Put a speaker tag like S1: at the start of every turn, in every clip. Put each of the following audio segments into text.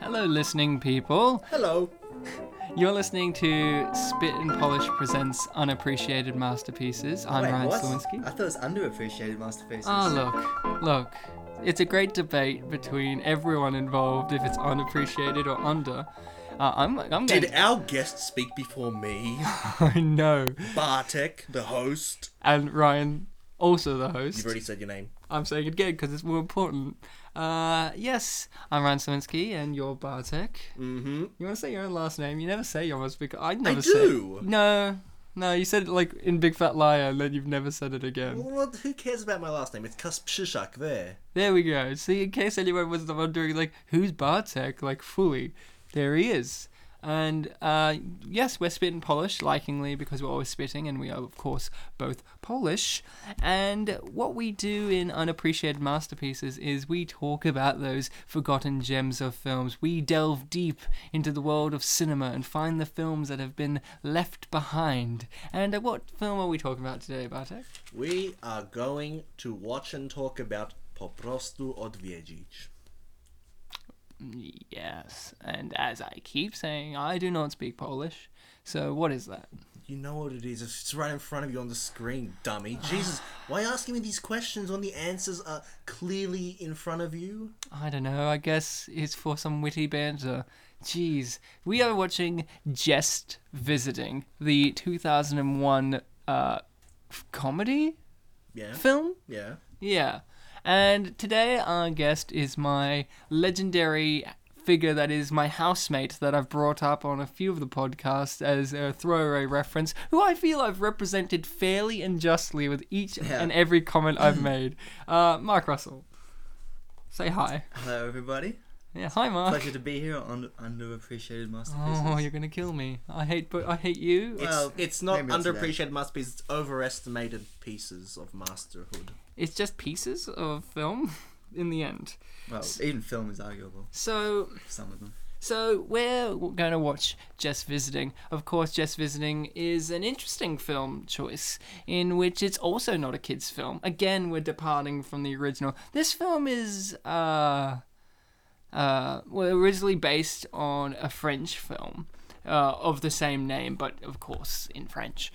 S1: Hello, listening people.
S2: Hello.
S1: You're listening to Spit and Polish presents Unappreciated Masterpieces. I'm
S2: Wait,
S1: Ryan
S2: what?
S1: Slawinski.
S2: I thought it was underappreciated masterpieces.
S1: Ah, look, look. It's a great debate between everyone involved if it's unappreciated or under. Uh, I'm, I'm going.
S2: Did our guest speak before me?
S1: I know.
S2: Bartek, the host.
S1: And Ryan, also the host.
S2: You've already said your name.
S1: I'm saying it again because it's more important. Uh, yes, I'm Ryan Sawinski, and you're Bartek.
S2: Mm-hmm.
S1: You want to say your own last name? You never say yours because I never
S2: do.
S1: Say, no, no, you said it like in Big Fat Liar, and then you've never said it again.
S2: Well, who cares about my last name? It's Kaspshishak there.
S1: There we go. See, in case anyone was wondering, like, who's Bartek? Like, fully, there he is. And uh, yes, we're spit and Polish, likingly, because we're always spitting, and we are, of course, both Polish. And what we do in Unappreciated Masterpieces is we talk about those forgotten gems of films. We delve deep into the world of cinema and find the films that have been left behind. And uh, what film are we talking about today, Bartek?
S2: We are going to watch and talk about Po prostu odwiedzić.
S1: Yes, and as I keep saying, I do not speak Polish. So what is that?
S2: You know what it is. It's right in front of you on the screen, dummy. Jesus, why are you asking me these questions when the answers are clearly in front of you?
S1: I don't know. I guess it's for some witty banter. Jeez, we are watching Jest Visiting, the 2001 uh, f- comedy
S2: Yeah.
S1: film.
S2: Yeah.
S1: Yeah. And today our guest is my legendary figure that is my housemate that I've brought up on a few of the podcasts as a throwaway reference, who I feel I've represented fairly and justly with each
S2: Yeah.
S1: and every comment I've made. Uh, Mark Russell. Say hi.
S3: Hello, everybody.
S1: Yeah, hi Mark.
S3: Pleasure to be here on Underappreciated Masterpieces.
S1: Oh, you're gonna kill me. I hate but I hate you.
S2: It's,
S3: Well,
S2: it's not
S3: maybe not today.
S2: underappreciated masterpieces, it's overestimated pieces of masterhood.
S1: It's just pieces of film in the end.
S3: Well, even film is arguable.
S1: So
S3: Some of them.
S1: So we're going to watch Just Visiting. Of course, Just Visiting is an interesting film choice in which it's also not a kids' film. Again, we're departing from the original. This film is uh, uh, well, originally based on a French film uh, of the same name, but of course in French.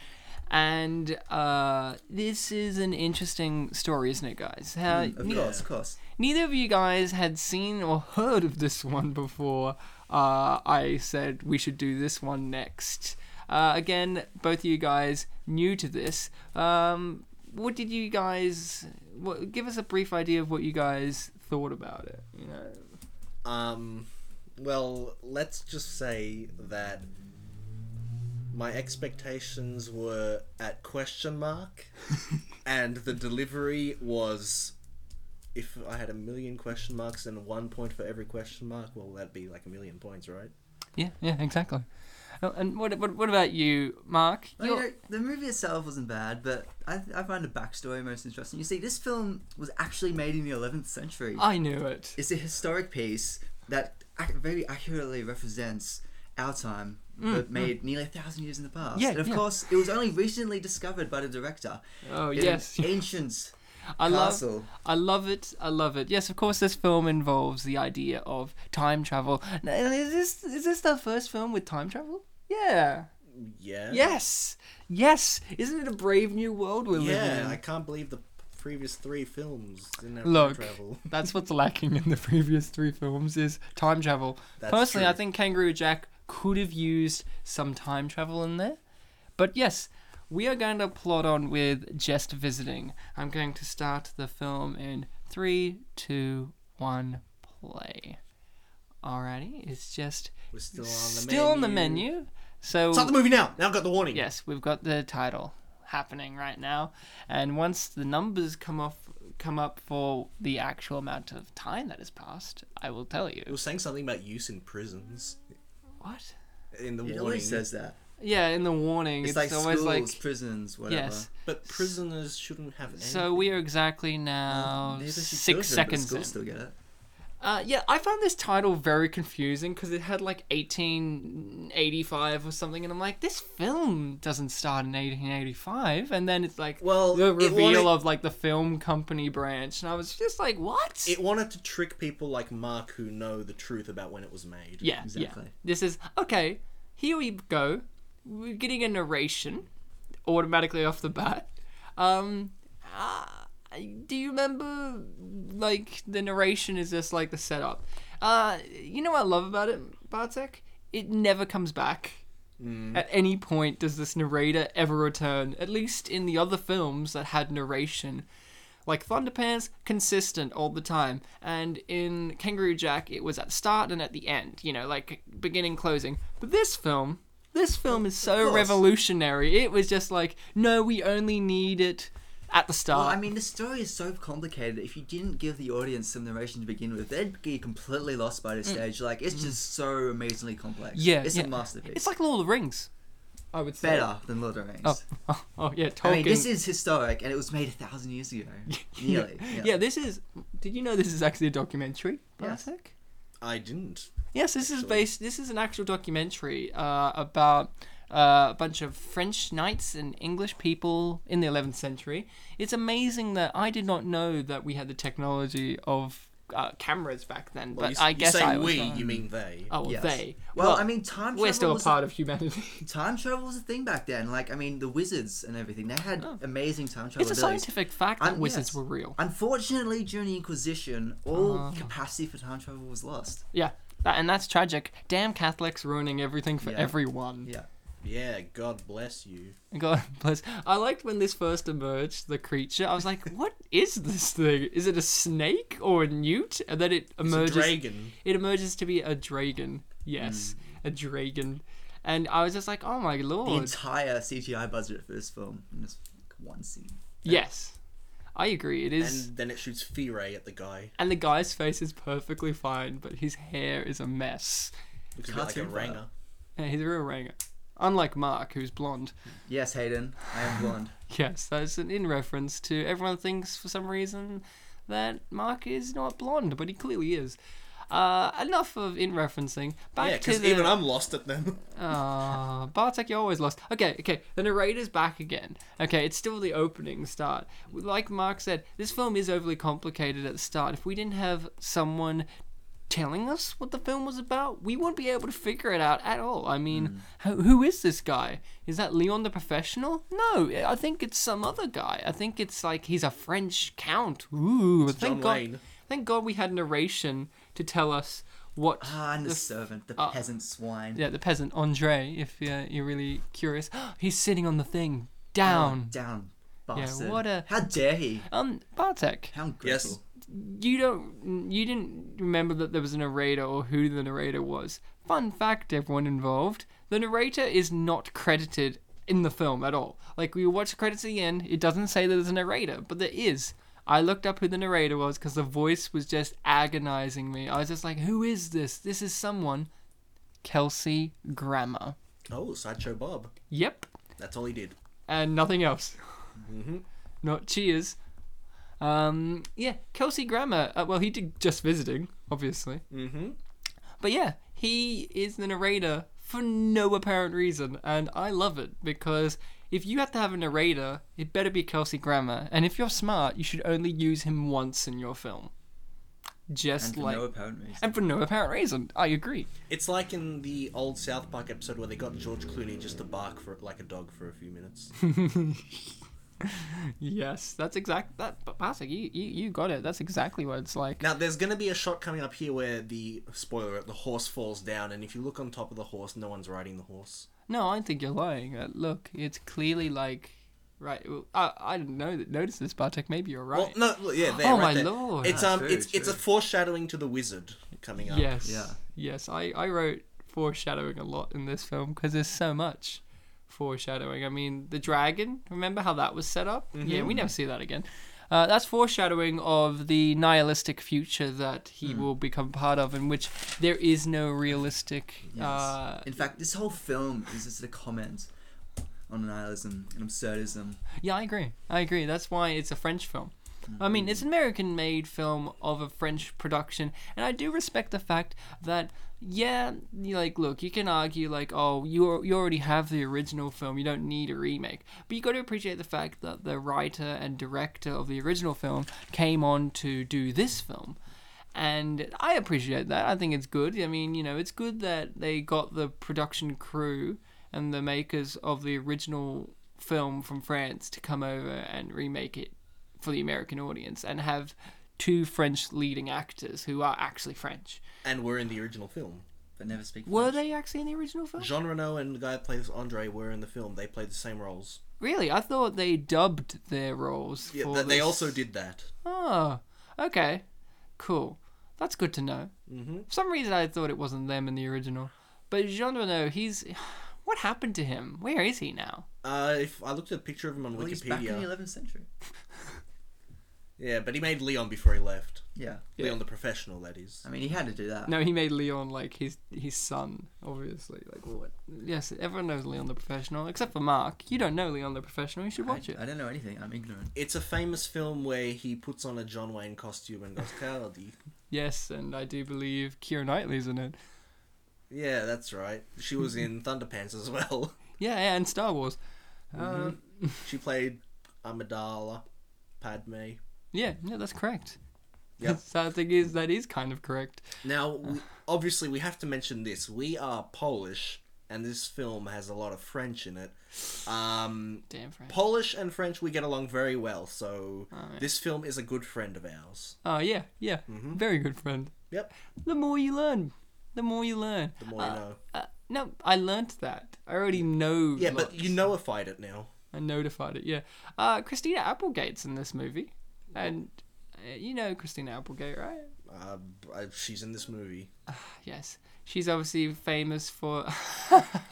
S1: And uh, this is an interesting story, isn't it, guys? How
S3: Mm, Of
S1: ne-
S3: course, of course.
S1: neither of you guys had seen or heard of this one before uh, I said we should do this one next. Uh, again, both of you guys new to this. Um, what did you guys? What, give us a brief idea of what you guys thought about it. You know,
S2: Um, well, let's just say that my expectations were at question mark, and the delivery was. If I had a million question marks and one point for every question mark, well, that'd be like a million points, right?
S1: yeah, yeah, exactly. Uh, And what what, what about you, Mark?
S3: Well, you
S1: You're-
S3: know, the movie itself wasn't bad, but I, I find the backstory most interesting. You see, this film was actually made in the 11th century.
S1: I knew it.
S3: It's a historic piece that ac- very accurately represents our time, but made nearly a thousand years in the past.
S1: Mm, Yeah,
S3: and of
S1: yeah.
S3: course, it was only recently discovered by the director.
S1: Oh
S3: in an
S1: yes,
S3: ancient
S1: I love.
S3: castle.
S1: I love it. I love it. Yes, of course, this film involves the idea of time travel. Now, Is this is this the first film with time travel? Yeah.
S2: Yeah.
S1: Yes. Yes. Isn't it a brave new world we're
S2: Yeah,
S1: living
S2: I
S1: in?
S2: can't believe the previous three films didn't have
S1: Look.
S2: time travel.
S1: That's what's lacking in the previous three films is time travel.
S2: That's
S1: Personally, I
S2: true.
S1: think Kangaroo Jack could have used some time travel in there. But yes, we are going to plot on with just visiting. I'm going to start the film in three, two, one, play. Alrighty, it's just
S2: We're still on the
S1: still on the menu. So
S2: Start the movie now. Now I've got the warning.
S1: Yes, we've got the title happening right now, and once the numbers come off, come up for the actual amount of time that has passed, I will tell
S2: It
S1: you.
S2: was saying something about use in prisons
S1: What?
S2: in the
S3: It
S2: warning.
S3: always says that.
S1: Yeah, in the warning, it's,
S3: It's, like
S1: always
S3: schools,
S1: like
S3: prisons, whatever.
S1: yes.
S2: But prisoners shouldn't have any.
S1: So we are exactly now
S3: Maybe she
S1: Um, six
S3: children, but
S1: seconds
S3: schools
S1: in.
S3: Still get it.
S1: Uh, yeah, I found this title very confusing because it had like 1885 or something, and I'm like, this film doesn't start in 1885. And then it's like
S2: Well,
S1: the
S2: it
S1: reveal
S2: wanted-
S1: of like the film company branch, and I was just like, what?
S2: It wanted to trick people like Mark who know the truth about when it was made.
S1: yeah, yeah.
S3: Exactly.
S1: This is okay. Here we go. We're getting a narration automatically off the bat. Um, uh, do you remember like the narration is just like the setup? Uh, you know what I love about it, Bartek? It never comes back. At any point does this narrator ever return? At least in the other films that had narration, like Thunderpants, consistent all the time. And in Kangaroo Jack, it was at the start and at the end, you know, like beginning, closing. But this film, this film is so
S2: course.
S1: revolutionary. It was just like, no, we only need it at the
S3: Well,
S1: start.
S3: I mean, the story is so complicated. If you didn't give the audience some narration to begin with, they'd be completely lost by this stage. Like, it's just so amazingly complex.
S1: Mm. yeah,
S3: it's
S1: yeah.
S3: a masterpiece.
S1: It's like Lord of the Rings. I would say
S3: better than Lord of the Rings.
S1: Oh, oh, yeah, Tolkien.
S3: I mean, this is historic, and it was made a thousand years ago. Nearly.
S1: yeah. this is. Did you know this is actually a documentary?
S3: Yes.
S1: Bartek?
S2: I didn't.
S1: Yes, this is
S2: Actually.
S1: based. This is an actual documentary uh, about uh, a bunch of French knights and English people in the 11th century. It's amazing that I did not know that we had the technology of uh, cameras back then.
S2: Well,
S1: but
S2: you, s-
S1: I
S2: you
S1: guess
S2: say
S1: I was
S2: we,
S1: wrong.
S2: you mean they.
S1: Oh, well,
S3: Yes.
S1: they.
S3: Well, I mean, time
S1: we're
S3: travel
S1: still a
S3: was
S1: part of humanity.
S3: Time travel was a thing back then. Like, I mean, the wizards and everything, they had
S1: Oh.
S3: amazing time travel
S1: it's a
S3: abilities.
S1: scientific fact that
S3: Um,
S1: wizards
S3: yes.
S1: were real.
S3: Unfortunately, during the Inquisition, all
S1: Ah.
S3: capacity for time travel was lost.
S1: Yeah, that, and that's tragic. Damn Catholics ruining everything for
S3: Yeah.
S1: everyone.
S3: Yeah.
S2: Yeah, God bless you.
S1: God bless. I liked when this first emerged, the creature. I was like, what is this thing? Is it a snake or a newt? And then it
S2: It's
S1: emerges.
S2: a dragon.
S1: It emerges to be a dragon. Yes,
S2: Hmm.
S1: a dragon. And I was just like, oh my
S3: The
S1: lord.
S3: entire CGI budget for this film in this one scene.
S1: yes. I agree. It is.
S2: And then it shoots Fee Ray at the guy.
S1: And, the guy's face is perfectly fine, but his hair is a mess.
S2: Looks a bit like a
S3: Cartoon fella.
S2: ranger.
S1: Yeah, he's a real ranger. Unlike Mark, who's blonde.
S3: Yes, Hayden, I am blonde.
S1: Yes, that's an in reference to everyone thinks for some reason that Mark is not blonde, but he clearly is. Uh, enough of in referencing. Back
S2: Yeah,
S1: to
S2: because
S1: the
S2: even I'm lost at them.
S1: Ah, Bartek, you're always lost. Okay, okay. The narrator's back again. Okay, it's still the opening start. Like Mark said, this film is overly complicated at the start. If we didn't have someone telling us what the film was about, we wouldn't be able to figure it out at all. I mean,
S2: Hmm.
S1: who who is this guy? Is that Leon the Professional? No, I think it's some other guy. I think it's like he's a French count. Ooh, thank
S2: John
S1: God.
S2: Wayne.
S1: Thank God we had narration to tell us what
S3: Ah, and the,
S1: the
S3: servant, the
S1: ah.
S3: peasant swine.
S1: yeah, the peasant Andre, if uh, you're really curious. He's sitting on the thing
S3: Oh,
S1: down.
S3: down, bastard.
S1: what a-
S3: How dare he?
S1: Um, Bartek,
S3: How
S2: Yes.
S3: ungrateful.
S1: you don't, you didn't remember that there was a narrator or who the narrator was. Fun fact, everyone involved: the narrator is not credited in the film at all. Like we watch the credits at the end, it doesn't say that there's a narrator, but there is. I looked up who the narrator was because the voice was just agonizing me. I was just like, "Who is this? This is someone." Kelsey Grammer.
S2: Oh, Sideshow Bob.
S1: Yep.
S2: That's all he did.
S1: and nothing else. Mm-hmm. Not cheers. Um, yeah, Kelsey Grammer. Uh, well, he did just visiting, obviously.
S2: Mm-hmm.
S1: But yeah, he is the narrator for no apparent reason, and I love it because if you have to have a narrator, it better be Kelsey Grammer. And if you're smart, you should only use him once in your film. Just
S3: And for
S1: like.
S3: no apparent reason.
S1: and for no apparent reason. I agree.
S2: It's like in the old South Park episode where they got George Clooney just to bark for like a dog for a few minutes.
S1: Yes, that's exact. That, but Pasek, you, you, you got it. That's exactly what it's like.
S2: now, there's gonna be a shot coming up here where the spoiler: the horse falls down, and if you look on top of the horse, no one's riding the horse.
S1: No, I think you're lying. Uh, look, it's clearly like, right? Well, I I didn't know that. Notice this, Bartek. Maybe you're right.
S2: Well, no, yeah, there,
S1: Oh
S2: right
S1: my
S2: there.
S1: lord.
S2: It's
S3: Ah,
S2: um,
S3: true,
S2: it's it's a
S3: true.
S2: foreshadowing to the wizard coming up.
S1: yes.
S3: Yeah.
S1: Yes. I I wrote foreshadowing a lot in this film because there's so much foreshadowing. I mean, the dragon. Remember how that was set up? Yeah,
S2: Mm-hmm.
S1: we never see that again. Uh, that's foreshadowing of the nihilistic future that he
S2: Hmm.
S1: will become part of, in which there is no realistic.
S3: Yes.
S1: Uh,
S3: In fact, this whole film is just a comment on nihilism and absurdism.
S1: yeah, I agree. I agree. That's why it's a French film. I mean, it's an American made film of a French production, and I do respect the fact that, yeah, you like, look, you can argue, like, oh, you, al- you already have the original film, you don't need a remake. But you got to appreciate the fact that the writer and director of the original film came on to do this film. And I appreciate that. I think it's good. I mean, you know, it's good that they got the production crew and the makers of the original film from France to come over and remake it for the American audience and have two French leading actors who are actually French.
S2: and were in the original film.
S3: But never speak.
S1: Were
S3: French.
S1: they actually in the original film?
S2: Jean Reno and the guy that plays Andre were in the film. They played the same roles.
S1: Really? I thought they dubbed their roles.
S2: Yeah,
S1: for
S2: th- they
S1: this.
S2: also did that.
S1: Oh, okay. Cool. That's good to know.
S2: hmm
S1: For some reason, I thought it wasn't them in the original. But Jean Reno, he's. What happened to him? Where is he now?
S2: Uh, if I looked at a picture of him on
S1: Oh,
S3: Well, he's back in the
S2: Wikipedia,
S3: 11th century.
S2: yeah, but he made Leon before he left.
S3: Yeah.
S1: Yeah.
S2: Leon the professional, that is.
S3: I mean, he had to do that.
S1: No, he made Leon like his his son, obviously. Like what? Yes, everyone knows Leon the Professional, except for Mark. You don't know Leon the Professional. You should watch
S3: I,
S1: it.
S3: I don't know anything. I'm ignorant.
S2: It's a famous film where he puts on a John Wayne costume and goes cloudy.
S1: Yes, and I do believe Keira Knightley's in it.
S2: Yeah, that's right. She was in Thunderpants as well.
S1: Yeah, yeah, and Star Wars. Um,
S2: She played Amidala, Padme.
S1: yeah, yeah, that's correct.
S2: Yep.
S1: Sad thing is, that is kind of correct.
S2: Now, we, obviously, we have to mention this. We are Polish, and this film has a lot of French in it. Um,
S1: Damn Frank.
S2: Polish and French, we get along very well, so
S1: Oh, yeah.
S2: this film is a good friend of ours.
S1: Oh yeah, yeah, very good friend.
S2: Mm-hmm. Yep,
S1: The more you learn, the more you learn.
S2: the more
S1: Uh,
S2: you know.
S1: Uh, no, I learnt that. I already know.
S2: Yeah, but
S1: lots.
S2: you notified it now.
S1: I notified it. Yeah, uh, Christina Applegate's in this movie, and uh, you know Christina Applegate, right?
S2: Uh, I- she's in this movie.
S1: Yes, she's obviously famous for.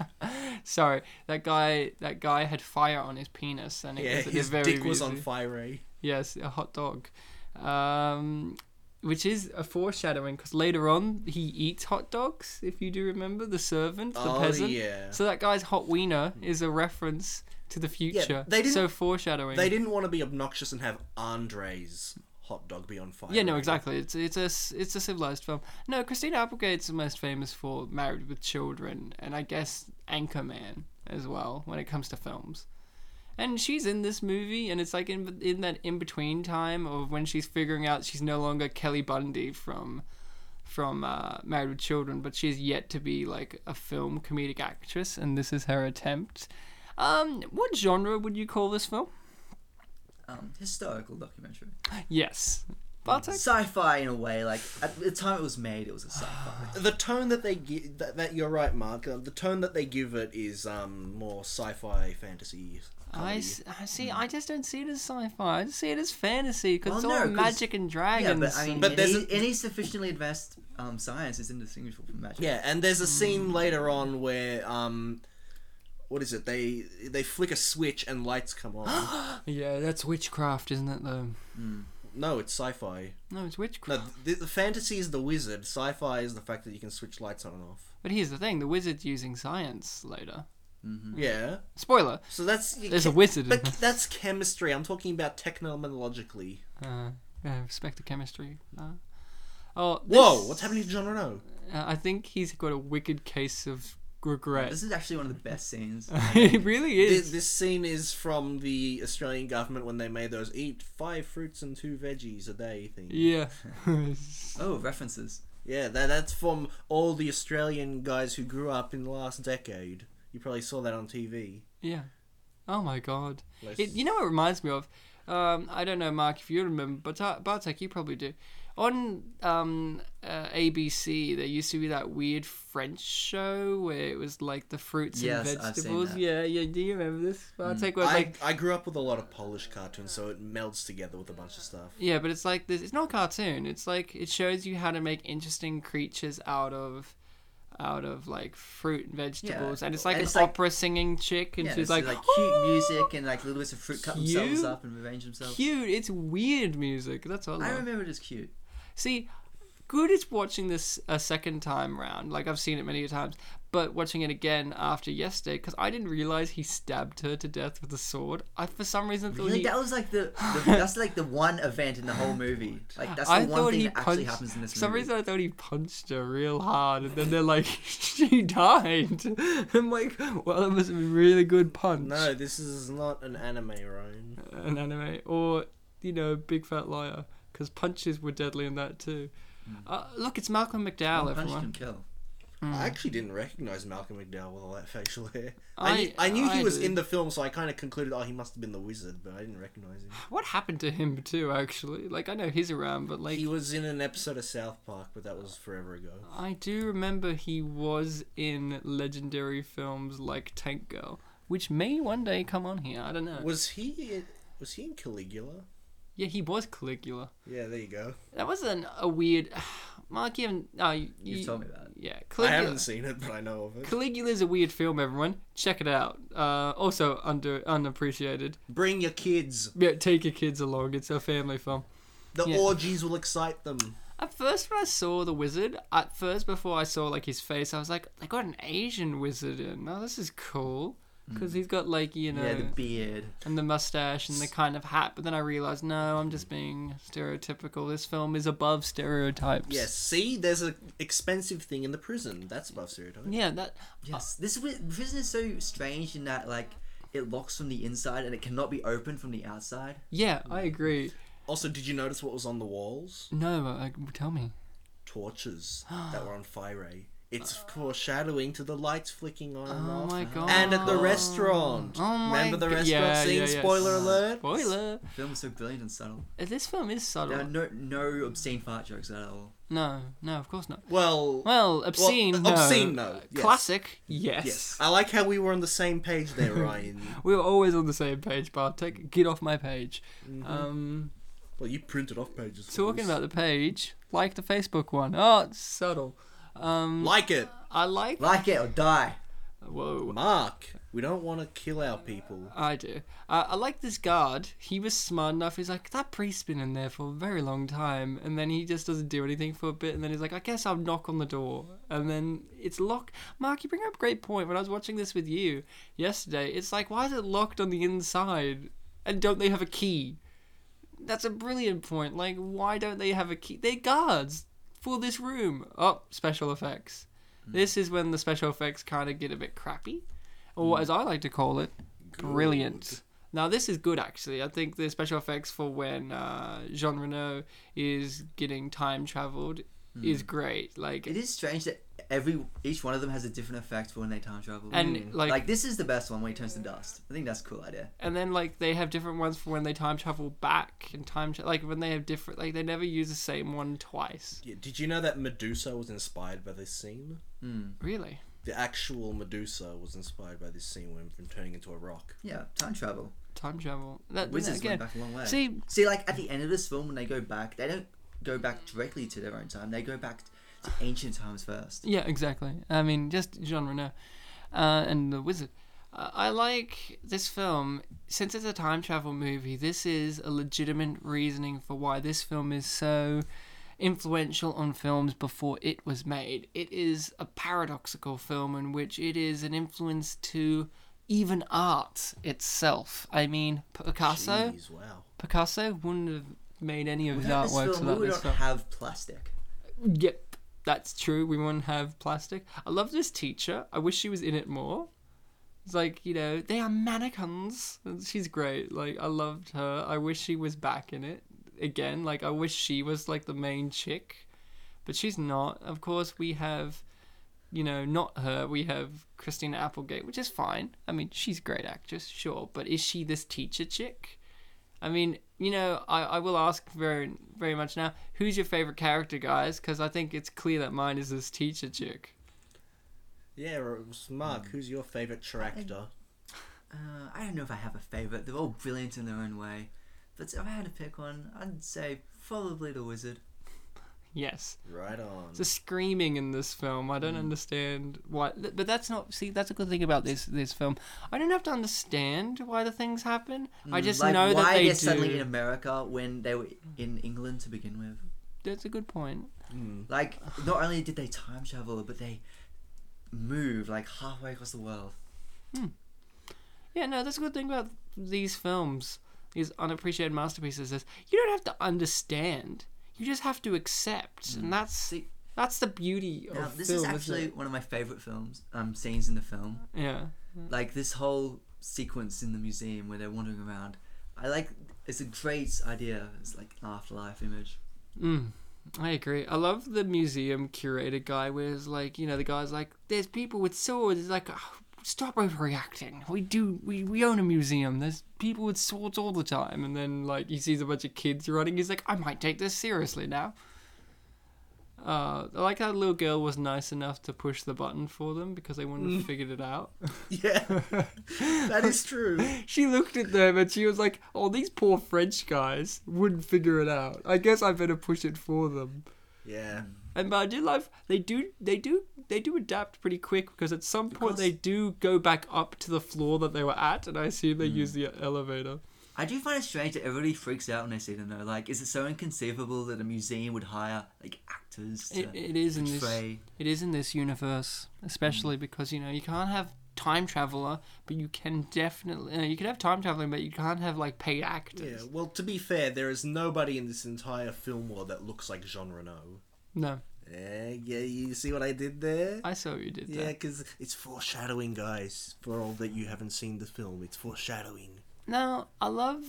S1: Sorry, that guy. That guy had fire on his penis, and it
S2: Yeah,
S1: was at the
S2: his
S1: very
S2: dick was on
S1: beginning.
S2: fire. eh?
S1: Yes, a hot dog. Um, which is a foreshadowing because later on he eats hot dogs. If you do remember, the servant, the
S2: Oh,
S1: peasant.
S2: yeah.
S1: So that guy's hot wiener is a reference to the future.
S2: they didn't-
S1: so foreshadowing.
S2: They didn't want to be obnoxious and have Andre's hot dog be on fire.
S1: yeah, no,
S2: eh?
S1: exactly. It's it's a s- it's a civilized film. No, Christina Applegate's most famous for Married with Children, and I guess Anchorman as well when it comes to films. And she's in this movie, and it's like in in that in between time of when she's figuring out she's no longer Kelly Bundy from from uh, Married with Children, but she's yet to be like a film comedic actress, and this is her attempt. Um, what genre would you call this film?
S3: Um, historical documentary.
S1: Yes, Bartek.
S3: Sci-fi in a way. Like at the time it was made, it was a sci-fi.
S2: the tone that they give that, that you're right mark uh, the tone that they give it is um more sci-fi fantasy
S1: I,
S2: comedy.
S1: s- I see. I just don't see it as sci-fi. I just see it as fantasy because
S3: Well,
S1: it's
S3: no,
S1: all
S3: 'cause-
S1: magic and
S3: Yeah,
S1: dragons.
S3: but I mean,
S1: and-
S2: But there's
S3: any,
S2: a-
S3: any sufficiently advanced um, science is indistinguishable from magic.
S2: yeah and there's a
S1: Hmm.
S2: scene later on where um what is it they they flick a switch and lights come on
S1: yeah, that's witchcraft, isn't it? Though
S2: no it's sci-fi
S1: no, it's
S2: no
S1: witchcraft.
S2: the, the fantasy is the wizard sci-fi is the fact that you can switch lights on and off
S1: But here's the thing: the wizard's using science later.
S2: yeah
S1: Spoiler:
S2: so that's you
S1: Hmm. there's a
S2: ca-
S1: wizard. In
S2: but
S1: this.
S2: that's chemistry i'm talking about technologically
S1: Uh, yeah, respect the chemistry. Uh, oh, this-
S2: whoa what's happening to john renault
S1: Uh, I think he's got a wicked case of regret.
S3: This is actually one of the best scenes.
S1: it really
S2: This,
S1: is.
S2: this scene is from the Australian government when they made those eat five fruits and two veggies a day thing. Yeah,
S1: Yeah.
S3: Oh, references.
S2: that, that's from all the Australian guys who grew up in the last decade. You probably saw that on TV.
S1: yeah. Oh my god.
S2: Let's-
S1: It, you know what it reminds me of? Um, I don't know, Mark, if you remember, but Ta- Bartek, you probably do. On um, uh, ABC, there used to be that weird French show where it was like the fruits
S3: Yes,
S1: and
S3: I've seen
S1: vegetables.
S3: that. Mm.
S1: Yeah, yeah. Do you remember this, Bartek? Where it's
S2: I,
S1: like,
S2: I grew up with a lot of Polish cartoons, so it melds together with a bunch of stuff.
S1: yeah, but it's like this. It's not a cartoon. It's like it shows you how to make interesting creatures out of. Out of like fruit and vegetables, and it's like
S3: and
S1: an
S3: it's like-
S1: opera singing chick, and
S3: yeah,
S1: she's
S3: so,
S1: like, "Oh!"
S3: like, cute music and like little bits of fruit cut themselves
S1: Cute.
S3: up and arrange themselves.
S1: cute. It's weird music. That's all. I
S3: I
S1: love.
S3: remember it as cute.
S1: See, good is watching this a second time round. Like I've seen it many times, but watching it again after yesterday because I didn't realize he stabbed her to death with a sword. I for some reason thought
S3: Really,
S1: he.
S3: that was like the, the that's like the one event in the whole movie. Like that's the
S1: I
S3: one
S1: thought
S3: thing
S1: he
S3: that actually
S1: punched.
S3: happens in this
S1: for some
S3: movie.
S1: reason, I thought he punched her real hard, and then they're like, "She died." I'm like, "Well, that was a really good punch."
S2: No, this is not an anime, Ryan.
S1: an anime or you know big fat liar because punches were deadly in that too
S3: Hmm.
S1: uh, look it's malcolm mcdowell
S3: One punch can
S1: everyone
S3: kill.
S1: Mm.
S2: I actually didn't recognize Malcolm McDowell with all that facial hair.
S1: I-
S2: I, knew, I knew
S1: I
S2: he was
S1: did.
S2: in the film, so I kind of concluded, oh, he must have been the wizard, but I didn't recognize him.
S1: what happened to him too actually like i know he's around but like
S2: he was in an episode of South Park, but that was forever ago.
S1: i do remember he was in legendary films like tank girl which may one day come on here i don't know
S2: Was he? Was he in Caligula?
S1: yeah he was caligula
S2: Yeah, there you go.
S1: that was an, a weird mark you haven't oh, you,
S3: You've told me that.
S1: yeah
S2: I
S1: caligula
S2: haven't seen it, but I know of it.
S1: Caligula's a weird film, everyone. Check it out. Uh, also under unappreciated.
S2: Bring your kids.
S1: Yeah, take your kids along. It's a family film.
S2: The
S1: Yeah.
S2: orgies will excite them.
S1: At first, when I saw the wizard, at first before I saw like his face, I was like, they got an Asian wizard in. Oh, this is cool
S2: Hmm.
S1: because he's got like you know
S3: Yeah, the beard.
S1: and the mustache and the kind of hat. But then I realized, no, I'm just being stereotypical. This film is above stereotypes.
S2: Yes. see, there's an expensive thing in the prison. That's above stereotype.
S1: Yeah, that
S3: Yes, this wi- prison is so strange in that like it locks from the inside and it cannot be opened from the outside.
S1: yeah, I agree.
S2: Also, did you notice what was on the walls?
S1: No, uh, tell me.
S2: torches that were on fire. eh? It's foreshadowing to the lights flicking on and
S1: Oh
S2: off.
S1: my god.
S2: And at the restaurant.
S1: Oh my
S2: Remember the
S1: go-
S2: restaurant
S1: yeah,
S2: scene?
S1: yeah, yeah.
S2: Spoiler alert.
S1: Spoiler.
S3: The film is so brilliant and subtle.
S1: Uh, This film is
S3: There are
S1: subtle.
S3: no no obscene fart jokes at all.
S1: No, no, of course not.
S2: Well,
S1: Well, obscene.
S2: Well,
S1: no.
S2: obscene, no,
S1: Uh,
S2: yes.
S1: Classic. Yes.
S2: yes. I like how we were on the same page there, Ryan.
S1: We were always on the same page, Bartek. Get off my page. Um,
S2: well, you printed off pages. for
S1: talking
S2: us.
S1: about the page, like the Facebook one. Oh, it's subtle. Um,
S2: Like it.
S1: I like.
S3: Like it or die.
S1: Whoa.
S2: Mark, we don't want to kill our people.
S1: I do. Uh, I like this guard. He was smart enough. He's like, that priest's been in there for a very long time. And then he just doesn't do anything for a bit. And then he's like, I guess I'll knock on the door. And then it's locked. Mark, you bring up a great point. When I was watching this with you yesterday, it's like, why is it locked on the inside? And don't they have a key? That's a brilliant point. Like, why don't they have a key? They're guards for this room. Oh, special effects. This is when the special effects kind of get a bit crappy, or as I like to call it, brilliant. Now this is good actually. I think the special effects for when uh, Jean Reno is getting time traveled is great. Like
S3: It is strange that every each one of them has a different effect for when they time travel. Mm.
S1: and like,
S3: like, this is the best one when he turns to dust. I think that's a cool idea.
S1: and then like they have different ones for when they time travel back and time tra- like when they have different like they never use the same one twice.
S2: Yeah, did you know that Medusa was inspired by this scene?
S1: Really?
S2: The actual Medusa was inspired by this scene when from turning into a rock.
S3: Yeah, time travel.
S1: Time travel. That,
S3: Wizards
S1: again.
S3: went back a long way.
S1: See,
S3: See, like at the end of this film, when they go back, they don't go back directly to their own time. They go back to ancient times first.
S1: Yeah, exactly. I mean, just Jean Reno uh, and the Wizard. Uh, I like this film since it's a time travel movie. This is a legitimate reasoning for why this film is so influential on films before it was made. It is a paradoxical film in which it is an influence to even art itself. I mean, Picasso.
S2: Jeez, wow.
S1: Picasso wouldn't have made any of his
S3: Without this
S1: artworks
S3: film,
S1: without
S3: we
S1: this
S3: don't
S1: film.
S3: have plastic.
S1: Yep, that's true. We won't have plastic. I love this teacher. I wish she was in it more. It's like, you know, they are mannequins. And She's great. Like, I loved her. I wish she was back in it again. Like, I wish she was, like, the main chick. But she's not. Of course, we have, you know, not her. We have Christina Applegate, which is fine. I mean, she's a great actress, sure. But is she this teacher chick? I mean, you know, I, I will ask very very much now. Who's your favorite character, guys? Because I think it's clear that mine is this teacher chick.
S2: Yeah, it was Mark,
S1: Hmm.
S2: who's your favourite tractor?
S3: Uh, I don't know if I have a favorite. They're all brilliant in their own way. But if I had to pick one, I'd say probably the wizard.
S1: Yes,
S2: Right on.
S1: the screaming in this film. I
S3: Mm.
S1: don't understand why, but that's not. See, that's a good thing about this this film. I don't have to understand why the things happen. I just
S3: Mm, like,
S1: know
S3: why
S1: that they
S3: they're
S1: do.
S3: suddenly in America when they were in England to begin with.
S1: That's a good point.
S2: Hmm,
S3: Like, not only did they time travel, but they move like halfway across the world.
S1: Yeah, no, that's a good thing about these films, these unappreciated masterpieces, is you don't have to understand. You just have to accept. And that's
S3: Mm. See-
S1: that's the beauty of
S3: Now, this
S1: film,
S3: is
S1: isn't
S3: actually
S1: it?
S3: one of my favorite films um, scenes in the film.
S1: Yeah.
S3: like this whole sequence in the museum where they're wandering around i like it's a great idea it's like an afterlife image
S1: Mm, I agree. I love the museum curator guy where it's like, you know, the guy's like, there's people with swords. It's like, "Oh, stop overreacting. We do, we, we own a museum. There's people with swords all the time. And then, like, he sees a bunch of kids running. He's like, I might take this seriously now. Uh, I like how the little girl was nice enough to push the button for them because they wouldn't have figured it out.
S2: Yeah, that is true.
S1: She looked at them and she was like, oh, these poor French guys wouldn't figure it out. I guess I better push it for them.
S2: Yeah,
S1: And but I do love they do they do they do adapt pretty quick because at some point
S3: Because-
S1: they do go back up to the floor that they were at, and I assume
S2: Mm.
S1: they use the elevator.
S3: i do find it strange that everybody freaks out when they see them though like is it so inconceivable that a museum would hire like actors to
S1: It, it is in this
S3: portray
S1: it is in this universe, especially
S2: Mm.
S1: because you know you can't have time traveler, but you can definitely uh, you can have time traveling, but you can't have like paid
S2: yeah.
S1: actors.
S2: Well, to be fair, there is nobody in this entire film world that looks like Jean Reno.
S1: No,
S2: Yeah, yeah. You see what I did there?
S1: I saw what you did
S2: Yeah,
S1: there.
S2: because it's foreshadowing, guys. For all that you haven't seen the film, it's foreshadowing.
S1: Now, I love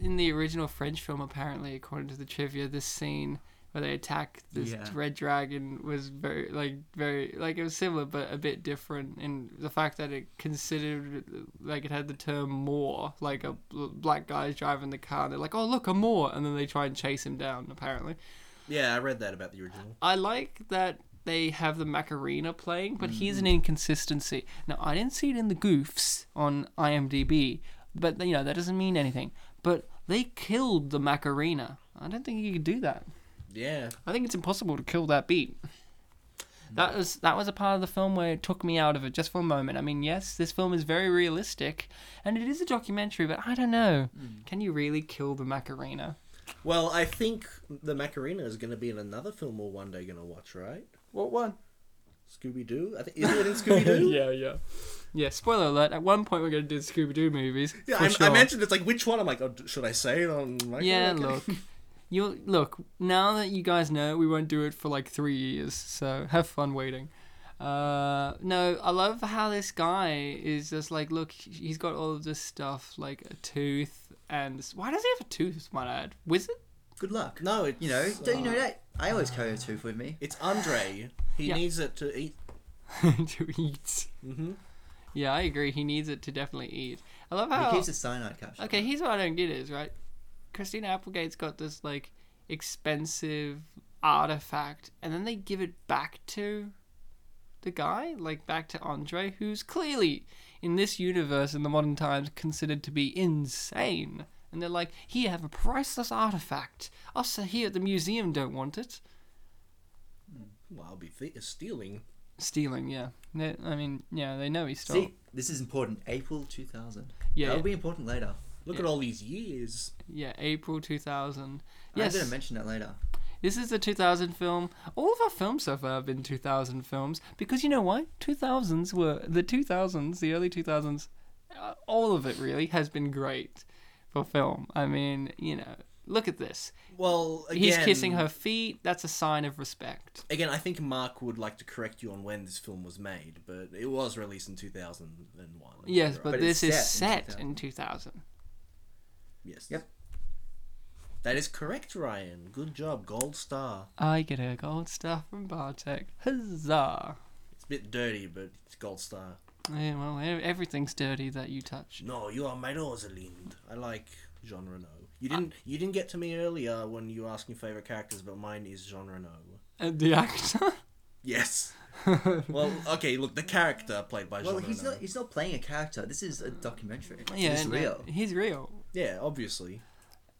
S1: in the original French film, apparently, according to the trivia, this scene where they attack this
S3: Yeah.
S1: red dragon was very, like, very, like, it was similar but a bit different in the fact that it considered, like, it had the term Moor, like a bl- black guy's driving the car. They're like, oh, look, a Moor. And then they try and chase him down, apparently.
S2: Yeah, I read that about the original.
S1: I like that they have the Macarena playing, but here's an inconsistency. Now I didn't see it in the goofs on IMDb, but you know that doesn't mean anything. But they killed the Macarena. I don't think you could do that.
S2: Yeah.
S1: I think it's impossible to kill that beat. That was that was a part of the film where it took me out of it just for a moment. I mean, yes, this film is very realistic, and it is a documentary, but I don't know. Can you really kill the Macarena?
S2: Well, I think the Macarena is going to be in another film we're one day going to watch, right?
S1: What one?
S2: Scooby Doo. I think is it in Scooby Doo?
S1: yeah, yeah. Yeah, spoiler alert. At one point, we're going to do Scooby Doo movies.
S2: Yeah,
S1: for
S2: I,
S1: sure.
S2: I mentioned it's like which one. I'm like, oh, d- should I say it on? Micro?
S1: Yeah,
S2: Okay.
S1: look. You look, now that you guys know, we won't do it for like 3 years. So, have fun waiting. Uh, no, I love how this guy is just like, look, he's got all of this stuff like a tooth and why does he have a tooth, might I add? Wizard?
S3: good luck
S2: No, it's,
S3: you know don't you know that i always carry a tooth with me
S2: It's Andre. He
S1: Yeah.
S2: needs it to eat.
S1: to eat.
S2: Mm-hmm.
S1: Yeah, I agree. He needs it to definitely eat. I love how
S3: he keeps a cyanide capsule
S1: Oh. Okay, here's what I don't get is right. Christina Applegate's got this like expensive artifact, and then they give it back to the guy, like back to Andre, who's clearly in this universe in the modern times considered to be insane. And they're like, "Here, have a priceless artifact. Us here at the museum don't want it.
S2: Well, I'll be th- stealing.
S1: Stealing, yeah. They, I mean, yeah, they know he stole.
S3: see this is important april 2000
S1: Yeah,
S3: that'll
S1: yeah.
S3: be important later
S2: Look at all these years.
S1: Yeah, April two thousand.
S3: i'm
S1: Yes,
S3: gonna mention that later
S1: This is the 2000 film. All of our films so far have been 2000 films because you know why? 2000s were the 2000s, the early 2000s. Uh, all of it really has been great for film. I mean, you know, look at this.
S2: Well, again,
S1: He's kissing her feet. That's a sign of respect.
S2: Again, I think Mark would like to correct you on when this film was made, but it was released in 2001.
S1: Yes,
S2: You're
S1: but,
S2: right.
S3: But
S1: this
S3: it's
S1: is
S3: set in
S1: set in 2000.
S2: yes.
S3: Yep.
S2: That is correct, Ryan. Good job. Gold star.
S1: I get a gold star from Bartek. Huzzah!
S2: It's a bit dirty, but it's gold star.
S1: Yeah, well, e- everything's dirty that you touch.
S2: No, you are my Rosalind. I like Jean Reno. You didn't.
S3: Ah.
S2: you didn't get to me earlier when you were asking favorite characters, but mine is Jean Reno.
S1: And the actor?
S2: Yes. well, okay. Look, the character played by Jean
S3: well
S2: Reno.
S3: he's not he's not playing a character this is a documentary
S1: yeah,
S3: it's
S1: and- uh,
S3: real
S1: He's real.
S2: Yeah, obviously.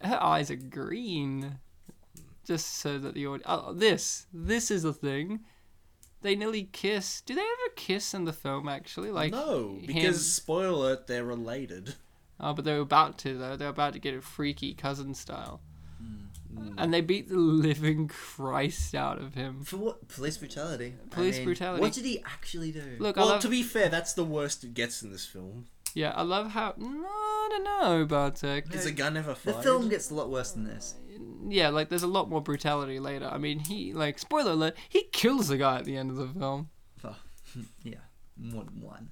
S1: her eyes are green. Just so that the audience. Oh, this. This is a thing. They nearly kiss. Do they ever kiss in the film, actually? Like
S2: no,
S1: him-
S2: because spoiler alert, they're related.
S1: Oh, but they were about to, though. They were about to get it freaky cousin style.
S2: Mm.
S1: and they beat the living Christ out of him.
S3: For what? Police brutality. I
S1: Police
S3: mean,
S1: brutality.
S3: What did he actually do?
S1: Look,
S2: well,
S1: I love,
S2: to be fair, that's the worst it gets in this film.
S1: yeah, I love how no, uh, I don't know, Bartek.
S2: Is a gun ever
S3: the
S2: fired?
S3: film gets a lot worse than this.
S1: yeah, like there's a lot more brutality later. I mean, he like spoiler alert, he kills the guy at the end of the film.
S3: Oh, yeah, more than one.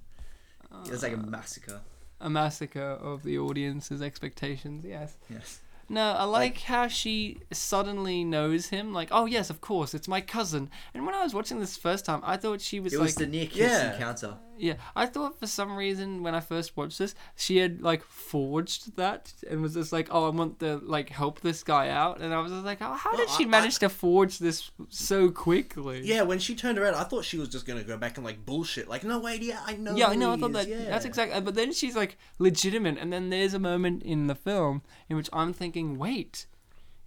S3: It's
S1: Uh,
S3: like a massacre.
S1: A massacre of the audience's expectations. Yes.
S3: Yes.
S1: No, I like how she suddenly knows him. Like, oh yes, of course, it's my cousin. And when I was watching this first time, I thought she was
S3: it
S1: like,
S3: was the near kiss
S2: yeah.
S3: encounter.
S1: yeah, I thought for some reason when I first watched this, she had like forged that and was just like, oh, I want to like help this guy out. And I was just like, oh, how did
S2: Well,
S1: she
S2: I-
S1: manage to forge this so quickly?
S2: Yeah, when she turned around, I thought she was just gonna go back and like bullshit. Like, no wait, yeah, I know.
S1: Yeah, I
S2: who
S1: know. I
S2: he
S1: thought
S2: is,
S1: that
S2: yeah.
S1: that's exactly. But then she's like legitimate, and then there's a moment in the film in which I'm thinking, wait,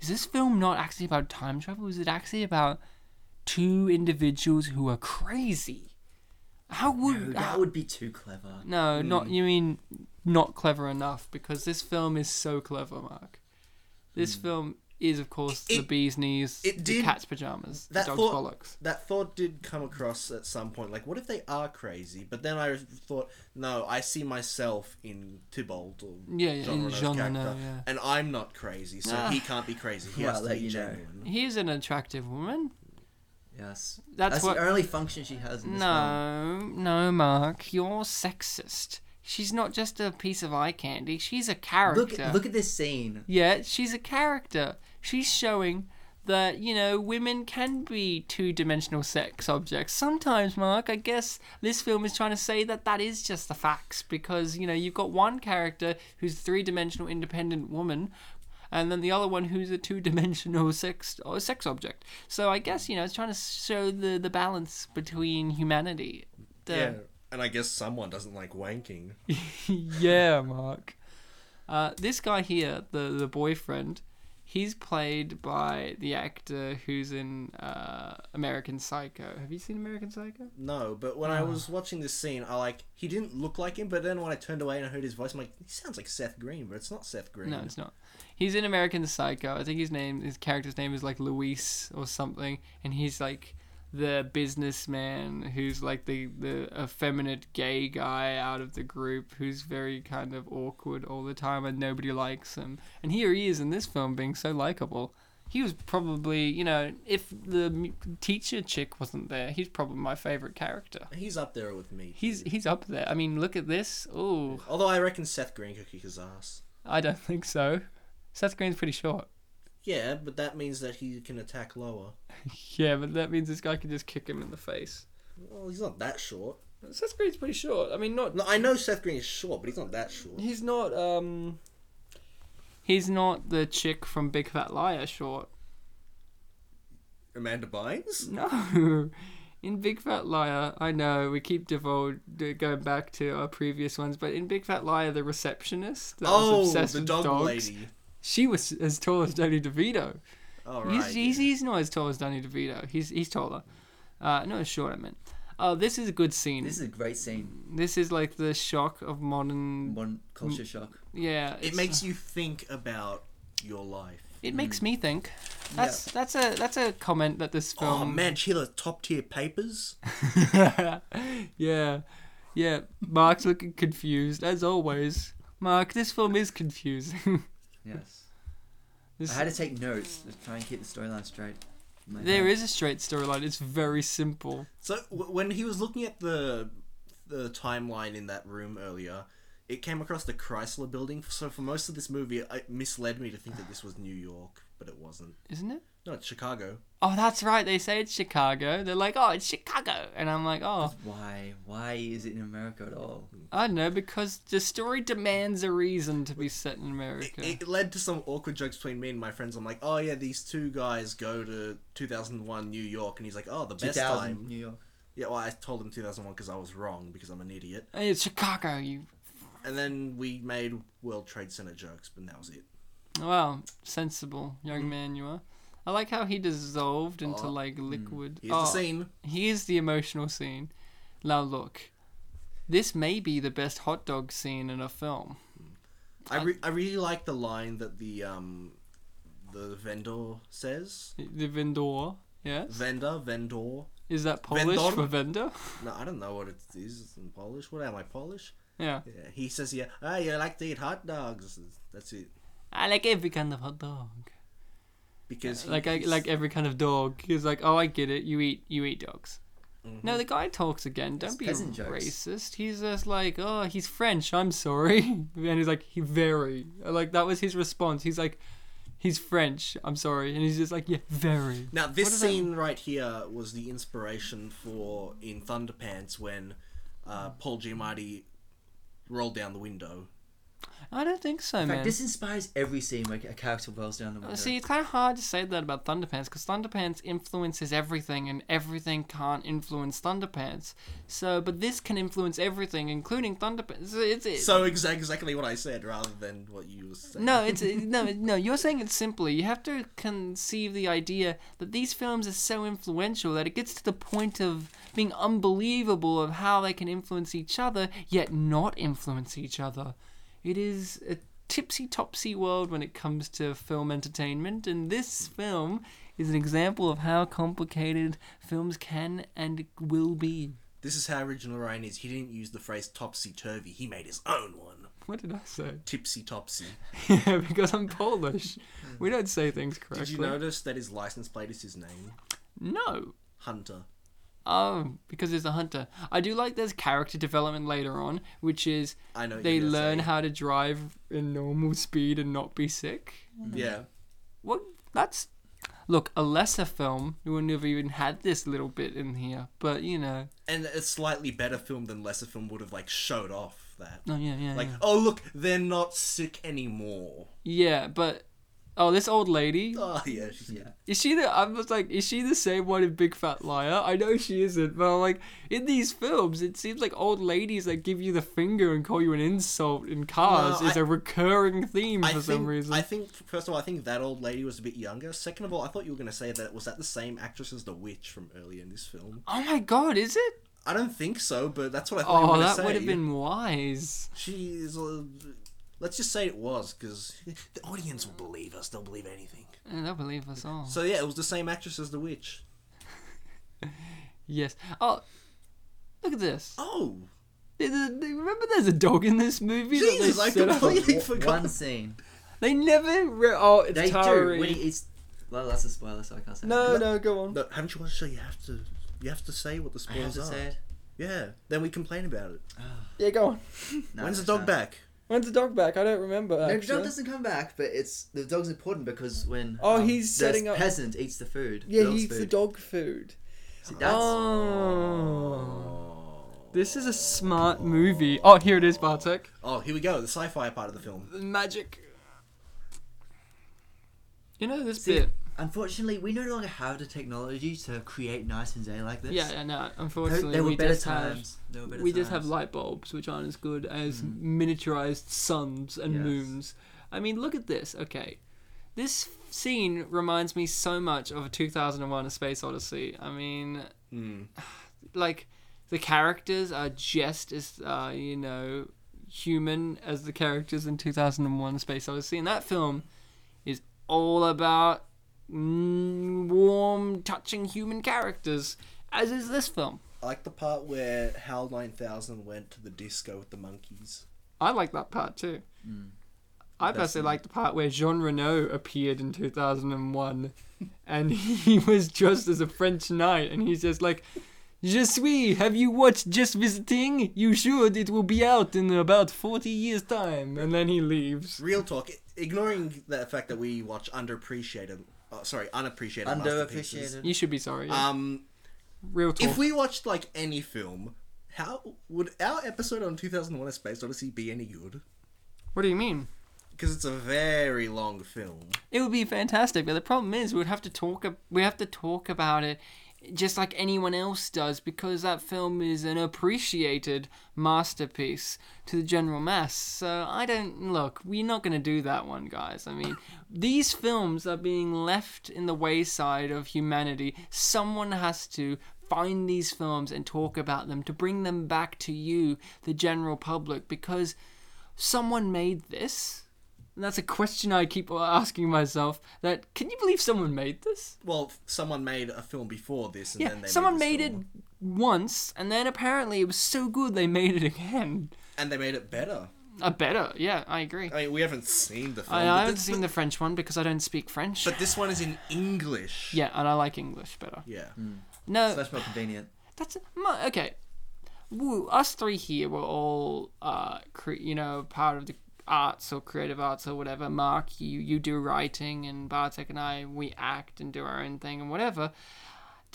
S1: is this film not actually about time travel? Is it actually about two individuals who are crazy? How would
S3: Dude,
S1: how-
S3: that would be too clever.
S1: no, not you mean not clever enough because this film is so clever, Mark. This film is, of course, the
S2: Hmm. It-
S1: bee's knees,
S2: it
S1: the
S2: did-
S1: cat's pajamas, the
S2: That
S1: dog's
S2: thought,
S1: bollocks.
S2: that thought did come across at some point. Like, what if they are crazy? But then I thought, no, I see myself in Tybalt or
S1: Yeah, yeah, in
S2: Jean Reno's
S1: Jean Reno,
S2: character,
S1: yeah.
S2: and I'm not crazy, so
S1: Ah.
S2: he can't be crazy. He
S3: Well,
S2: has to
S3: there
S2: be
S3: you go.
S2: genuine.
S1: Here's an attractive woman.
S3: Yes.
S1: That's what-
S3: the only function she has in this film.
S1: No, no, Mark, you're sexist. She's not just a piece of eye candy. She's a character.
S3: Look, at- look at this scene.
S1: Yeah, she's a character. She's showing that you know women can be two-dimensional sex objects sometimes. Mark, I guess this film is trying to say that that is just the facts because you know you've got one character who's a three-dimensional independent woman. And then the other one who's a two-dimensional sex or sex object. So I guess you know it's trying to show the the balance between humanity.
S2: Yeah,
S1: The-
S2: and I guess someone doesn't like wanking.
S1: yeah, Mark. Uh, this guy here, the the boyfriend, he's played by the actor who's in uh, American Psycho. Have you seen American Psycho?
S2: No, but
S1: Ah.
S2: when I was watching this scene, I like he didn't look like him. But then when I turned away and I heard his voice, I'm like, he sounds like Seth Green, but it's not Seth Green.
S1: No, it's not. He's in American Psycho. I think his name, his character's name is like Luis or something, and he's like the businessman who's like the the effeminate gay guy out of the group who's very kind of awkward all the time and nobody likes him. And here he is in this film being so likable. He was probably, you know, if the m- teacher chick wasn't there, he's probably my favorite character.
S2: He's up there with me.
S1: He's he's up there. I mean, look at this. Oh,
S2: Although I reckon Seth Green could kick his ass.
S1: I don't think so. Seth Green's pretty short.
S2: Yeah, but that means that he can attack lower.
S1: Yeah, but that means this guy can just kick him in the face.
S2: Well, he's not that short.
S1: Seth Green's pretty short. I mean, not
S2: No, I know Seth Green is short, but he's not that short.
S1: he's not um he's not the chick from Big Fat Liar short.
S2: Amanda Bynes?
S1: No. In Big Fat Liar, I know we keep divul- going back to our previous ones, but in Big Fat Liar, the receptionist that was
S2: Oh,
S1: obsessed
S2: the
S1: with
S2: dog
S1: dogs,
S2: lady.
S1: she was as tall as Danny DeVito.
S2: All right.
S1: He's, he's, he's not as tall as Danny DeVito. He's he's taller. Uh, not as short, I meant. Oh, this is a good scene.
S3: This is a great scene.
S1: This is like the shock of modern.
S3: One culture shock.
S1: Yeah,
S2: It
S1: it's-
S2: makes you think about your life.
S1: it makes me think. That's that's a that's a comment that this film.
S2: Mm. oh man, Sheila, top tier papers.
S1: yeah, yeah. Mark's looking confused as always. Mark, this film is confusing.
S3: Yes.
S1: This-
S3: I had to take notes to try and keep the storyline straight. in my
S1: there
S3: head.
S1: is a straight storyline. It's very simple.
S2: So w- when he was looking at the the timeline in that room earlier, it came across the Chrysler Building. So for most of this movie, it misled me to think that this was New York, but it wasn't.
S1: Isn't it?
S2: No, it's Chicago.
S1: Oh, that's right. They say it's Chicago. They're like, oh, it's Chicago, and I'm like, oh,
S3: Why? Why is it in America at all?
S1: I don't know, because the story demands a reason to be set in
S2: It,
S1: America.
S2: it led to some awkward jokes between me and my friends. I'm like, oh yeah, these two guys go to 2001 New York, and he's like, oh, the best
S3: 2000
S2: time.
S3: New York.
S2: Yeah, well, I told him 2001 because I was wrong because I'm an idiot.
S1: Hey, it's Chicago. You
S2: And then we made World Trade Center jokes, but that was it.
S1: Wow, sensible young man you are. I like how he dissolved into
S2: Mm. Oh,
S1: like liquid.
S2: Here's the scene.
S1: Here's the emotional scene. Now look, this may be the best hot dog scene in a film.
S2: I, re- I really like the line that the um the vendor says.
S1: The vendor, yes.
S2: Vendor, vendor.
S1: Is that Polish
S2: Vendor?
S1: for vendor?
S2: No, I don't know what it is in Polish. What am I Polish?
S1: Yeah.
S2: Yeah, he says yeah. Ah, you like to eat hot dogs. That's it.
S1: I like every kind of hot dog.
S2: Because he-
S1: Like I
S2: he's-
S1: like every kind of dog. He's like, oh, I get it. You eat you eat dogs.
S2: Mhm.
S1: No, the guy talks again. Don't
S3: Mm-hmm. It's
S1: be
S3: peasant jokes.
S1: racist. He's just like, oh, he's French. I'm sorry. And he's like, he very like that was his response. He's like, he's French. I'm sorry. And he's just like, yeah, very.
S2: Now
S1: What
S2: this
S1: does that-
S2: scene right here was the inspiration for in Thunderpants when uh,
S1: Mm-hmm.
S2: Paul Giamatti rolled down the window.
S1: I don't think so,
S3: In
S1: man. Uh,
S3: fact, this inspires every scene where a character rolls down the window.
S1: Oh, See, it's kind of hard to say that about Thunderpants because Thunderpants influences everything, and everything can't influence Thunderpants. So, but this can influence everything, including Thunderpants. So It's, it's
S2: So exa- exactly what I said, rather than what you were saying.
S1: no, it's no, no. You're saying it simply. You have to conceive the idea that these films are so influential that it gets to the point of being unbelievable of how they can influence each other, yet not influence each other. It is a tipsy topsy world when it comes to film entertainment, and this film is an example of how complicated films can and will be.
S2: This is how original Ryan is. He didn't use the phrase topsy turvy. He made his own one.
S1: What did I say?
S2: Tipsy topsy.
S1: yeah, because I'm Polish. We don't say things correctly.
S2: Hmm. Did you notice that his license plate is his name,
S1: No.
S2: Hunter?
S1: Oh, because there's a hunter. I do like there's character development later on, which is
S2: I know. what
S1: they
S2: you're gonna
S1: learn
S2: say.
S1: how to drive in normal speed and not be sick.
S2: Yeah.
S1: What? That's. Look, a lesser film, you wouldn't have even had this little bit in here, but you know.
S2: and a slightly better film than lesser film would have like showed off that
S1: No, yeah, yeah.
S2: like
S1: yeah.
S2: oh look they're not sick anymore
S1: yeah, but. Oh, this old lady.
S2: oh yeah she's
S3: Yeah.
S1: Is she the? I was like, is she the same one in Big Fat Liar? I know she isn't, but I'm like, in these films, it seems like old ladies that give you the finger and call you an insult in cars
S2: No,
S1: is
S2: I-
S1: a recurring theme
S2: I
S1: for
S2: think,
S1: some reason.
S2: I think first of all I think that old lady was a bit younger second of all I thought you were going to say that was that the same actress as the witch from earlier in this film
S1: oh my god, is it?
S2: I don't think so but that's what I thought you
S1: Oh,
S2: were going to
S1: that
S2: say
S1: would have been wise.
S2: she's uh, let's just say it was because the audience will believe us they'll believe anything
S1: I don't believe us all.
S2: so yeah it was the same actress as the witch
S1: yes. Oh, look at this.
S2: oh
S1: There's a- they- remember, there's a dog in this movie.
S2: Jesus
S1: that they
S2: I
S1: set up?
S2: completely forgot
S3: One scene.
S1: They never. Re- oh, it's
S3: They
S1: Tara
S3: do. When
S1: Reid.
S3: he eats. Well, that's a spoiler, so I can't say.
S1: No,
S3: that.
S1: no, go on.
S2: No, haven't you watched the show? You have to, you have to say what the
S3: I have
S2: spoilers
S3: to
S2: are.
S3: say it.
S2: Yeah, then we complain about it.
S1: Yeah, go on.
S3: No,
S2: When's the
S3: it's
S2: dog
S3: not.
S2: back?
S1: When's the dog back? I don't remember.
S3: No, the
S1: actually.
S3: dog doesn't come back, but it's the dog's important because when
S1: Oh, he's
S3: the
S1: setting up-
S3: peasant eats the food.
S1: Yeah,
S3: the dog's
S1: he eats the
S3: food.
S1: dog food.
S3: See, that's
S1: Oh. This is a smart movie. Oh, here it is, Bartek.
S2: Oh, here we go. The sci-fi part of the film.
S1: Magic. You know this
S3: See,
S1: bit.
S3: unfortunately, we no longer have the technology to create nights and day like this.
S1: Yeah, yeah, no.
S3: There,
S1: Unfortunately,
S3: there were
S1: we
S3: better
S1: just have
S3: times. There were better
S1: we just have
S3: times.
S1: light bulbs, which aren't as good as miniaturized suns and
S3: Yes.
S1: moons. I mean, look at this. Okay, this scene reminds me so much of 2001: A Space Odyssey. I mean, like the characters are just as uh, you know human as the characters in 2001 space odyssey and that film is all about mm, warm touching human characters as is this film
S2: I like the part where HAL 9000 went to the disco with the monkeys.
S1: i like that part too
S2: Mm.
S1: i
S3: That's
S1: personally
S3: the-
S1: like the part where jean renault appeared in 2001 and he was dressed as a french knight and he's just like Je suis. Have you watched Just Visiting? You should. It will be out in about 40 years' time. And then he leaves.
S2: Real talk. i- Ignoring the fact that we watch underappreciated, uh, sorry, unappreciated masterpieces.
S3: Underappreciated.
S1: You should be sorry. yeah.
S2: Um,
S1: Real talk.
S2: if we watched like any film, how would our episode on 2001: A Space Odyssey be any good?
S1: what do you mean?
S2: Because it's a very long film.
S1: It would be fantastic, but the problem is we would have to talk. ab- We have to talk about it, just like anyone else does, because that film is an appreciated masterpiece to the general mass. So I don't look. We're not going to do that one, guys. I mean, these films are being left in the wayside of humanity. Someone has to find these films and talk about them to bring them back to you, the general public, because someone made this And that's a question I keep asking myself. That can you believe someone made this?
S2: Well, someone made a film before this, and
S1: Yeah,
S2: then they
S1: someone
S2: made,
S1: made
S2: this
S1: it
S2: film.
S1: once, and then apparently it was so good they made it again.
S2: and they made it better.
S1: A better, yeah, I agree.
S2: I mean, we haven't seen the film.
S1: I,
S2: Uh, but
S1: I haven't
S2: this-
S1: seen the French one because I don't speak French.
S2: But this one is in English.
S1: yeah, and I like English better.
S2: Yeah.
S1: No,
S3: So that's more convenient.
S1: That's my, okay. Woo, us three here were all, uh, cre- you know, part of the arts or creative arts or whatever. Mark, you you do writing, and Bartek and I we act and do our own thing and whatever.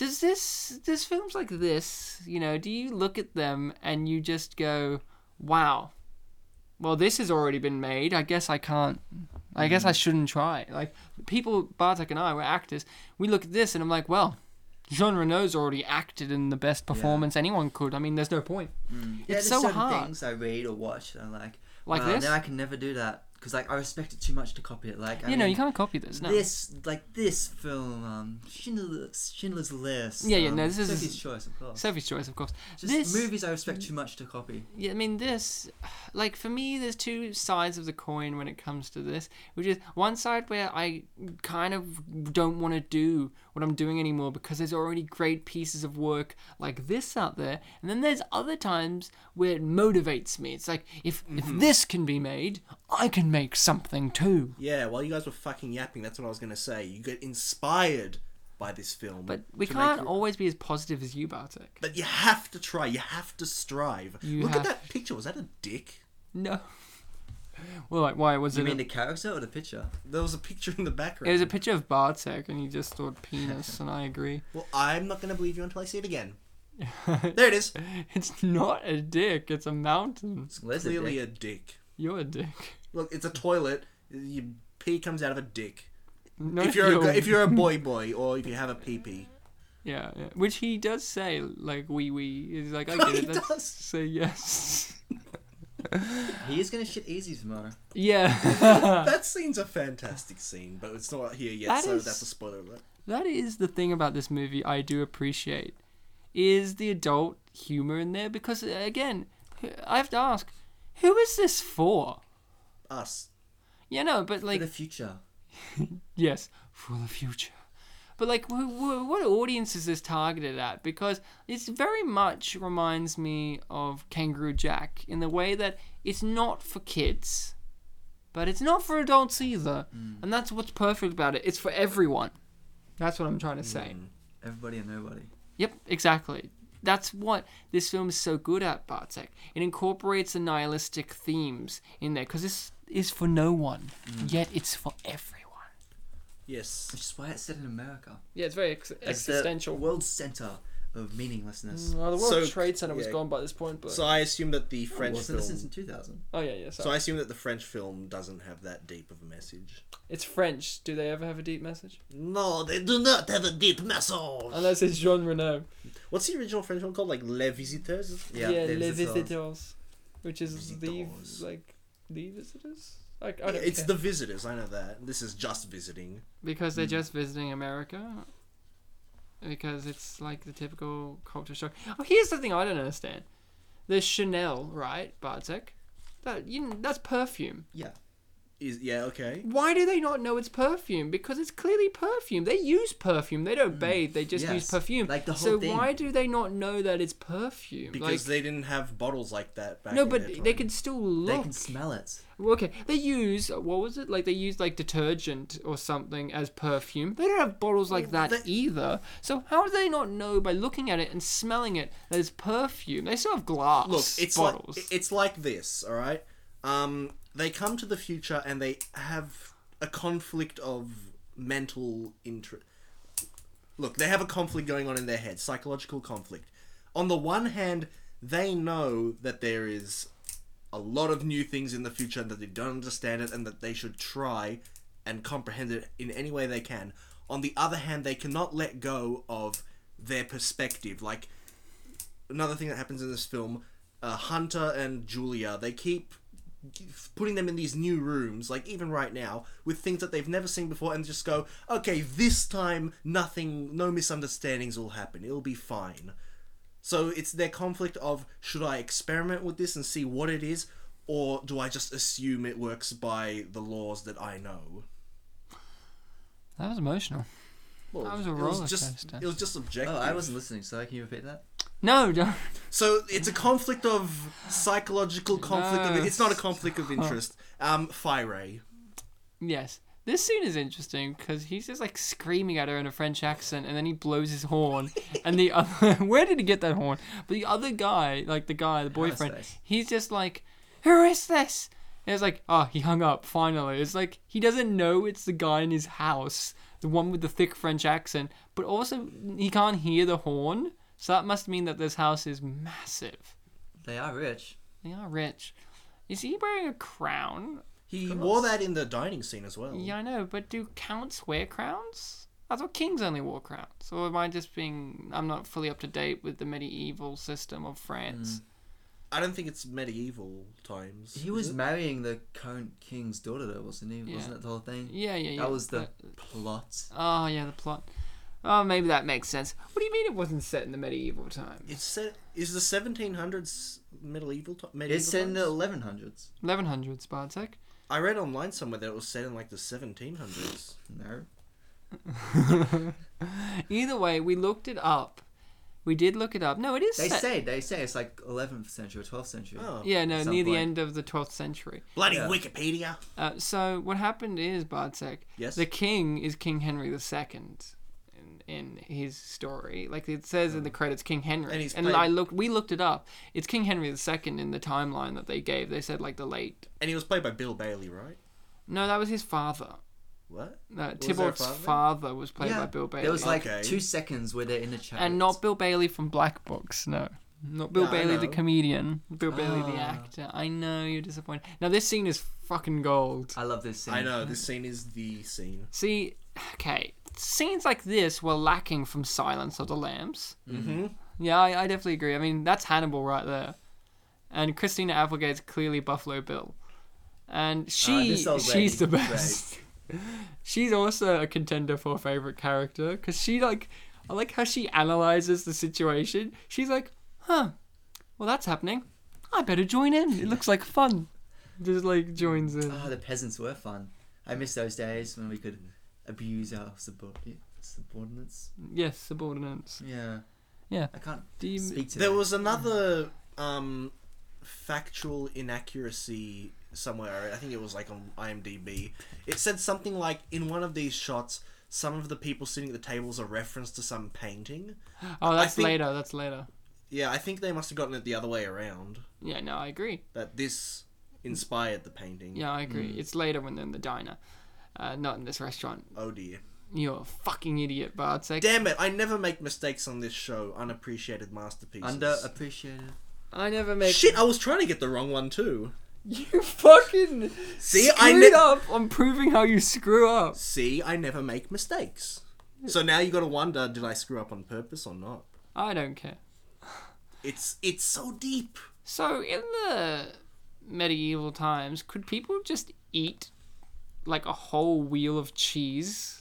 S1: Does this does films like this, you know, do you look at them and you just go, wow, well this has already been made. I guess I can't. I guess I shouldn't try. Like people, Bartek and I, we're actors. We look at this and I'm like, well, Jean Renault's already acted in the best performance anyone could. I mean, there's no point.
S3: yeah,
S1: It's
S3: there's
S1: so
S3: certain
S1: hard.
S3: things I read or watch and I'm like,
S1: Like
S3: wow,
S1: this?
S3: now I can never do that because like I respect it too much to copy it. Like I
S1: you know,
S3: mean,
S1: you can't copy this. No.
S3: This like this film, um, Schindler's, Schindler's List.
S1: Yeah, yeah,
S3: um,
S1: no, this is-
S3: Sophie's Choice, of course.
S1: Sophie's choice, of course.
S3: Just
S1: this
S3: movies I respect too much to copy.
S1: Yeah, I mean, this, like, for me, there's two sides of the coin when it comes to this, which is one side where I kind of don't want to do what I'm doing anymore because there's already great pieces of work like this out there. And then there's other times where it motivates me. It's like, if, if this can be made, I can make something too.
S2: Yeah, while you guys were fucking yapping, that's what I was going to say. You get inspired by this film.
S1: But we
S2: to make
S1: can't
S2: you-
S1: always be as positive as you, Bartek.
S2: But you have to try. You have to strive.
S1: You
S2: Look
S1: have-
S2: at that picture. Was that a dick?
S1: No. Well, like, why was
S3: You
S1: it?
S3: mean
S1: a-
S3: the character or the picture?
S2: There was a picture in the
S1: it
S2: background.
S1: was a picture of Bartek, and he just thought penis, and I agree.
S2: Well, I'm not going to believe you until I see it again. there it is.
S1: It's not a dick, it's a mountain.
S3: Well, there's a
S2: Clearly
S3: dick.
S2: a dick.
S1: You're a dick.
S2: Look, it's a toilet. Your pee comes out of a dick.
S1: No,
S2: if you're a, gu- if you're a boy boy or if you have a pee pee.
S1: yeah, yeah, which he does say like wee wee. He's like I get
S2: He
S1: it. That's,
S2: does.
S1: Say yes.
S3: he is gonna shit easy tomorrow.
S1: yeah,
S2: That scene's a fantastic scene, but it's not here yet,
S1: Uh. That
S2: so
S1: is-
S2: that's a spoiler alert.
S1: that is the thing about this movie I do appreciate is the adult humor in there because uh, again, I have to ask, who is this for?
S2: Us.
S1: Yeah, no, but
S3: For
S1: like
S3: the future.
S1: Yes, for the future. But like, wh- wh- what audience is this targeted at? Because it's very much reminds me of Kangaroo Jack in the way that it's not for kids, but it's not for adults either, and that's what's perfect about it. It's for everyone. That's what I'm trying to say.
S3: Everybody and nobody.
S1: Yep, exactly. That's what this film is so good at, Bartek. It incorporates the nihilistic themes in there because this is for no one, yet it's for everyone.
S2: Yes.
S3: Which is why it's set in America.
S1: Yeah, it's very ex-
S3: It's the world center of meaninglessness.
S1: Well, the World
S2: So-
S1: Trade Center was
S2: yeah.
S1: gone by this point, but
S2: So I assume that the French
S3: Wasn't
S2: film.
S3: Oh, this since 2000?
S1: oh yeah, yeah. Sorry.
S2: So I assume that the French film doesn't have that deep of a message.
S1: it's French. Do they ever have a deep message?
S2: No, they do not have a deep message.
S1: Unless it's Jean Renault.
S2: What's the original French film called? Like Les Visiteurs.
S1: Yeah,
S3: there's
S1: Les
S3: this, uh,
S1: Visiteurs, which is
S2: Visiteurs.
S1: the like the visitors. Like I don't
S2: It's
S1: care.
S2: the Hmm. visitors. I know that. This is just visiting.
S1: because they're just visiting America. Because it's like the typical culture shock. Oh, here's the thing I don't understand: the Chanel, right, Bartek? That you that's perfume.
S3: Yeah.
S2: Is yeah okay.
S1: Why do they not know it's perfume? Because it's clearly perfume. They use perfume. They don't bathe. They just use
S3: Yes.
S1: perfume.
S3: Like the
S1: so
S3: whole thing.
S1: why do they not know that it's perfume?
S2: Because
S1: like,
S2: they didn't have bottles like that back.
S1: no,
S2: in
S1: but
S2: their
S1: they
S2: time.
S1: can still look.
S3: They can smell it.
S1: Well, okay, they use what was it? Like they use like detergent or something as perfume. They don't have bottles like that
S2: they-
S1: either. So how do they not know by looking at it and smelling it that it's perfume? They still have glass
S2: Look, it's
S1: bottles.
S2: like it's like this, all right? Um, they come to the future and they have a conflict of mental interest. Look, they have a conflict going on in their head, psychological conflict. On the one hand, they know that there is a lot of new things in the future and that they don't understand it and that they should try and comprehend it in any way they can. On the other hand, they cannot let go of their perspective. Like, another thing that happens in this film uh, hunter and julia they keep g- putting them in these new rooms like even right now with things that they've never seen before and just go okay this time nothing no misunderstandings will happen it'll be fine so it's their conflict of should i experiment with this and see what it is Or do I just assume it works by the laws that I know?
S1: That was emotional.
S2: Well,
S1: That was a
S2: it
S1: roller
S2: was just
S1: coaster.
S2: it was just subjective.
S3: Oh, I wasn't listening, so can you repeat that?
S1: No, don't.
S2: So it's a conflict of psychological conflict.
S1: No.
S2: Of, it's not a conflict of interest. Um, Fire.
S1: Yes. This scene is interesting because he's just like screaming at her in a French accent and then he blows his horn. and the other, where did he get that horn? But the other guy, like the guy, the boyfriend,
S3: this?
S1: he's just like, who is this? And it's like, oh, he hung up finally. It's like he doesn't know it's the guy in his house, the one with the thick French accent, but also he can't hear the horn. So that must mean that this house is massive.
S3: They are rich.
S1: They are rich. Is he wearing a crown?
S2: He wore that in the dining scene as well.
S1: Yeah, I know, but do counts wear crowns? I thought kings only wore crowns. Or am I just being. I'm not fully up to date with the medieval system of France.
S3: Mm.
S2: I don't think it's medieval times.
S3: He was marrying the current king's daughter, though, wasn't he? Wasn't that the whole thing?
S1: Yeah, yeah, yeah.
S3: That was the
S1: but-
S3: plot.
S1: oh, yeah, the plot. Oh, maybe that makes sense. What do you mean it wasn't set in the medieval times?
S2: It's set. Is the 1700s medieval time? Medieval
S3: It's set in the
S2: times?
S3: 1100s.
S1: 1100s, Bartek.
S2: I read online somewhere that it was set in like the 1700s.
S3: No.
S1: Either way, we looked it up. We did look it up. No, it is
S3: They
S1: set.
S3: say, they say it's like 11th century or 12th century.
S2: Oh,
S1: yeah, no,
S3: At some
S1: near the
S3: point.
S1: end of the 12th century.
S2: bloody
S3: Yeah.
S2: Wikipedia!
S1: Uh, so what happened is Bartek.
S2: Yes?
S1: The king is King Henry the Second in, in his story. Like it says in the credits, King Henry.
S2: Oh. And he's
S1: and
S2: played-
S1: I looked. We looked it up. It's King Henry the Second in the timeline that they gave. They said like the late.
S2: And he was played by Bill Bailey, right?
S1: No, that was his father.
S2: What?
S1: Uh,
S2: there a
S1: Tybalt's
S2: father?
S1: father was played by Bill Bailey.
S3: There was like
S2: Okay.
S3: two seconds where they're in the chariot.
S1: and not Bill Bailey from Black Books. No, not Bill
S2: No, I
S1: Bailey the
S2: know.
S1: comedian. Bill Bailey the
S3: Ah.
S1: actor. I know you're disappointed. Now this scene is fucking gold.
S3: I love this scene.
S2: I know this scene is the scene.
S1: See, okay, scenes like this were lacking from Silence of the Lambs.
S2: Mm-hmm.
S1: Yeah, I, I definitely agree. I mean, that's Hannibal right there, and Christina Applegate's clearly Buffalo Bill, and she
S3: Uh, this old
S1: she's the
S3: lady,
S1: best. she's also a contender for favorite character because she like I like how she analyzes the situation. She's like, huh, well that's happening. I better join in. It looks like fun. Just like joins in.
S3: Ah, the peasants were fun. I miss those days when we could abuse our subordinate, subordinates.
S1: Yes, subordinates.
S3: Yeah.
S1: Yeah.
S3: I can't
S1: Do you,
S3: speak to
S2: There
S3: them.
S2: was another um, factual inaccuracy somewhere. I think it was like on IMDb. It said something like in one of these shots, some of the people sitting at the tables are referenced to some painting.
S1: oh, that's
S2: think-
S1: later. That's later.
S2: Yeah, I think they must have gotten it the other way around.
S1: Yeah, no, I agree.
S2: That this inspired the painting.
S1: Yeah, I
S2: Mm.
S1: agree. It's later when they're in the diner, uh, not in this restaurant.
S2: Oh dear.
S1: You're a fucking idiot, Bartek.
S2: Damn it! I never make mistakes on this show. Unappreciated masterpieces.
S3: Underappreciated.
S1: I never make
S2: Shit, I was trying to get the wrong one too.
S1: You fucking
S2: See,
S1: screwed
S2: I ne-
S1: up on proving how you screw up.
S2: See, I never make mistakes. So now you got to wonder: Did I screw up on purpose or not?
S1: I don't care.
S2: It's it's so deep.
S1: So in the medieval times, could people just eat like a whole wheel of cheese?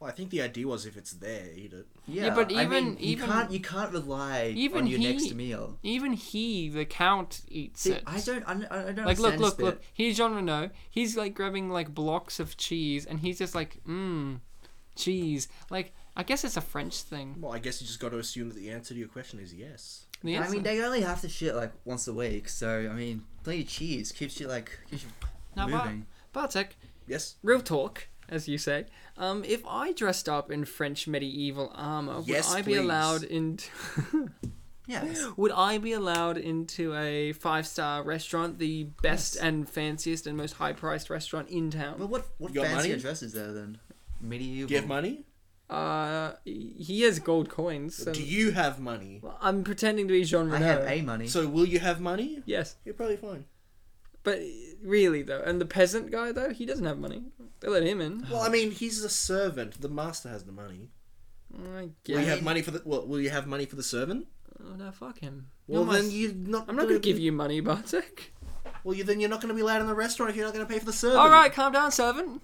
S2: Well, I think the idea was if it's there, eat it.
S3: Yeah,
S1: but
S3: I
S1: even-
S3: mean, you
S1: even-
S3: can't you can't rely
S1: Even
S3: on your
S1: he-
S3: next meal.
S1: Even he, the count, eats
S3: See,
S1: it.
S3: I don't, I don't, I don't
S1: like look,
S3: understand
S1: look,
S3: this
S1: look.
S3: bit.
S1: He's Jean Reno. He's like grabbing like blocks of cheese, and he's just like, mmm, cheese. Like I guess it's a French thing.
S2: Well, I guess you just got to assume that the answer to your question is yes.
S1: The
S3: I
S1: answer-
S3: mean, they only have to shit like once a week, so I mean, plenty of cheese keeps you like keeps you
S1: Now, Bar-
S3: moving.
S1: Bartek,
S2: Yes.
S1: real talk, as you say. Um, if I dressed up in French medieval armor,
S2: Yes,
S1: would I be
S2: please.
S1: allowed into?
S3: Yes.
S1: would I be allowed into a five-star restaurant, the best
S3: Yes.
S1: and fanciest and most high-priced restaurant in
S3: But
S1: town?
S3: what what
S2: You got
S3: fancy
S2: money?
S3: dress is there then? Medieval.
S2: Do you have money?
S1: Uh, he has gold coins. So
S2: Do you have money?
S1: Well, I'm pretending to be Jean
S3: I
S1: Reno.
S3: have a money.
S2: So will you have money?
S1: Yes,
S2: You're probably fine.
S1: but really though, and the peasant guy though, he doesn't have money. They let him in.
S2: Well, I mean, he's a servant. The master has the money.
S1: I
S2: Will you
S1: guess.
S2: have money for the? Well, will you have money for the servant?
S1: Oh no, fuck him.
S2: Well,
S1: You're my
S2: then
S1: s-
S2: you're not.
S1: I'm not gonna give you money, Bartek.
S2: Well, you, then you're not going to be allowed in the restaurant if you're not going to pay for the servant.
S1: All right, calm down, servant.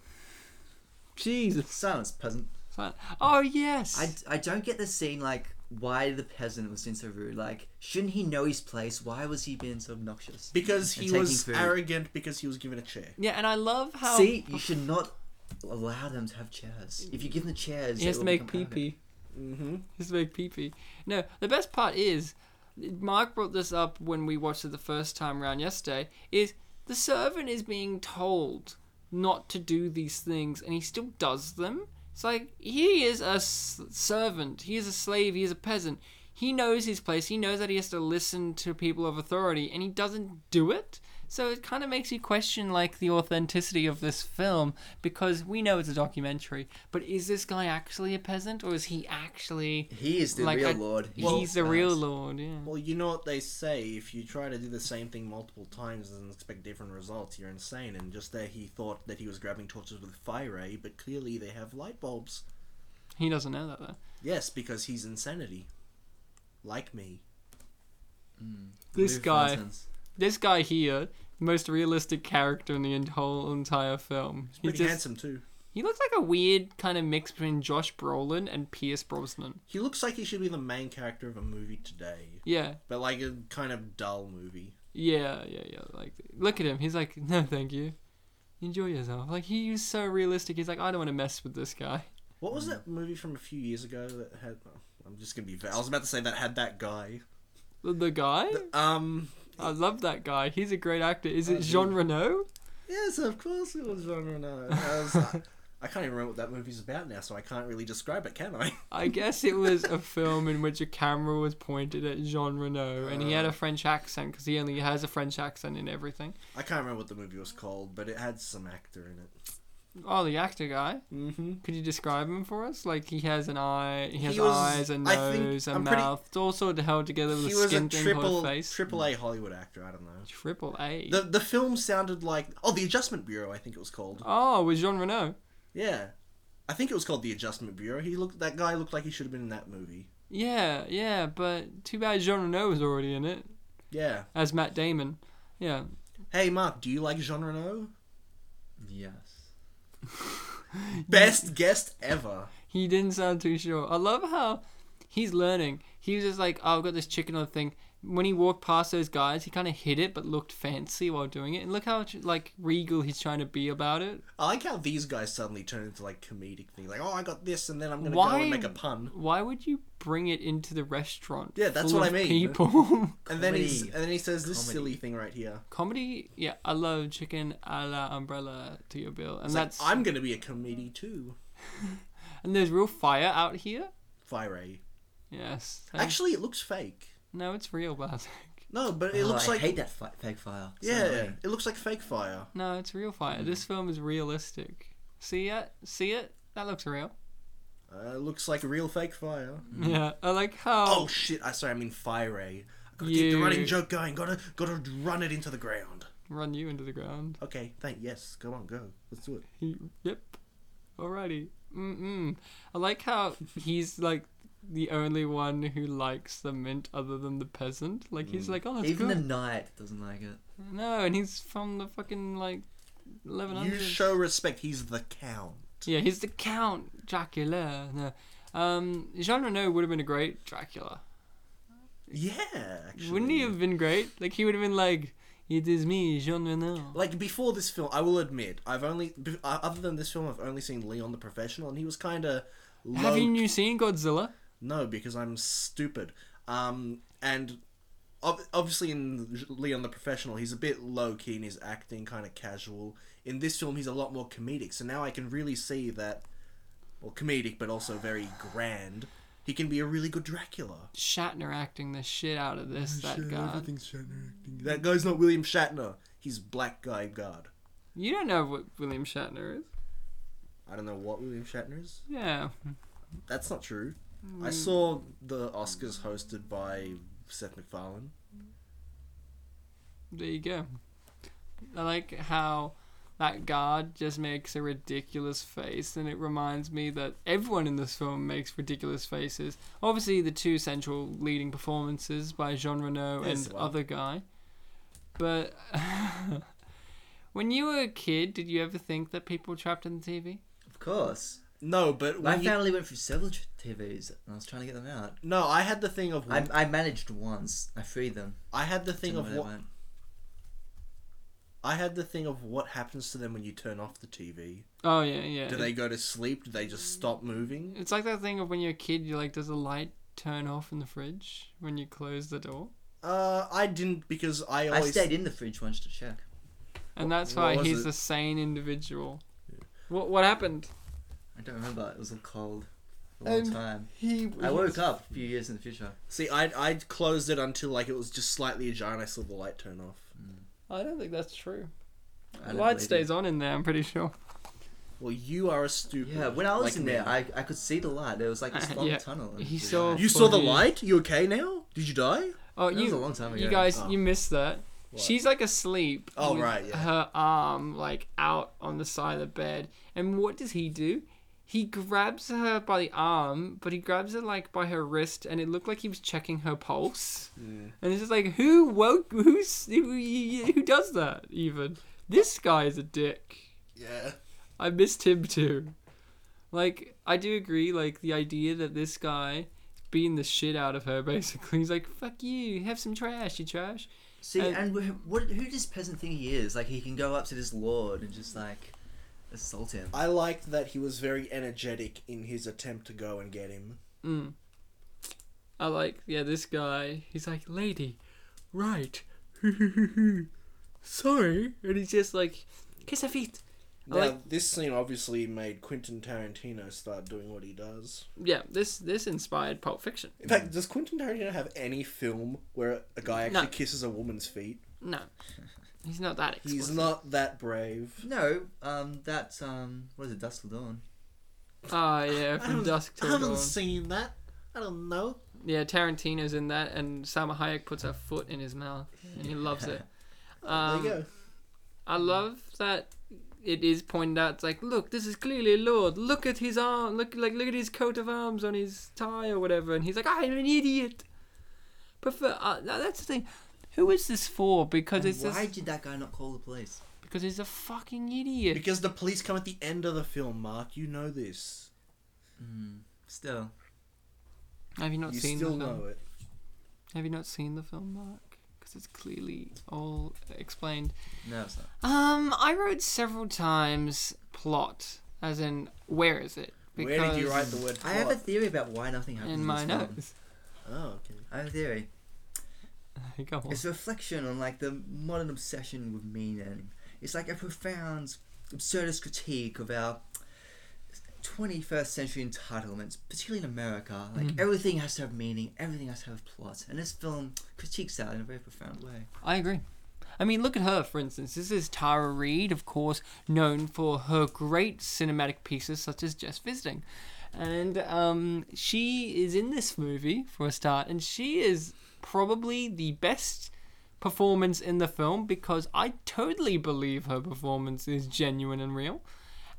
S1: Jesus.
S3: Silence, peasant.
S1: Fine. Oh yes.
S3: I, I don't get the scene like why the peasant was being so rude. Like, shouldn't he know his place? Why was he being so obnoxious?
S2: Because
S3: And
S2: he
S3: taking
S2: was
S3: food.
S2: arrogant because he was given a chair.
S1: Yeah, and I love how
S3: See, you should not allow them to have chairs. If you give them chairs,
S1: he
S3: they
S1: has to
S3: will
S1: make pee
S3: become
S1: pee.
S2: Mm-hmm.
S1: He's a big peepee. No, the best part is, Mark brought this up when we watched it the first time round yesterday. Is the servant is being told not to do these things, and he still does them. It's like he is a s- servant. He is a slave. He is a peasant. He knows his place. He knows that he has to listen to people of authority, and he doesn't do it. So it kind of makes you question like the authenticity of this film because we know it's a documentary, but is this guy actually a peasant or is he actually
S3: arrogant. He is the
S1: like,
S3: real
S1: I-
S3: lord.
S1: he's the real lord? Yeah.
S2: Well, you know what they say: if you try to do the same thing multiple times and expect different results, you're insane. And just there, he thought that he was grabbing torches with fire ray, but clearly they have light bulbs.
S1: He doesn't know that though.
S2: Yes, because he's insanity, like me.
S1: This guy, this guy here, most realistic character in the en- whole entire film. He's
S2: Pretty
S1: just-
S2: handsome too.
S1: He looks like a weird kind of mix between Josh Brolin and Pierce Brosnan.
S2: He looks like he should be the main character of a movie today,
S1: Yeah,
S2: but like a kind of dull movie.
S1: yeah, yeah, yeah. Like, look at him. He's like, no, thank you. Enjoy yourself. Like he was so realistic. He's like, I don't want to mess with this guy.
S2: What was that movie from a few years ago that had? oh, I'm just gonna be. va- I was about to say that had that guy.
S1: The, the guy?
S2: Um.
S1: I love that guy. He's a great actor. Is
S2: Oh,
S1: it
S2: dude.
S1: Jean Reno?
S2: Yes, of course it was Jean Reno. I, was, I can't even remember what that movie's about now, so I can't really describe it, can I?
S1: I guess it was a film in which a camera was pointed at Jean Reno and he had
S2: Uh.
S1: a French accent because he only has a French accent in everything.
S2: I can't remember what the movie was called, but it had some actor in it.
S1: Oh, the actor guy.
S2: Mm-hmm.
S1: Could you describe him for us? Like he has an eye, he has
S2: He was-
S1: eyes, a
S2: I think-
S1: nose, a
S2: I'm pretty-
S1: mouth. It's all sort of held together with
S2: He
S1: a
S2: was a
S1: skin thing
S2: triple
S1: called a face.
S2: triple A Hollywood actor. I don't know.
S1: triple A.
S2: The the film sounded like oh the Adjustment Bureau. I think it was called.
S1: Oh, with Jean Reno.
S2: Yeah, I think it was called the Adjustment Bureau. He looked that guy looked like he should have been in that movie.
S1: Yeah, yeah, but too bad Jean Reno was already in it
S2: Yeah.
S1: as Matt Damon. Yeah.
S2: Hey Mark, do you like Jean Reno?
S3: Yes.
S2: Best guest ever.
S1: He didn't sound too sure. I love how he's learning. He was just like, oh, I've got this chicken on the thing. When he walked past those guys, he kind of hid it but looked fancy while doing it. And look how like regal he's trying to be about it.
S2: I like how these guys suddenly turn into like comedic things. Like, oh, I got this, and then I'm gonna
S1: Why-
S2: go and make a pun.
S1: Why would you bring it into the restaurant?
S2: Yeah, that's
S1: full
S2: what
S1: of
S2: I mean.
S1: People,
S2: And then he's
S3: Comedy.
S2: and then he says this
S3: Comedy.
S2: silly thing right here.
S1: comedy. Yeah, I love chicken a la umbrella to your bill, and
S2: It's like,
S1: that's
S2: I'm gonna be a comedy too.
S1: and there's real fire out here.
S2: Fire Ray.
S1: Yes, thank-
S2: Actually, it looks fake.
S1: no, it's real, Blazek.
S2: No, but it
S3: oh,
S2: looks
S3: I
S2: like
S3: hate that fi- fake file. It's so
S2: yeah,
S3: annoying.
S2: it looks like fake fire.
S1: No, it's real fire. This film is realistic. See it? See it? That looks real.
S2: Uh, it looks like real fake fire.
S1: Yeah, I like how.
S2: Oh shit! I sorry, I mean Fire Ray. I gotta keep the
S1: You-
S2: running joke going. Gotta gotta run it into the ground.
S1: Run you into the ground.
S2: Okay, thank yes. Go on, go. Let's do it.
S1: He, yep. Alrighty. Mm-mm. I like how he's like the only one who likes the mint other than the peasant. Like he's like, oh, that's
S3: Even
S1: good.
S3: the knight doesn't like it.
S1: No, and he's from the fucking like eleven
S2: You
S1: hundred.
S2: show respect. He's the count.
S1: yeah, he's the Count Dracula. No. Um, Jean Reno would have been a great Dracula.
S2: Yeah, actually.
S1: Wouldn't he have been great? Like he would have been like, it is me, Jean Reno.
S2: Like before this film, I will admit, I've only b- uh, other than this film, I've only seen Leon the Professional, and he was kind of low.
S1: Have you seen Godzilla?
S2: No, because I'm stupid. Um, and ob- obviously in Leon the Professional, he's a bit low key in his acting, kind of casual. In this film, he's a lot more comedic. So now I can really see that, well, comedic, but also very grand. He can be a really good Dracula.
S1: Shatner acting the shit out of this. That guy.
S2: That guy's not William Shatner. He's black guy guard.
S1: You don't know what William Shatner is.
S2: I don't know what William Shatner is.
S1: Yeah.
S2: That's not true. I saw the Oscars hosted by Seth MacFarlane.
S1: There you go. I like how that guard just makes a ridiculous face, and it reminds me that everyone in this film makes ridiculous faces. Obviously, the two central leading performances by Jean Reno
S2: Yes,
S1: and
S2: well.
S1: other guy. But when you were a kid, did you ever think that people trapped in the TV?
S3: Of course.
S2: No, but
S3: My
S2: when you...
S3: family went through several t- TVs, and I was trying to get them out.
S2: no, I had the thing of
S3: I,
S2: I,
S3: I managed once. I freed them.
S2: had the thing
S3: Don't
S2: of
S3: know where they
S2: what
S3: went.
S2: I had the thing of what happens to them when you turn off the TV.
S1: Oh yeah, yeah.
S2: Do they go to sleep? Do they just stop moving?
S1: It's like that thing of when you're a kid, you're like, does the light turn off in the fridge when you close the door?
S2: Uh, I didn't because I
S3: I
S2: always
S3: stayed in the fridge once to check.
S1: And that's
S2: what
S1: why
S2: was
S1: he's
S2: it?
S1: a sane individual. What what happened?
S3: I don't remember. It was all cold. for A long
S2: Um,
S1: And-
S3: time.
S1: Um, He
S3: I woke up a few years in the future.
S2: see. I I closed it until like it was just slightly ajar, and I saw the light turn off.
S1: I don't think that's true.
S3: I
S1: The
S3: don't
S1: light
S3: believe
S1: stays
S3: you.
S1: on in there. I'm pretty sure.
S2: Well, you are a stupid.
S3: Yeah, when I was
S2: like
S3: in
S2: me.
S3: there, I, I could see the light. There was like this
S1: Uh,
S3: long
S1: yeah.
S3: tunnel.
S1: He
S3: Yeah.
S1: saw-
S2: you saw the
S1: Funny.
S2: light. You okay now? Did you die?
S1: Oh,
S3: That
S1: you
S3: was a long time
S1: you
S3: ago.
S1: guys,
S2: Oh.
S1: you missed that.
S2: What?
S1: She's like asleep.
S2: Oh,
S1: with
S2: right, yeah.
S1: Her arm like out on the side of the bed, and what does he do? He grabs her by the arm, but he grabs her like by her wrist, and it looked like he was checking her pulse. And it's just like, who woke? Who's who, who does that? Even this guy is a dick.
S2: Yeah.
S1: I missed him too. Like, I do agree, like, the idea that this guy beating the shit out of her, basically. He's like, fuck you, have some trash, you trash.
S3: See,
S1: And-
S3: and wh- what? Who does peasant think he is? Like he can go up to this lord and just like assault him.
S2: I liked that he was very energetic in his attempt to go and get him.
S1: Mm. I like, yeah, this guy, he's like, lady, right, sorry. And he's just like, kiss her feet. I
S2: Now,
S1: like,
S2: this scene obviously made Quentin Tarantino start doing what he does.
S1: yeah, this this inspired Pulp Fiction.
S2: In fact, does Quentin Tarantino have any film where a guy actually
S1: No.
S2: kisses a woman's feet?
S1: No. He's not that explicit.
S2: He's not that brave.
S3: No, um, that's um, what is it, Dust Till Dawn?
S1: Ah, yeah,
S2: I
S1: from
S2: haven't-
S1: dusk
S2: I
S1: till
S2: haven't
S1: dawn.
S2: seen that. I don't know.
S1: Yeah, Tarantino's in that, and Salma Hayek puts her foot in his mouth, and he loves it. Um,
S2: there you go.
S1: I
S2: Mm.
S1: love that it is pointed out. It's like, look, this is clearly a lord. Look at his arm. Look, like, look at his coat of arms on his tie or whatever. And he's like, I'm an idiot. But for uh, now that's the thing. Who is this for? Because
S3: And
S1: it's
S3: why
S1: this,
S3: did that guy not call the police?
S1: because he's a fucking idiot.
S2: Because the police come at the end of the film, Mark. You know this.
S3: Still,
S1: Have you not
S2: you
S1: seen
S2: still
S1: the film?
S2: know it.
S1: Have you not seen the film, Mark? Because it's clearly all explained.
S3: no, it's not.
S1: Um, I wrote several times plot, as in where is it?
S2: Where did you write the word
S3: I have a
S2: plot?
S3: theory about why nothing happens
S1: in
S3: in
S1: my
S3: this film.
S1: notes.
S2: Oh, okay.
S3: I have a theory.
S1: Go on.
S3: It's a reflection on like the modern obsession with meaning. It's like a profound, absurdist critique of our 21st century entitlements, particularly in America. Like everything has to have meaning, everything has to have plot, and this film critiques that in a very profound way.
S1: I agree. I mean, look at her, for instance. This is Tara Reid, of course, known for her great cinematic pieces such as Just Visiting. And um, she is in this movie for a start, and she is probably the best performance in the film because I totally believe her performance is genuine and real.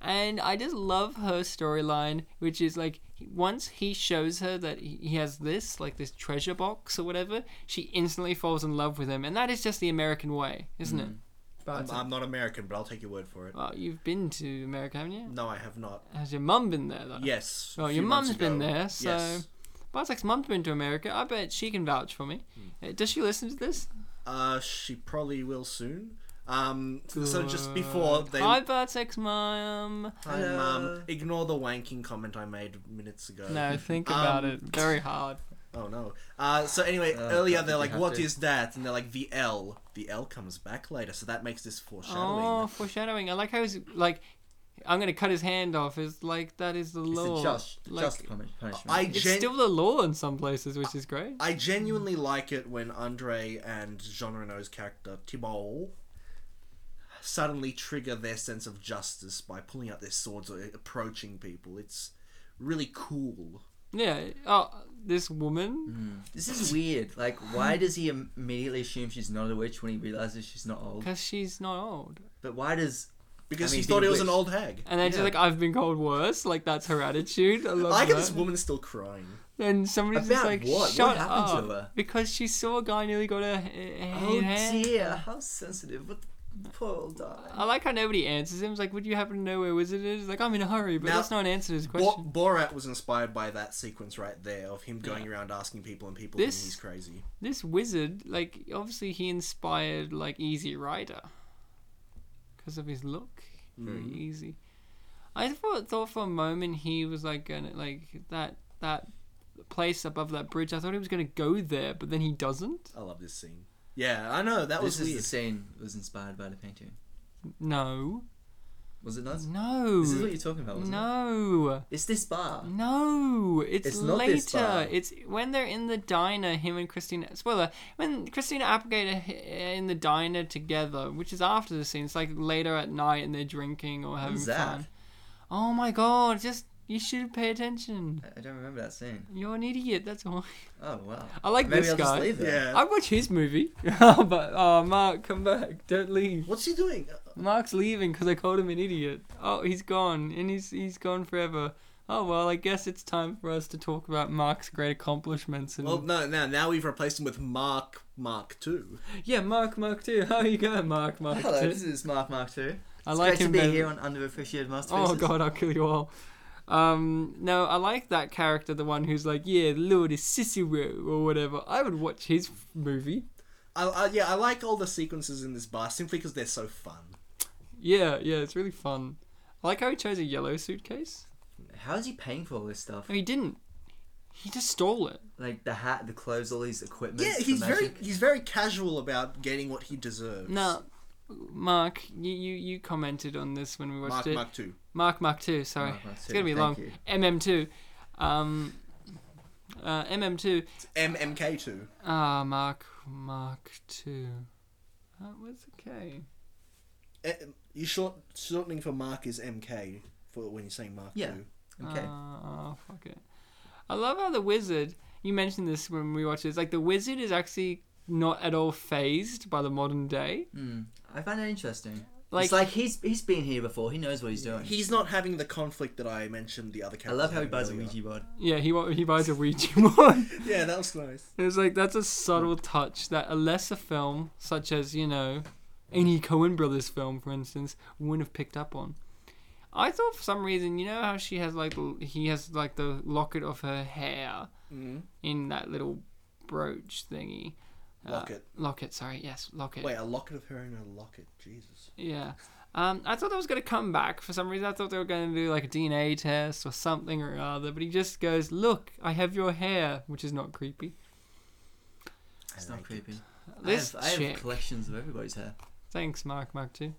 S1: And I just love her storyline, which is like he- once he shows her that he he has this, like this treasure box or whatever, she instantly falls in love with him. And that is just the American way, isn't it?
S2: I'm,
S1: But
S2: I'm not American, but I'll take your word for it.
S1: well, you've been to America, haven't you?
S2: No, I have not.
S1: Has your mum been there though?
S2: Yes. a
S1: Well,
S2: few
S1: Oh, your
S2: months
S1: mum's been
S2: ago.
S1: there, so
S2: Yes.
S1: Bartek's mum's been to America. I bet she can vouch for me.
S2: Hmm.
S1: Uh, Does she listen to this?
S2: Uh, she probably will soon. Um, so just before
S1: Good.
S2: they.
S1: Hi, Bartek's mum.
S2: Hi,
S3: Hello.
S2: Mum. um, Ignore the wanking comment I made minutes ago.
S1: No, think about
S2: Um,
S1: it. Very hard.
S2: Oh no. Uh, so anyway,
S3: Uh,
S2: earlier
S3: I
S2: they're
S3: think
S2: like,
S3: you
S2: "What is
S3: have to."
S2: that?" And they're like, "The L." The L comes back later, so that makes this foreshadowing.
S1: Oh, foreshadowing. I like how he's like, I'm gonna cut his hand off. It's like that is the law.
S3: It's a just,
S1: like,
S3: just punish- punishment.
S2: I
S1: it's
S2: gen-
S1: still the law in some places, which is great.
S2: I genuinely like it when Andre and Jean Reno's character Thibault suddenly trigger their sense of justice by pulling out their swords or approaching people. It's really cool.
S1: Yeah. Oh, this woman,
S3: this is weird. Like, why does he im- immediately assume she's not a witch when he realizes she's not
S2: Hmm.
S3: old?
S1: because she's not old,
S3: But why does
S2: Because
S3: I mean,
S2: he thought
S3: being
S2: he
S3: a
S2: was an
S3: witch.
S2: old hag.
S1: and then she's
S3: Yeah.
S1: like, "I've been called worse." Like that's her attitude. I
S2: I
S1: love
S2: like how
S1: that.
S2: this woman's still crying.
S1: And somebody's just
S3: About
S1: like,
S3: what? What
S1: "Shut
S3: happened
S1: up!"
S3: to her?
S1: Because she saw a guy nearly got her h- h-
S3: Oh
S1: hand.
S3: dear, how sensitive. What the Poor old Di.
S1: I like how nobody answers him. It's like, would you happen to know where Wizard is? Like, I'm in a hurry, but
S2: Now-
S1: that's not an answer to his question.
S2: Bo- Borat was inspired by that sequence right there of him going around asking people and people
S1: This-
S2: thinking he's crazy.
S1: this wizard, like, obviously he inspired like Easy Rider because of his look, very
S2: Mm.
S1: easy. I thought, thought for a moment he was like gonna like that that place above that bridge. I thought he was gonna go there, but then he doesn't.
S2: I love this scene. Yeah, I know that was
S3: This is
S2: weird.
S3: the scene that was inspired by the painting.
S1: No,
S3: Was it not?
S1: no,
S3: This is what you're talking about, wasn't it?
S1: Mm-hmm. no,
S3: It's this bar.
S1: no. It's,
S3: It's not
S1: later.
S3: this bar.
S1: It's when they're in the diner. Him and Christina. Spoiler. When Christina Applegate are h- eh, in the diner together, which is after the scene. It's like later at night, and they're drinking or having
S3: When's that?
S1: fun. Oh my god! Just you should pay attention.
S3: I, I don't remember that scene.
S1: You're an idiot. That's all.
S3: Oh wow.
S1: I like
S3: Maybe
S1: this
S3: I'll
S1: guy.
S3: just leave it.
S2: Yeah.
S1: I'd watch his movie, but oh, Mark, come back! Don't leave.
S2: What's he doing?
S1: Mark's leaving because I called him an idiot. Oh, he's gone, and he's he's gone forever. Oh well, I guess it's time for us to talk about Mark's great accomplishments. And
S2: Well, no, now now we've replaced him with Mark Mark Two.
S1: yeah, Mark, Mark too. How you going, Mark? Mark
S3: Hello,
S1: too.
S3: this is Mark Mark Two.
S1: I like
S3: Great
S1: him.
S3: to be
S1: better-
S3: here on Underappreciated Masterpieces.
S1: oh god, I'll kill you all. Um, no, I like that character, the one who's like, yeah, the Lord is Cicero or whatever. I would watch his f- movie.
S2: I, I, yeah, I like all the sequences in this bar simply because they're so fun.
S1: Yeah, yeah, it's really fun. I like how he chose a yellow suitcase.
S3: How is he paying for all this stuff?
S1: No, he didn't. He just stole it.
S3: Like the hat, the clothes, all these equipment.
S2: Yeah,
S3: for
S2: he's very
S3: magic.
S2: he's very casual about getting what he deserves.
S1: No, Mark, you, you, you commented on this when we watched
S2: Mark
S1: it.
S2: Mark Two.
S1: Mark, Mark 2, sorry.
S3: Mark Mark
S1: it's
S3: 2,
S1: going to be long.
S3: thank
S1: MM2. Um, uh, MM2.
S2: MMK Two.
S1: Ah, Mark, Mark 2. That was okay.
S2: Eh, You short shortening for Mark is MK for when you're saying Mark
S3: Yeah.
S2: Two.
S3: Okay.
S1: Ah, fuck it. I love how the wizard, you mentioned this when we watched this, like the wizard is actually not at all phased by the modern day.
S3: Hmm. I find that interesting.
S1: Like-
S3: it's like he's he's been here before. He knows what he's doing.
S2: He's not having the conflict that I mentioned the other
S3: I
S2: character.
S3: love how he buys a Ouija board.
S1: Yeah, he, wa- he buys a Ouija board.
S2: Yeah, that was nice.
S1: It's like that's a subtle touch that a lesser film, such as you know, any Coen Brothers film, for instance, wouldn't have picked up on. I thought for some reason, you know how she has like the- he has like the locket of her hair
S2: Mm.
S1: in that little brooch thingy. Uh,
S2: Locket.
S1: locket. Sorry. Yes. Locket.
S2: Wait, a locket of her and a locket. Jesus.
S1: Yeah. Um, I thought that was going to come back for some reason. I thought they were going to do like a DNA test or something or other, but he just goes, "Look, I have your hair," which is not creepy.
S3: It's
S2: I
S3: not
S2: like
S3: creepy.
S1: This
S3: I have, I
S1: chick.
S3: have collections of everybody's hair.
S1: Thanks, Mark Mark too.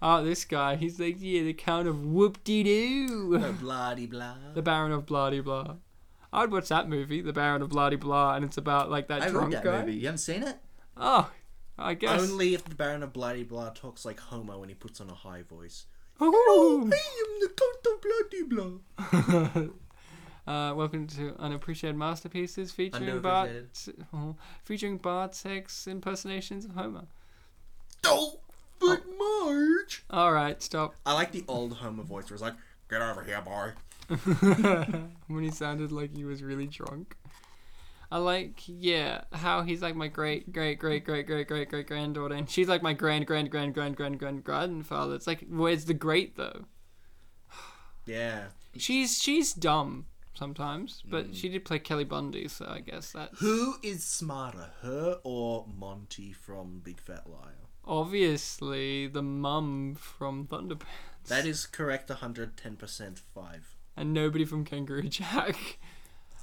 S1: Oh, this guy, he's like, yeah, the count of whoop de
S2: No,
S1: doo.
S2: bloody blah.
S1: the Baron of Bloody Blah. I'd watch that movie, The Baron of Bloody Blah, and it's about like that
S3: I
S1: drunk
S3: read that
S1: guy.
S3: movie. You haven't seen it?
S1: Oh, I guess.
S2: Only if the Baron of Bloody Blah talks like Homer when he puts on a high voice.
S1: Ooh.
S2: I am Oh, the Count of Bloody Blah.
S1: uh, welcome to Unappreciated Masterpieces featuring Bart, oh, featuring Bart Sex impersonations of Homer.
S2: Don't, but Marge.
S1: All right, stop.
S2: I like the old Homer voice where it's like, get over here, boy.
S1: when he sounded like he was really drunk. I like, yeah, how he's like my great, great, great, great, great, great, great granddaughter, and she's like my grand, grand, grand, grand, grand, grand grandfather. It's like, where's the great though?
S2: Yeah.
S1: She's she's dumb sometimes,
S3: Mm.
S1: but she did play Kelly Bundy, so I guess that's
S2: Who is smarter, her or Monty from Big Fat Liar?
S1: obviously the mum from Thunderpants,
S2: That is correct, 110% five.
S1: and nobody from Kangaroo Jack.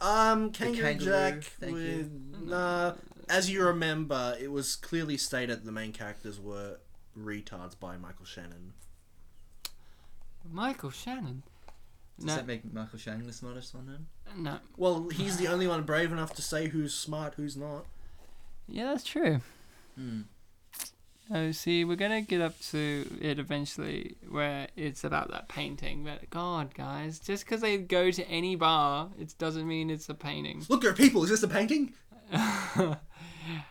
S2: Um, Kangaroo,
S3: kangaroo,
S2: Jack.
S3: thank
S2: with,
S3: you.
S2: Nah, as you remember, it was clearly stated the main characters were retards by Michael Shannon.
S1: Michael Shannon.
S3: Does
S1: No,
S3: that make Michael Shannon the smartest one then?
S1: no,
S2: Well, he's the only one brave enough to say who's smart, who's not.
S1: yeah, that's true.
S3: Hmm.
S1: Oh, see, we're gonna get up to it eventually, where it's about that painting. But God, guys, just because they go to any bar, it doesn't mean it's a painting.
S2: Look, there are people. Is this a painting?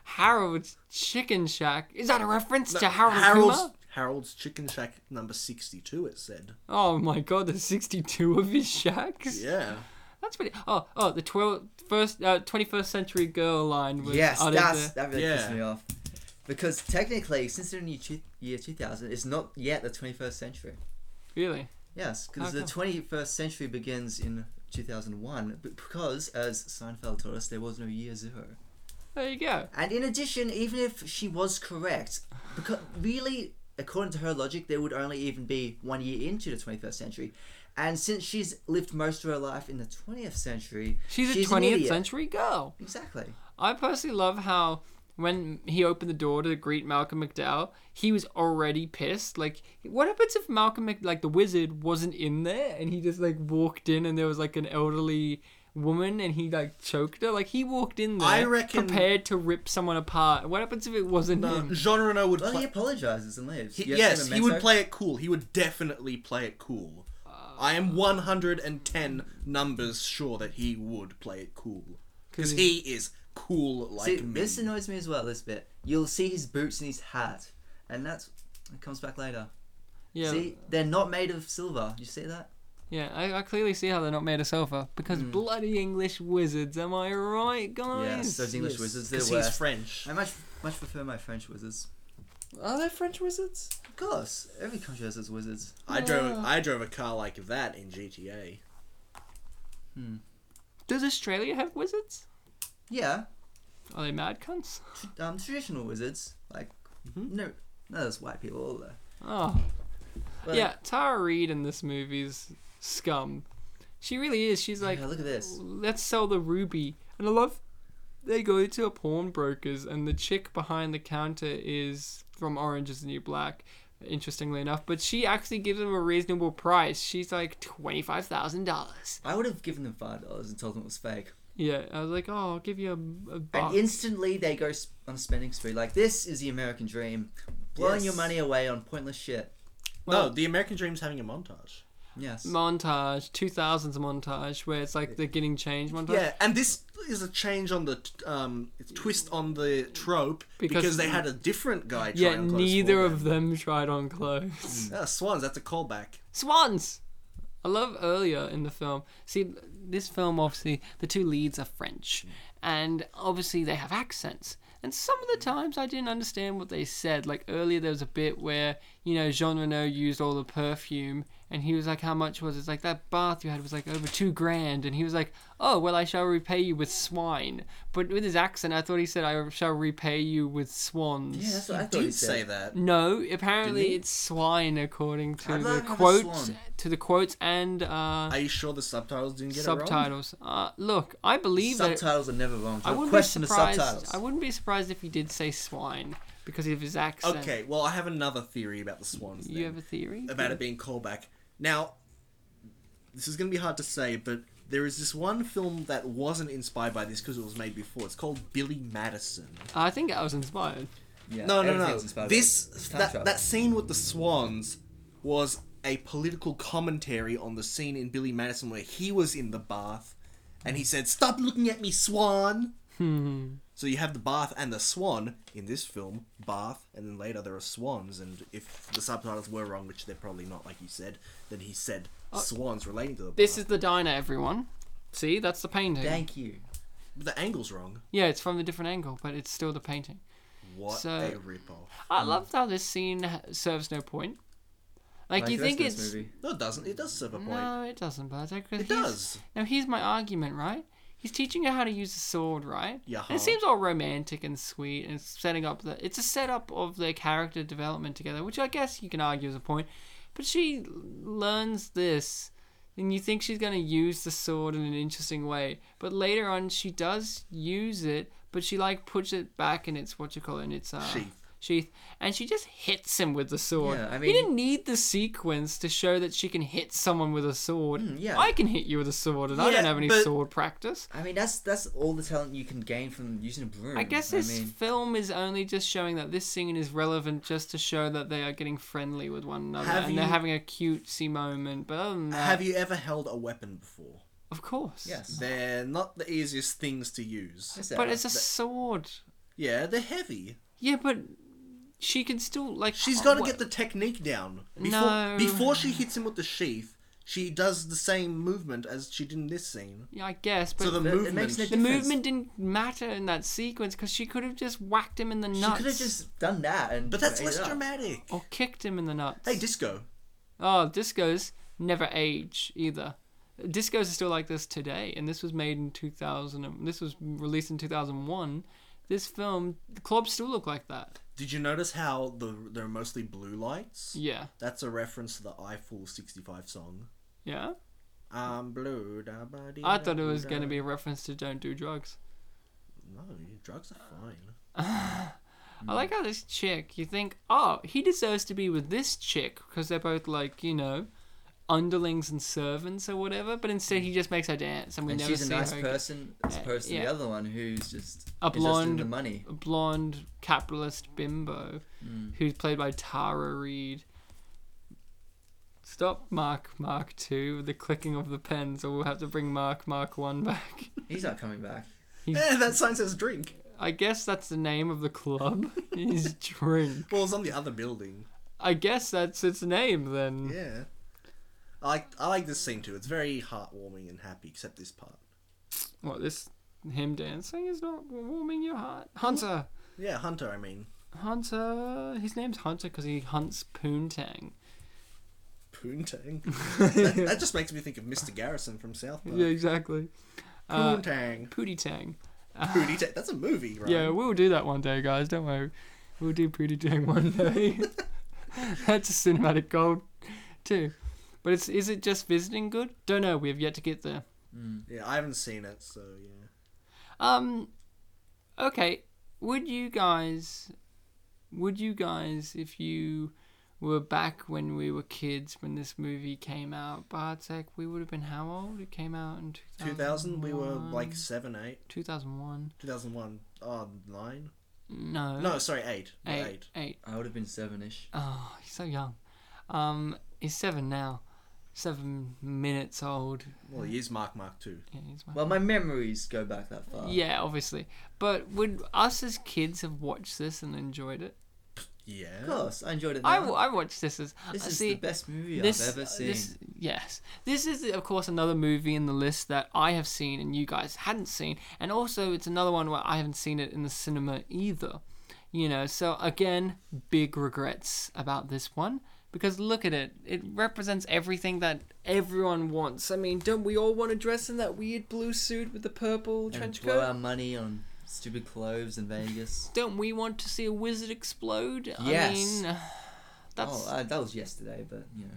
S1: Harold's Chicken Shack is that a reference to Harold
S2: Harold's
S1: Kumar?
S2: Harold's Chicken Shack number sixty-two. It said.
S1: Oh my God, there's 62 of his shacks.
S2: Yeah.
S1: That's pretty. Oh, oh, the 12th, first, uh, 21st century girl line was
S3: Yes,
S1: uttered
S3: that's
S1: there.
S3: that really
S2: Yeah.
S3: pissed me off. Because technically, since the new chi- year 2000, it's not yet the 21st century.
S1: Really?
S3: Yes, because
S1: How
S3: the
S1: come?
S3: 21st century begins in 2001, b- because, as Seinfeld told us, there was no year zero.
S1: There you go.
S3: And in addition, even if she was correct, because really, according to her logic, there would only even be one year into the 21st century. And since she's lived most of her life in the 20th century,
S1: She's,
S3: She's
S1: a
S3: an
S1: 20th
S3: idiot.
S1: century girl.
S3: exactly.
S1: I personally love how when he opened the door to greet Malcolm McDowell, he was already pissed. Like, what happens if Malcolm, Mc, like the wizard, wasn't in there and he just like walked in and there was like an elderly woman and he like choked her? Like he walked in there
S2: I reckon-
S1: prepared to rip someone apart. What happens if it wasn't
S2: No,
S1: him?
S2: Jean Reno would
S3: Well,
S2: play.
S3: he apologizes and Uh, leaves.
S2: He-
S3: You ever seen
S2: yes,
S3: him
S2: he
S3: in
S2: would
S3: Mexico?
S2: play it cool. He would definitely play it cool. I am 110 numbers sure that he would play it cool. Because
S1: Hmm.
S2: he is cool like
S3: See,
S2: me.
S3: this annoys me as well. This bit, you'll see his boots and his hat, and that's it comes back later.
S1: Yeah,
S3: See, they're not made of silver. You see that?
S1: yeah. I, I clearly see how they're not made of silver because bloody English wizards. Am I right, guys?
S3: Yes, those English
S2: Yes,
S3: wizards. They're
S2: 'cause
S3: worse.
S2: he's French.
S3: I much much prefer my French wizards.
S1: Are there French wizards?
S3: Of course, every country has its wizards.
S2: I drove
S3: Ah.
S2: I drove a car like that in GTA.
S1: Does Australia have wizards?
S3: Yeah,
S1: Are they mad cunts?
S3: tr- um, traditional wizards like
S1: Mm-hmm.
S3: no, no, those white people. All there.
S1: Oh.
S3: Well-
S1: yeah, Tara Reid in this movie's scum. She really is. She's like,
S3: yeah, look at this.
S1: let's sell the ruby. And I love they go to a pawnbroker's and the chick behind the counter is from Orange is the New Black, interestingly enough. But she actually gives them a reasonable price. She's like, $25,000.
S3: I would have given them five dollars and told them it was fake.
S1: Yeah, I was like, oh, I'll give you a, a
S3: And
S1: buck.
S3: instantly they go sp- on a spending spree. Like this is the American dream, blowing your
S2: Yes.
S3: money away on pointless shit.
S1: Well-
S2: no, the American Dream's having a montage.
S3: Yes.
S1: montage, 2000s montage, where it's like the getting change montage.
S2: Yeah, and this is a change on the t- um, twist on the trope
S1: Because-
S2: because, they had a different guy. try
S1: Yet
S2: on clothes
S1: neither
S2: for
S1: of them tried on clothes.
S2: them. Ah, swans. That's a callback.
S1: Swans. I love earlier in the film. See, this film obviously the two leads are French, and obviously they have accents. And some of the times I didn't understand what they said. Like earlier, there was a bit where you know Jean Reno used all the perfume, and he was like, "How much was it?" It's like that bath you had was like over two grand, and he was like, "Oh well, I shall repay you with swine." But with his accent, I thought he said, "I shall repay you with swans."
S3: yeah, that's what I
S2: I
S3: thought he
S2: did
S3: said.
S2: say that.
S1: No,
S3: Didn't
S1: apparently
S3: he?
S1: it's swine according to
S3: I'd
S1: the
S3: like to have a
S1: quotes
S3: swan.
S1: to the quotes and uh,
S2: Are you sure the subtitles didn't get it wrong?
S1: subtitles. Uh, look, I believe that
S3: subtitles are never wrong.
S1: I
S3: Don't
S1: wouldn't be
S3: question the
S1: surprised.
S3: subtitles.
S1: I wouldn't be surprised if he did say swine because of his accent.
S2: Okay, well, I have another theory about the swans.
S1: you
S2: then.
S1: have a theory
S2: about it being callback. Now, this is going to be hard to say, but there is this one film that wasn't inspired by this because it was made before. It's called Billy Madison.
S1: I think I was inspired.
S3: Yeah,
S2: no, no,
S3: everything's
S2: no.
S3: inspired by
S2: This
S3: time travel.
S2: that, that scene with the swans was a political commentary on the scene in Billy Madison where he was in the bath and he said, "Stop looking at me, swan."
S1: Hmm.
S2: So you have the bath and the swan in this film, bath, and then later there are swans. And if the subtitles were wrong, which they're probably not, like you said, then he said swans relating to the.
S1: Oh. This
S2: bath.
S1: is the diner, everyone. See, that's the painting.
S3: Thank you.
S2: But the angle's wrong.
S1: Yeah, it's from a different angle, but it's still the painting.
S2: What
S1: So-
S2: a ripoff!
S1: I
S3: Hmm.
S1: love how this scene h- serves no point. Like,
S3: Like
S1: you
S3: the rest
S1: think
S3: of this
S1: it's
S3: movie.
S2: No, it doesn't. It does serve a point.
S1: No, it doesn't, Bartek.
S2: It does.
S1: Now, here's my argument, right? He's teaching her how to use a sword, right?
S2: Yeah.
S1: And it seems all romantic and sweet, and it's setting up the. It's a setup of their character development together, which I guess you can argue is a point. But she learns this, and you think she's going to use the sword in an interesting way. But later on, she does use it, but she, like, puts it back in its, what you call it, in its. Uh,
S2: Sheath.
S1: Sheath, and she just hits him with the sword.
S3: Yeah, I
S1: he
S3: mean-
S1: didn't need the sequence to show that she can hit someone with a sword.
S3: Mm, yeah.
S1: I can hit you with a sword, and I
S2: Yeah,
S1: don't have any
S2: but-
S1: sword practice.
S3: I mean, that's that's all the talent you can gain from using a broom.
S1: I guess this
S3: Hmm, mean,
S1: film is only just showing that this scene is relevant just to show that they are getting friendly with one another
S2: Have
S1: and they're
S2: you-
S1: having a cutesy moment. But other than that,
S2: Have you ever held a weapon before?
S1: of course.
S3: yes.
S2: They're not the easiest things to use.
S3: Yes,
S1: But
S3: Sarah.
S1: it's a sword.
S2: Yeah, they're heavy.
S1: Yeah, but she can still like.
S2: She's got to
S1: what-
S2: get the technique down before
S1: No.
S2: before she hits him with the sheath. She does the same movement as she did in this scene.
S1: Yeah, I guess, but
S2: so the
S1: the,
S3: it
S2: movement.
S3: makes no
S1: the
S3: difference.
S1: movement didn't matter in that sequence because she could have just whacked him in the
S3: She
S1: nuts
S3: could have just done that and.
S2: but that's
S3: made
S2: less
S3: it up.
S2: dramatic.
S1: or kicked him in the nuts.
S2: Hey, disco.
S1: Oh, discos never age either. Discos are still like this today, and this was made in 2000. and- This was released in 2001. This film, the clubs still look like that.
S2: Did you notice how the they're mostly blue lights?
S1: Yeah,
S2: That's a reference to the Eiffel 65 song.
S1: yeah.
S2: I'm blue. da ba dee
S1: I
S2: da
S1: thought it
S2: blue
S1: was
S2: da
S1: going to
S2: ba-
S1: be a reference to "Don't Do Drugs."
S2: No, drugs are fine.
S3: Mm.
S1: I like how this chick. You think, oh, he deserves to be with this chick because they're both like you know, underlings and servants or whatever. But instead, he just makes her dance, and we
S3: And
S1: never
S3: she's a
S1: see
S3: nice
S1: her. again.
S3: person as
S1: Uh,
S3: opposed to
S1: yeah.
S3: the other one who's just
S1: A
S3: interested in
S1: blonde-
S3: the money.
S1: a blonde capitalist bimbo who's played by Tara Reid. Stop Mark Mark 2 with the clicking of the pen, so we'll have to bring Mark Mark 1 back.
S3: He's not coming back.
S2: Yeah, that sign says drink.
S1: I guess that's the name of the club. is Drink.
S2: Well, it's on the other building.
S1: I guess that's its name then.
S2: Yeah. I like I like this scene too. It's very heartwarming and happy, except this part.
S1: What, this him dancing is not warming your heart? Hunter!
S2: Yeah, Hunter. I mean,
S1: Hunter. His name's Hunter because he hunts poontang.
S2: Poontang. that, that just makes me think of Mr. Garrison from South Park.
S1: yeah, exactly. Uh,
S2: Poontang.
S1: Pootie tang.
S2: Pootie Tang. That's a movie, right?
S1: Yeah, we'll do that one day, guys. Don't worry. We'll do Pretty Jane one day. That's a cinematic gold, too. But it's is it just visiting good? Don't know. We have yet to get there.
S2: Yeah, I haven't seen it, so yeah.
S1: Um, okay. Would you guys, would you guys, if you were back when we were kids when this movie came out, Bartek, we would have been how old? It came out in
S2: 2000, we were
S1: Um,
S2: like 7, 8.
S1: 2001.
S2: 2001, oh, 9?
S1: No.
S2: No, sorry, 8. We're
S1: Uh, Eight.
S2: 8.
S1: eight.
S3: I would have been seven-ish.
S1: Oh, he's so young. Um, he's seven now. Seven minutes old.
S2: Well, he is Mark Mark 2.
S1: Yeah, he's my-
S3: Well, uh, my memories go back that far.
S1: Uh-huh. yeah, obviously. But would us as kids have watched this and enjoyed it?
S2: Yeah.
S3: Of course, I enjoyed it.
S1: I,
S3: now.
S1: I watched this as
S3: This
S1: I
S3: is
S1: see,
S3: the best movie
S1: this, uh,
S3: I've ever seen.
S1: This, yes, this is of course another movie in the list that I have seen and you guys hadn't seen, and also it's another one where I haven't seen it in the cinema either. You know, so again, big regrets about this one because look at it. It represents everything that everyone wants. I mean, don't we all want to dress in that weird blue suit with the purple
S3: and
S1: trench
S3: blow our
S1: coat?
S3: money on stupid clothes in Vegas.
S1: Don't we want to see a wizard explode? I
S3: Yes.
S1: mean, that's
S3: Oh, uh, that was yesterday, but you know,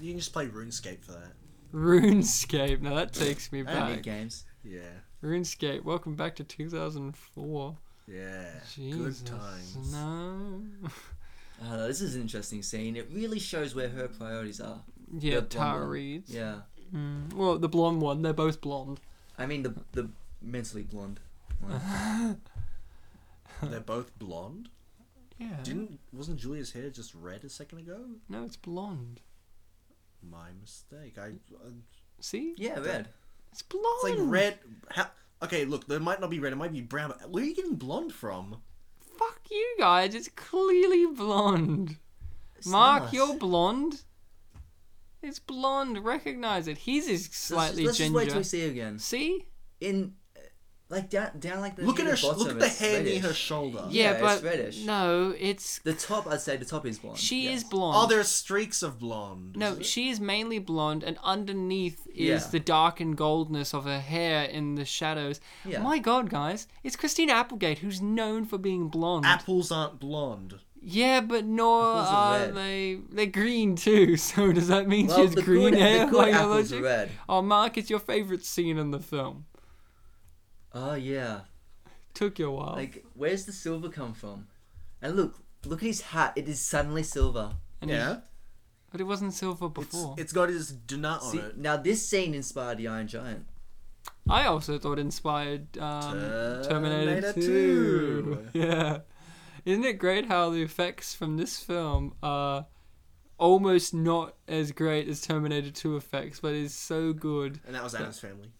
S2: You can just play RuneScape for that.
S1: RuneScape. Now that takes me
S3: I don't need
S1: back.
S3: games.
S2: Yeah.
S1: RuneScape, welcome back to 2004.
S2: Yeah.
S1: Jesus,
S2: Good times.
S1: No.
S3: Uh, this is an interesting scene. It really shows where her priorities are.
S1: Yeah,
S3: The blonde
S1: Tara
S3: one.
S1: Reid's.
S3: Yeah,
S1: Mm. Well, the blonde one. They're both blonde.
S3: I mean the the mentally blonde. one.
S2: They're both blonde.
S1: Yeah.
S2: Didn't wasn't Julia's hair just red a second ago?
S1: No, it's blonde.
S2: My mistake. I uh,
S1: See?
S3: yeah, red.
S1: It's blonde.
S2: it's like
S3: Oh.
S2: red. How, okay, look, there might not be red. It might be brown. But where are you getting blonde from?
S1: Fuck you guys. It's clearly blonde.
S3: It's
S1: Mark,
S3: not.
S1: you're blonde. It's blonde. Recognize it. His is
S3: Let's-
S1: slightly
S3: let's
S1: ginger.
S3: Just wait till we see her again.
S1: See?
S3: In uh, like down down like the
S2: look at her.
S3: near the
S2: sh-
S3: bottom,
S2: Look at the
S3: it's
S2: hair near
S3: reddish.
S2: her shoulder.
S1: Yeah,
S3: Oh, it's
S1: but
S3: reddish.
S1: no, it's
S3: The top, I'd say the top is blonde.
S1: she
S3: yeah.
S1: is blonde.
S2: Oh, there are streaks of blonde.
S1: No,
S2: is it?
S1: she is mainly blonde, and underneath is
S3: Yeah.
S1: the dark and goldness of her hair in the shadows.
S3: Yeah.
S1: My God, guys, it's Christina Applegate who's known for being blonde.
S2: apples aren't blonde.
S1: yeah, but nor
S3: Apples are
S1: are
S3: red.
S1: they. They're green too. So does that mean
S3: Well,
S1: she has
S3: the
S1: green
S3: good,
S1: hair
S3: the
S1: by
S3: good
S1: your
S3: apples are
S1: logic?
S3: red.
S1: Oh, Mark, it's your favorite scene in the film.
S3: Oh yeah.
S1: Took you a
S2: Oh.
S1: while,
S3: Like, where's the silver come from? And look, look at his hat. It is suddenly silver.
S1: And
S2: yeah,
S1: he- but it wasn't silver before.
S2: it's got his donut on
S3: See,
S2: it.
S3: now this scene inspired the Iron Giant.
S1: I also thought inspired um, Terminator,
S2: Terminator
S1: 2. Yeah. Isn't it great how the effects from this film are almost not as great as Terminator 2 effects, but is so good.
S2: And that was Adam's family.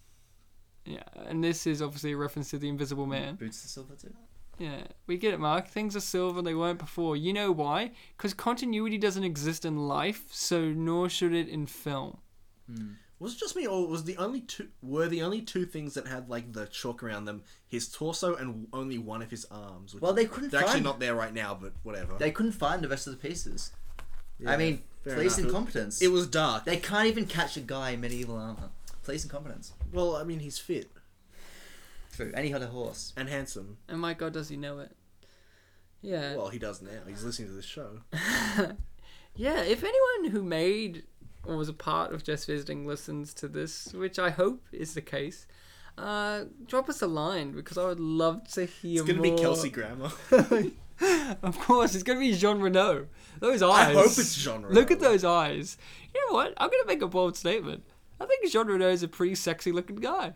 S1: Yeah. And this is obviously a reference to The Invisible Man.
S3: Boots the silver too.
S1: Yeah. We get it, Mark. Things are silver they weren't before. You know why? Because continuity doesn't exist in life, so nor should it in film.
S3: Mm.
S2: Was it just me, or was the only two were the only two things that had like the chalk around them his torso and only one of his arms? Which
S3: Well, they couldn't
S2: they're actually
S3: find.
S2: not there right now, but whatever.
S3: They couldn't find the rest of the pieces.
S2: Yeah,
S3: I mean,
S2: fair
S3: police
S2: enough.
S3: incompetence.
S2: It was dark.
S3: They can't even catch a guy in medieval armor. Police incompetence.
S2: well, I mean, he's fit
S3: True. And he had a horse.
S2: and handsome.
S1: And my God, does he know it? Yeah.
S2: Well, he does now. He's listening to this show.
S1: Yeah, if anyone who made or was a part of Just Visiting listens to this, which I hope is the case, uh, drop us a line because I would love to hear
S2: It's gonna
S1: more.
S2: be Kelsey Grammer.
S1: of course, it's gonna be Jean Renault. Those
S2: I
S1: eyes.
S2: hope it's genre.
S1: Look at those eyes. You know what? I'm gonna make a bold statement. I think Jean Renault is a pretty sexy looking guy.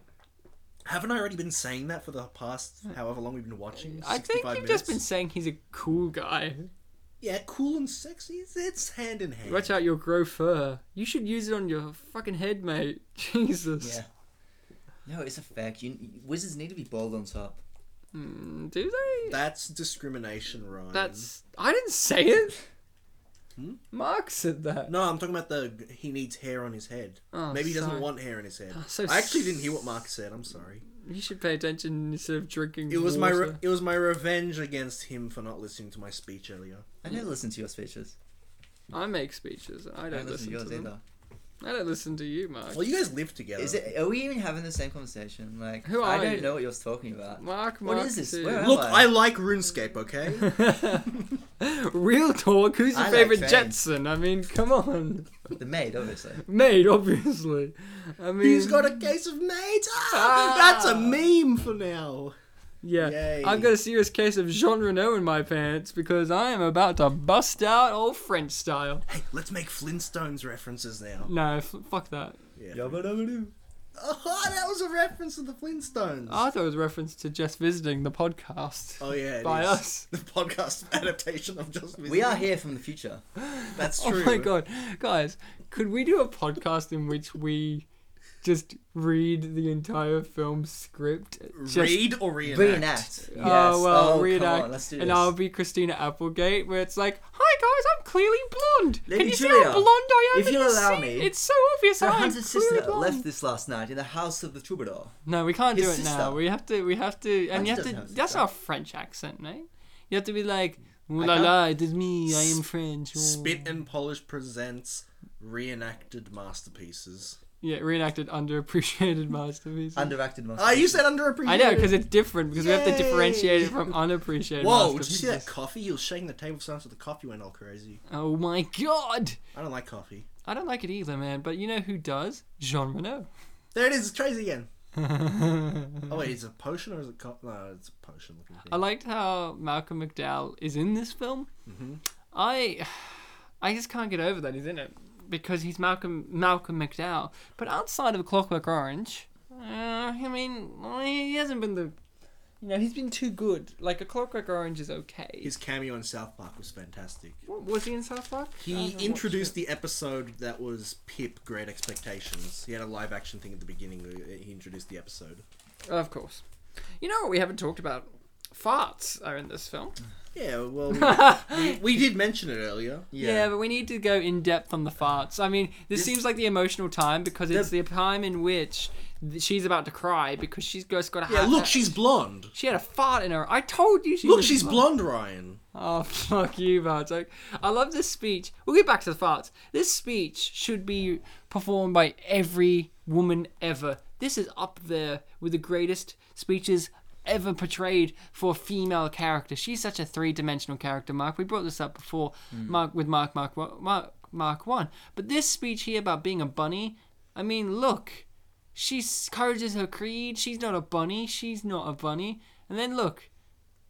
S2: Haven't I already been saying that for the past however long we've been watching?
S1: I think
S2: 65
S1: you've
S2: minutes?
S1: just been saying he's a cool guy.
S2: Yeah, cool and sexy. It's, it's hand in hand.
S1: Watch out, your grow fur. You should use it on your fucking head, mate. Jesus.
S3: Yeah. No, it's a fact. You, wizards need to be bald on top.
S1: Hmm, do they?
S2: That's discrimination, Ryan.
S1: That's Mm-hmm. I didn't say it.
S2: Hmm?
S1: Mark said that.
S2: No, I'm talking about the he needs hair on his head.
S1: Oh,
S2: Maybe he doesn't
S1: sorry.
S2: want hair in his head.
S1: Oh, so
S2: I actually
S1: s-
S2: didn't hear what Mark said. I'm sorry.
S1: You should pay attention instead of drinking.
S2: It was my
S1: water.
S2: re- it was my revenge against him for not listening to my speech earlier.
S3: I never listen to your speeches.
S1: I make speeches. Mm. I
S3: I
S1: don't
S3: don't listen to yours
S1: them.
S3: either.
S1: I don't listen to you, Mark.
S2: Well, you guys live together.
S3: Is it? Are we even having the same conversation? Like,
S1: Who
S3: I
S1: are
S3: don't
S1: you?
S3: know what you're talking about.
S1: Mark,
S3: What
S1: Mark
S3: is this?
S1: too.
S3: Where
S2: Look,
S3: Am
S2: I
S3: I?
S2: like RuneScape. Okay.
S1: Real talk. Who's your
S3: I like
S1: favorite
S3: trains.
S1: Jetson? I mean, come on,
S3: The maid, obviously.
S1: mate. Obviously. I mean,
S2: Who's got a case of maids? Ah,
S1: Ah.
S2: That's a meme for now.
S1: Yeah,
S2: Yay.
S1: I've got a serious case of Jean Renault in my pants because I am about to bust out old French style.
S2: Hey, let's make Flintstones references now.
S1: No, f- fuck that.
S2: Yeah. Oh, that was a reference to the Flintstones.
S1: I thought it was a reference to just visiting the podcast
S2: oh yeah, it
S1: by
S2: is.
S1: us.
S2: The podcast adaptation of Just Visiting.
S3: We are here from the future.
S2: That's
S1: Oh
S2: true.
S1: my god, guys, could we do a podcast in which we just read the entire film script? Just,
S2: Read or reenact?
S3: Reenact. Yes.
S1: Oh well,
S3: come
S1: reenact,
S3: on, let's do
S1: and
S3: this.
S1: I'll be Christina Applegate, where it's like, "Hi guys, I'm clearly blonde.
S3: Lady
S1: Can you see
S3: Julia,
S1: how blonde I am?
S3: if
S1: in
S3: you'll
S1: this
S3: allow
S1: scene?
S3: me,
S1: it's so obvious.
S3: Her
S1: I'm
S3: hunted
S1: clearly
S3: sister
S1: blonde."
S3: left this last night in the house of the troubadour.
S1: No, we can't do it
S3: His
S1: now.
S3: sister.
S1: We have to. We have to. And
S3: Hans
S1: you have
S3: doesn't
S1: to.
S3: have a
S1: That's
S3: sister.
S1: our French accent, right? You have to be like, "Ooh
S3: I
S1: la
S3: can't-
S1: la, it is me. I am French." Oh.
S2: Spit and Polish presents reenacted masterpieces.
S1: Yeah, reenacted underappreciated masterpieces.
S3: Underacted monster.
S2: Ah, you said underappreciated.
S1: I know because it's different because we have to
S2: Yay.
S1: differentiate it from unappreciated.
S2: Whoa! Did you see that
S1: masterpieces.
S2: coffee? He was shaking the table so much that the coffee went all crazy.
S1: Oh my god!
S2: I don't like coffee.
S1: I don't like it either, man. But you know who does? Jean Renault.
S2: There it is. It's crazy again. Oh wait, is it a potion or is it co- no? It's a potion looking
S1: I
S2: thing.
S1: liked how Malcolm McDowell is in this film.
S2: Mm-hmm.
S1: I, I just can't get over that he's in it because he's Malcolm Malcolm McDowell. But outside of Clockwork Orange, uh, I mean, he hasn't been the, you know, he's been too good. Like a Clockwork Orange is okay.
S2: His cameo in South Park was fantastic.
S1: What, was he in South Park? Uh, I
S2: He
S1: haven't watched
S2: introduced
S1: it.
S2: the episode that was Pip Great Expectations. He had a live action thing at the beginning. uh, He introduced the episode.
S1: Of course. You know what we haven't talked about? Farts are in this film.
S2: Yeah, well, we, we, we did mention it earlier.
S1: Yeah. but we need to go in depth on the farts. I mean, this,
S3: This-
S1: seems like the emotional time because it's the time in which th- she's about to cry because she's just got a
S2: Yeah,
S1: ha-
S2: Ah, look, she's blonde.
S1: she had a fart in her. I told you she
S2: Look,
S1: was
S2: she's
S1: blo-
S2: blonde, Ryan.
S1: Oh fuck you, Bartok. I love this speech. We'll get back to the farts. This speech should be performed by every woman ever. This is up there with the greatest speeches ever portrayed for a female character. She's such a three-dimensional character, Mark. We brought this up before, Mark with Mark Mark Wa- Mark Mark 1. But this speech here about being a bunny, I mean, look. She encourages her creed. She's not a bunny. She's not a bunny. And then look,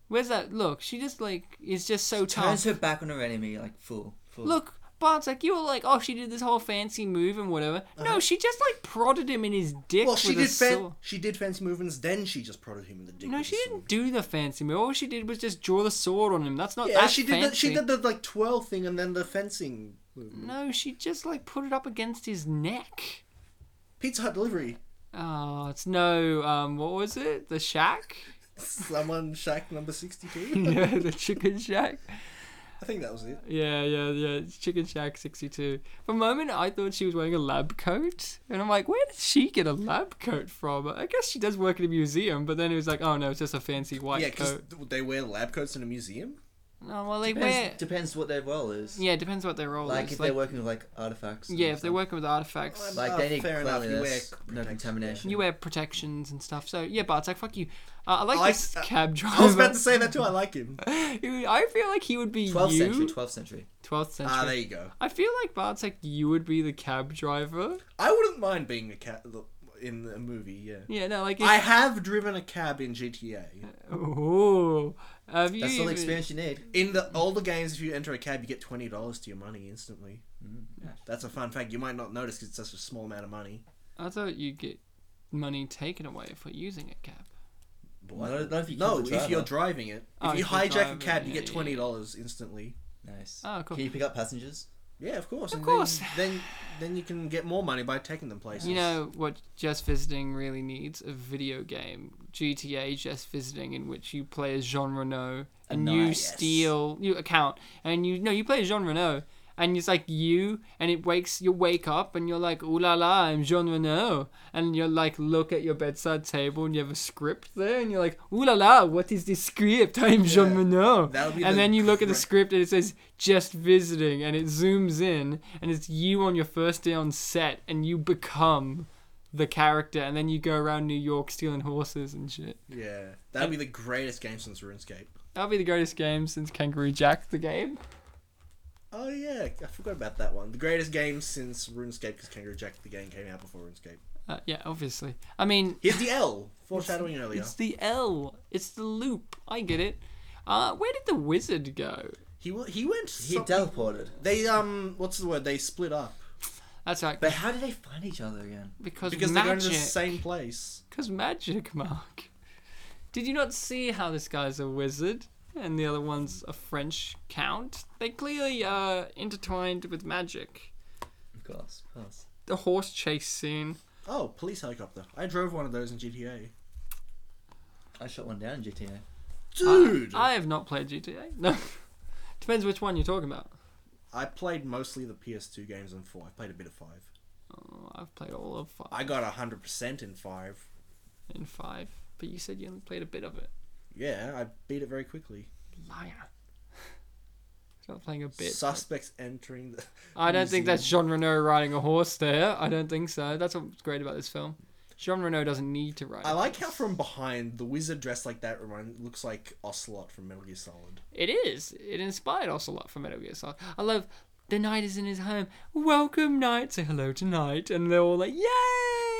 S1: Where's that look? She just like is just so
S3: Turns
S1: tough.
S3: her back on her enemy like fool. fool.
S1: Look, Bart's like you were like, oh, she did this whole fancy move and whatever. No, she just like prodded him in his dick.
S2: Uh-huh. Well,
S1: with
S2: she did
S1: a
S2: fan-
S1: sword.
S2: she did fancy movements. Then she just prodded him in the dick.
S1: No,
S2: with
S1: she
S2: the
S1: didn't
S2: sword.
S1: do the fancy move. All she did was just draw the sword on him. That's not
S2: Yeah,
S1: that
S2: she did. The, she
S1: fancy.
S2: did the like twirl thing and then the fencing. movement.
S1: No, she just like put it up against his neck.
S2: Pizza Hut delivery.
S1: Oh, it's no. Um, what was it? The shack?
S2: Someone shack number sixty-two.
S1: no, the chicken shack.
S2: I think that was it.
S1: Yeah, yeah, yeah. It's Chicken Shack 62. For a moment, I thought she was wearing a lab coat. And I'm like, where did she get a lab coat from? I guess she does work at a museum, but then it was like, oh no, it's just a fancy white
S2: yeah, because
S1: coat.
S2: they wear lab coats in a museum.
S1: No, Oh, well, they
S3: Depends-
S1: wear.
S3: Depends what their role is.
S1: Yeah, it depends what their role
S3: Like
S1: is.
S3: if they're working with like artifacts. and
S1: yeah, if they're
S3: stuff.
S1: working with artifacts,
S2: Well,
S3: Like they
S2: Oh,
S3: need
S2: fair enough, you wear
S3: cleanliness, no
S2: protection.
S3: contamination.
S1: you wear protections and stuff. So yeah, Bartek, fuck you. Uh, I like
S2: I-
S1: this
S2: uh,
S1: cab driver.
S2: I was about to say that too. I like him.
S1: You- I feel like he would be
S3: 12th
S1: you.
S3: century, 12th century.
S1: 12th century.
S2: Ah, there you go.
S1: I feel like Bartek, you would be the cab driver.
S2: I wouldn't mind being a cat in a movie. Yeah.
S1: Yeah, no, like.
S2: I have driven a cab in GTA.
S1: Oh, have you?
S3: That's all
S1: even-
S3: the experience you need.
S2: In the older games, if you enter a cab, you get twenty dollars to your money instantly.
S1: Mm.
S2: That's a fun fact. You might not notice 'cause it's such a small amount of money.
S1: I thought you get money taken away for using a cab.
S2: But
S3: Not- not if you
S2: no,
S3: kill the
S2: if you're
S3: driver.
S2: driving it,
S1: Oh,
S2: if you
S1: if you're
S2: hijack a
S1: driving,
S2: cab, you
S1: yeah,
S2: get
S1: yeah,
S2: twenty dollars instantly.
S3: Nice.
S1: Oh, cool.
S3: Can you pick up passengers?
S2: Yeah, of course.
S1: Of
S2: and
S1: course.
S2: Then, then then you can get more money by taking them places.
S1: You know what just visiting really needs? A video game. GTA just visiting in which you play as Jean Renault and you
S3: Nice.
S1: steal you account and you no, you play as Jean Renault and it's like you and it wakes you wake up and you're like, Ooh la la, I'm Jean Renault and you're like look at your bedside table and you have a script there and you're like, Ooh la la, what is this script? I'm Jean
S2: Yeah.
S1: Renault.
S2: That would be
S1: and
S2: the
S1: then you look at the
S2: correct-
S1: script and it says just visiting and it zooms in and it's you on your first day on set and you become the character and then you go around New York stealing horses and shit.
S2: Yeah, that'd be the greatest game since RuneScape.
S1: That'll be the greatest game since Kangaroo Jack the game.
S2: Oh yeah, I forgot about that one. The greatest game since RuneScape because Kangaroo Jack the game came out before RuneScape.
S1: Uh, yeah, obviously. I mean,
S2: Here's the L foreshadowing earlier.
S1: it's the L. It's the loop. I get it. Uh, where did the wizard go?
S2: He wa- he went.
S3: He
S2: some-
S3: teleported.
S2: they um, what's the word? They split up
S1: That's right.
S3: But how do they find each other again?
S1: Because,
S2: because they're going
S1: magic.
S2: to the same place.
S1: Because magic, Mark. Did you not see how this guy's a wizard and the other one's a French count? They clearly are intertwined with magic.
S3: Of course, of course.
S1: The horse chase scene.
S2: Oh, police helicopter! I drove one of those in GTA.
S3: I shot one down in GTA.
S2: Dude,
S1: I have not played GTA. No. Depends which one you're talking about.
S2: I played mostly the PS2 games on four. I played a bit of five.
S1: Oh, I've played all of five
S2: I got hundred percent in five.
S1: in five, but you said you only played a bit of it.
S2: Yeah, I beat it very quickly.
S1: Liar. Stop playing a bit.
S2: Suspects entering the.
S1: I don't think that's Jean Reno riding a horse there. I don't think so. That's what's great about this film. Jean Reno doesn't need to ride.
S2: I
S1: a
S2: like
S1: horse.
S2: how from behind the wizard dressed like that remind looks like Ocelot from Metal Gear Solid.
S1: It is. It inspired us a lot from Metal Gear Solid. I love the knight is in his home. Welcome, knight. Say hello to knight, and they're all like, "Yay!"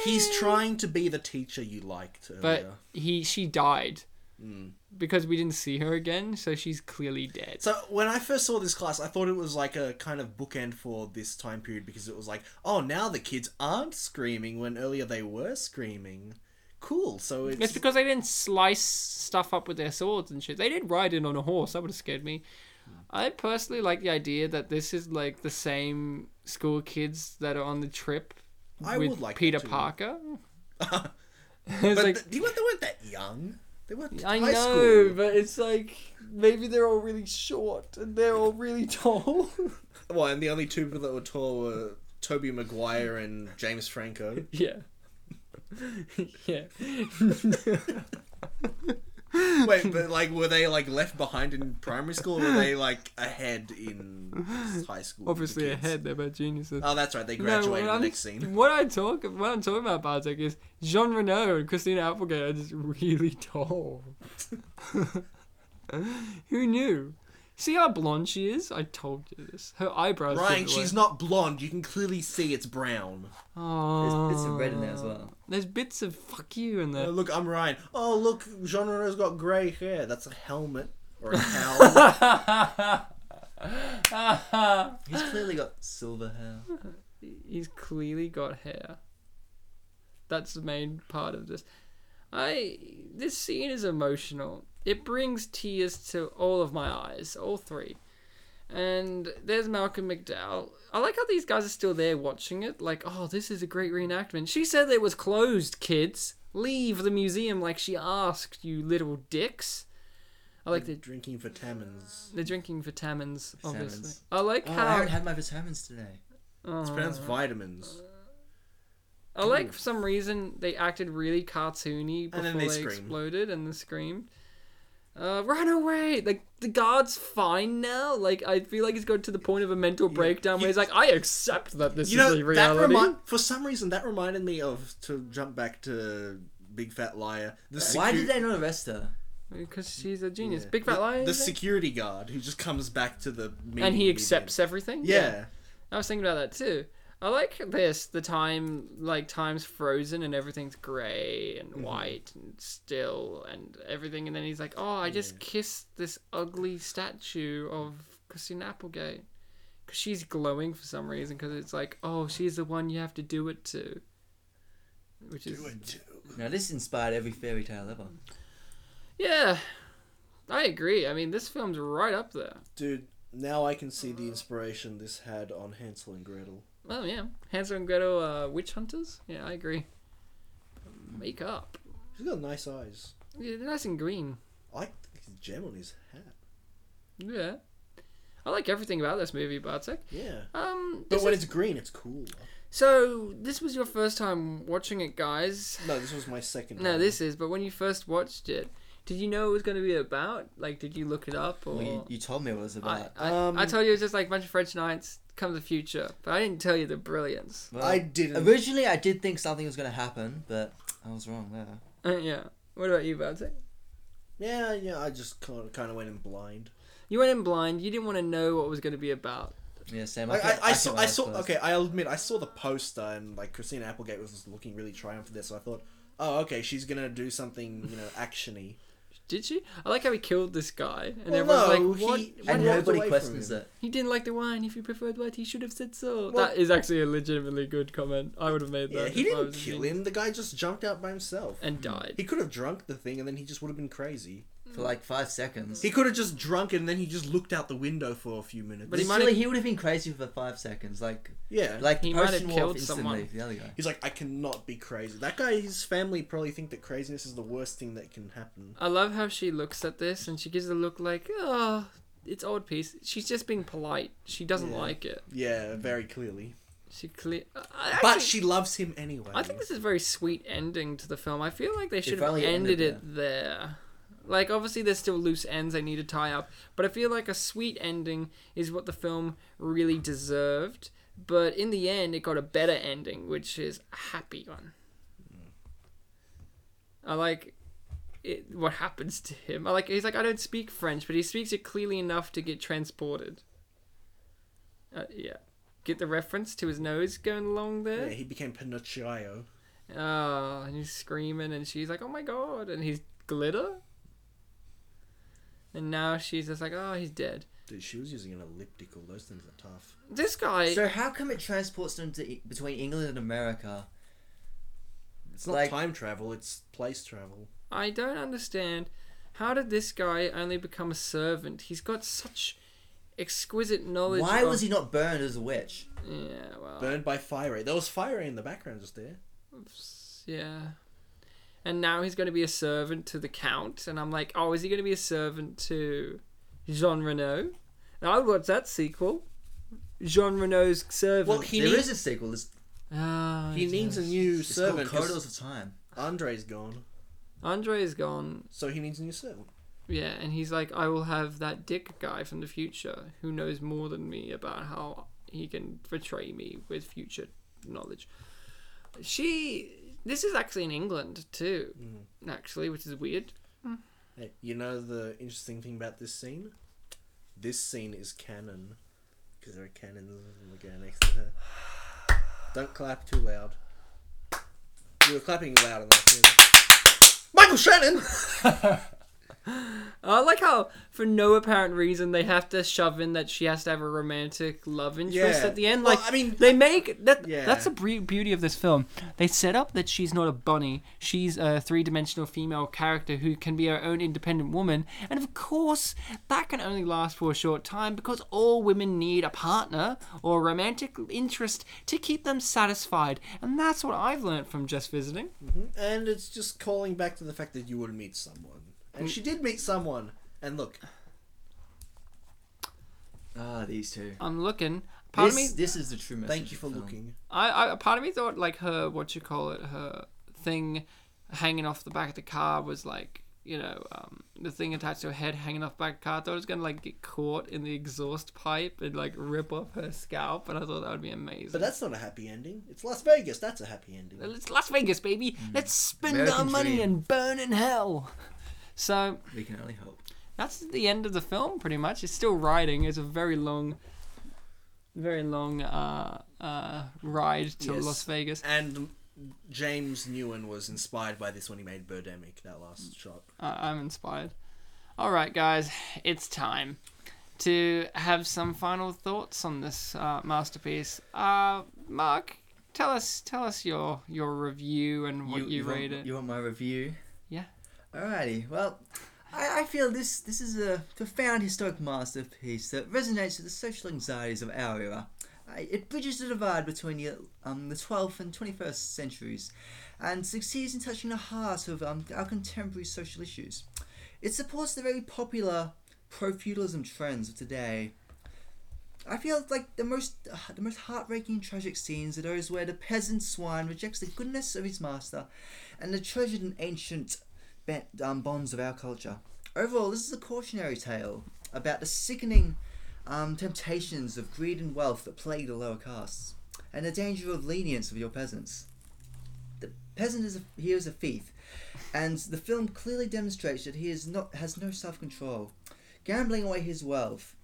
S2: He's trying to be the teacher you liked earlier.
S1: Eh. but he she died
S2: Hmm.
S1: because we didn't see her again, so she's clearly dead.
S2: So when I first saw this class, I thought it was like a kind of bookend for this time period because it was like, oh, now the kids aren't screaming when earlier they were screaming. Cool. So it's,
S1: It's because they didn't slice stuff up with their swords and shit. They did ride in on a horse. That would have scared me.
S2: Hmm.
S1: I personally like the idea that this is like the same school kids that are on the trip
S2: I
S1: with
S2: would like that
S1: Peter
S2: too.
S1: Parker.
S2: but
S1: It's like-
S2: th- they, weren't, they weren't that young. They weren't
S1: I
S2: high
S1: know,
S2: school.
S1: but it's like maybe they're all really short and they're all really tall.
S2: Well, and the only two people that were tall were Toby Maguire and James Franco.
S1: yeah. yeah.
S2: Wait, but like, were they like left behind in primary school, or were they like ahead in high school? with the
S1: Obviously
S2: kids?
S1: ahead, they're both geniuses.
S2: Oh, that's right. They graduated
S1: what
S2: in
S1: Uh, I'm-
S2: the next scene.
S1: What I talk what I'm talking about, Bartek, is Jean Renault and Christina Applegate are just really tall. Who knew? See how blonde she is? I told you this. Her eyebrows.
S2: Ryan, she's not blonde. You can clearly see it's brown.
S1: Oh,
S3: There's bits of red in there as well.
S1: There's bits of fuck you in
S2: Oh,
S1: there.
S2: look, I'm Ryan. Oh, look, Jean Renault's got grey hair. That's a helmet or a cowl.
S3: He's clearly got silver hair.
S1: he's clearly got hair. That's the main part of this. I this scene is emotional. It brings tears to all of my eyes, all three. And there's Malcolm McDowell. I like how these guys are still there watching it. Like, oh, this is a great reenactment. She said it was closed, kids. Leave the museum like she asked, you little dicks. I like the Uh,
S2: drinking vitamins.
S1: they're drinking vitamins, obviously.
S3: Vitamins.
S1: I like
S3: Oh, I
S1: how
S3: haven't had my vitamins today.
S2: It's pronounced
S1: Aw.
S2: vitamins.
S1: I like for some reason they acted really cartoony before
S2: And then
S1: they,
S2: they scream.
S1: exploded and they screamed. Uh, run away! Like the guard's fine now. Like I feel like he's got to the point of a mental breakdown where
S2: You-
S1: he's like, I accept that this
S2: you
S1: is
S2: know
S1: a
S2: that
S1: reality.
S2: remind for some reason that reminded me of to jump back to Big Fat Liar. The
S1: Uh,
S3: Why
S2: secu-
S3: did they not arrest her?
S1: Because she's a genius,
S2: Yeah.
S1: big fat
S2: The-
S1: liar.
S2: The
S1: is it?
S2: security guard who just comes back to the meeting
S1: and he
S2: with
S1: accepts everything.
S2: him. Yeah.
S1: I was thinking about that too. I like this. The time, like time's frozen and everything's grey and white and still and everything. And then he's like, "Oh, I just kissed this ugly statue of Christine Applegate because she's glowing for some reason. Because it's like, oh, she's the one you have to do it to." Which is
S3: Now this inspired every fairy tale ever.
S1: yeah, I agree. I mean, this film's right up there.
S2: Dude, now I can see the inspiration this had on Hansel and Gretel.
S1: Oh yeah, Hansel and Gretel, uh, witch hunters. Yeah, I agree. Make up.
S2: He's got nice eyes.
S1: Yeah, they're nice and green.
S2: I like his gem on his hat.
S1: Yeah. I like everything about this movie, Bartek.
S2: Yeah.
S1: Um,
S2: But
S1: this
S2: when
S1: is-
S2: it's green, it's cool.
S1: so this was your first time watching it, guys.
S2: No, this was my second.
S1: No,
S2: time.
S1: this is. But when you first watched it, did you know it was going to be about? Like, did you look it up or?
S3: Well, you, you told me it was
S1: I,
S3: about.
S1: I,
S2: Um,
S1: I told you it was just like a bunch of French knights come the future, but I didn't tell you the brilliance.
S3: well,
S2: I didn't.
S3: Originally, I did think something was going to happen, but I was wrong there.
S1: Uh, yeah. What about you, Bartek?
S2: Yeah, yeah. I just kind of, kind of went in blind.
S1: You went in blind. You didn't want to know what was going to be about.
S3: Yeah, Sam.
S2: Like, I,
S3: thought-
S2: I, saw.
S3: thought
S2: I
S3: was
S2: saw.
S3: first.
S2: Okay, I'll admit, I saw the poster and like Christina Applegate was just looking really triumphant there, so I thought, oh, okay, she's gonna do something, you know, actiony.
S1: Did she? I like how he killed this guy, and
S2: Well,
S1: everyone's
S2: no,
S1: like, "What?"
S2: he-
S1: what
S3: And
S2: walked
S1: happened?"
S3: nobody
S2: away from
S3: questions
S2: him.
S3: it.
S1: He didn't like the wine. If he preferred white, he should have said so.
S2: Well-
S1: that is actually a legitimately good comment. I would have made that.
S2: Yeah, he
S1: if I
S2: didn't
S1: was a
S2: kill
S1: genius.
S2: him. The guy just jumped out by himself.
S1: And died.
S2: He could have drunk the thing, and then he just would have been crazy.
S3: for like five seconds.
S2: He could have just drunk, and then he just looked out the window for a few minutes.
S1: But
S3: but
S1: he
S3: he
S1: might have-
S3: he would have been crazy for five seconds, like
S2: yeah,
S3: like the
S1: He might have
S3: person wore
S1: killed
S3: off
S1: someone.
S3: instantly. The other guy.
S2: he's like, I cannot be crazy. That guy, his family probably think that craziness is the worst thing that can happen.
S1: I love how she looks at this and she gives a look like, oh, it's old piece. She's just being polite. She doesn't
S2: Yeah.
S1: like it.
S2: Yeah, very clearly.
S1: She clear. I- I
S2: But
S1: actually-
S2: she loves him anyway.
S1: I think this is a very sweet ending to the film. I feel like they should have
S3: only
S1: ended,
S3: it ended
S1: it there. Like obviously there's still loose ends they need to tie up, but I feel like a sweet ending is what the film really deserved. But in the end, it got a better ending, which is a happy one. I like it, what happens to him. I like he's like I don't speak French, but he speaks it clearly enough to get transported. Uh, yeah, get the reference to his nose going along there.
S2: Yeah, he became Pinocchio.
S1: Oh, and he's screaming, and she's like, "Oh my god!" And he's glitter. And now she's just like, "Oh, he's dead."
S2: Dude, she was using an elliptical. Those things are tough.
S1: This guy.
S3: So how come it transports them to, E- between England and America?
S2: It's not
S3: Like-
S2: time travel, it's place travel.
S1: I don't understand. How did this guy only become a servant? He's got such exquisite knowledge.
S3: Why
S1: of-
S3: was he not burned as a witch?
S1: Yeah, well,
S2: Burned by fire. There was fire in the background just there.
S1: yeah. And now he's going to be a servant to the count, and I'm like, oh, is he going to be a servant to Jean Renault? I would watch that sequel. Jean Renault's servant.
S2: Well,
S3: There
S2: he
S3: is
S2: needs,
S3: a sequel. It's,
S1: Ah,
S2: he needs a new
S3: it's
S2: servant.
S3: called
S2: 'cause
S3: Corridors of Time.
S2: Andre's gone,
S1: Andre is gone.
S2: so he needs a new servant.
S1: Yeah, and he's like, I will have that dick guy from the future who knows more than me about how he can betray me with future knowledge. She. This is actually in England too, actually, which is weird.
S2: Hey, you know the interesting thing about this scene? This scene is canon. Because there are cannons in the guy next to her. Don't clap too loud. You were clapping loud enough. yeah. Michael Shannon!
S1: I like how, for no apparent reason, they have to shove in that she has to have a romantic love interest
S2: Yeah.
S1: at the end.
S2: Well,
S1: Like,
S2: I mean-
S1: they make that.
S2: Yeah.
S1: That's the bre- beauty of this film. They set up that she's not a bunny. She's a three-dimensional female character who can be her own independent woman. And of course, that can only last for a short time because all women need a partner or a romantic interest to keep them satisfied. And that's what I've learned from just visiting.
S2: And it's just calling back to the fact that you would meet someone. And she did meet someone. And look,
S3: Ah, these two.
S1: I'm looking. Part
S3: this,
S1: of me,
S3: this is the true message.
S2: thank you
S3: of
S2: for
S3: the film.
S2: looking.
S1: I, I, part of me thought like her, what you call it, her thing hanging off the back of the car was like, you know, um, the thing attached to her head hanging off the back of the car. I thought it was gonna like get caught in the exhaust pipe and like rip off her scalp, and I thought that would be amazing.
S2: But that's not a happy ending. It's Las Vegas. That's a happy ending.
S1: It's Las Vegas, baby. Let's spend our
S3: Mm. American
S1: money
S3: dream.
S1: and burn in hell. So
S3: We can only hope.
S1: that's the end of the film, pretty much. It's still riding. It's a very long, very long uh, uh, ride to
S2: Yes.
S1: Las Vegas.
S2: And James Newen was inspired by this when he made Birdemic, that last shot.
S1: I- I'm inspired. All right, guys, it's time to have some final thoughts on this uh, masterpiece. Uh, Mark, tell us, tell us your your review and what you, rate
S3: want,
S1: it.
S3: You want my review?
S1: Yeah.
S3: Alrighty. Well, I, I feel this this is a profound historic masterpiece that resonates with the social anxieties of our era. Uh, It bridges the divide between the um, the 12th and 21st centuries, and succeeds in touching the heart of um, our contemporary social issues. It supports the very popular pro-feudalism trends of today, I feel like the most the most heartbreaking tragic scenes are those where the peasant swine rejects the goodness of his master and the treasured and ancient ben- um, bonds of our culture. Overall, this is a cautionary tale about the sickening um, temptations of greed and wealth that plague the lower castes and the danger of lenience of your peasants. The peasant is a, here is a thief, and the film clearly demonstrates that he is not has no self-control, gambling away his wealth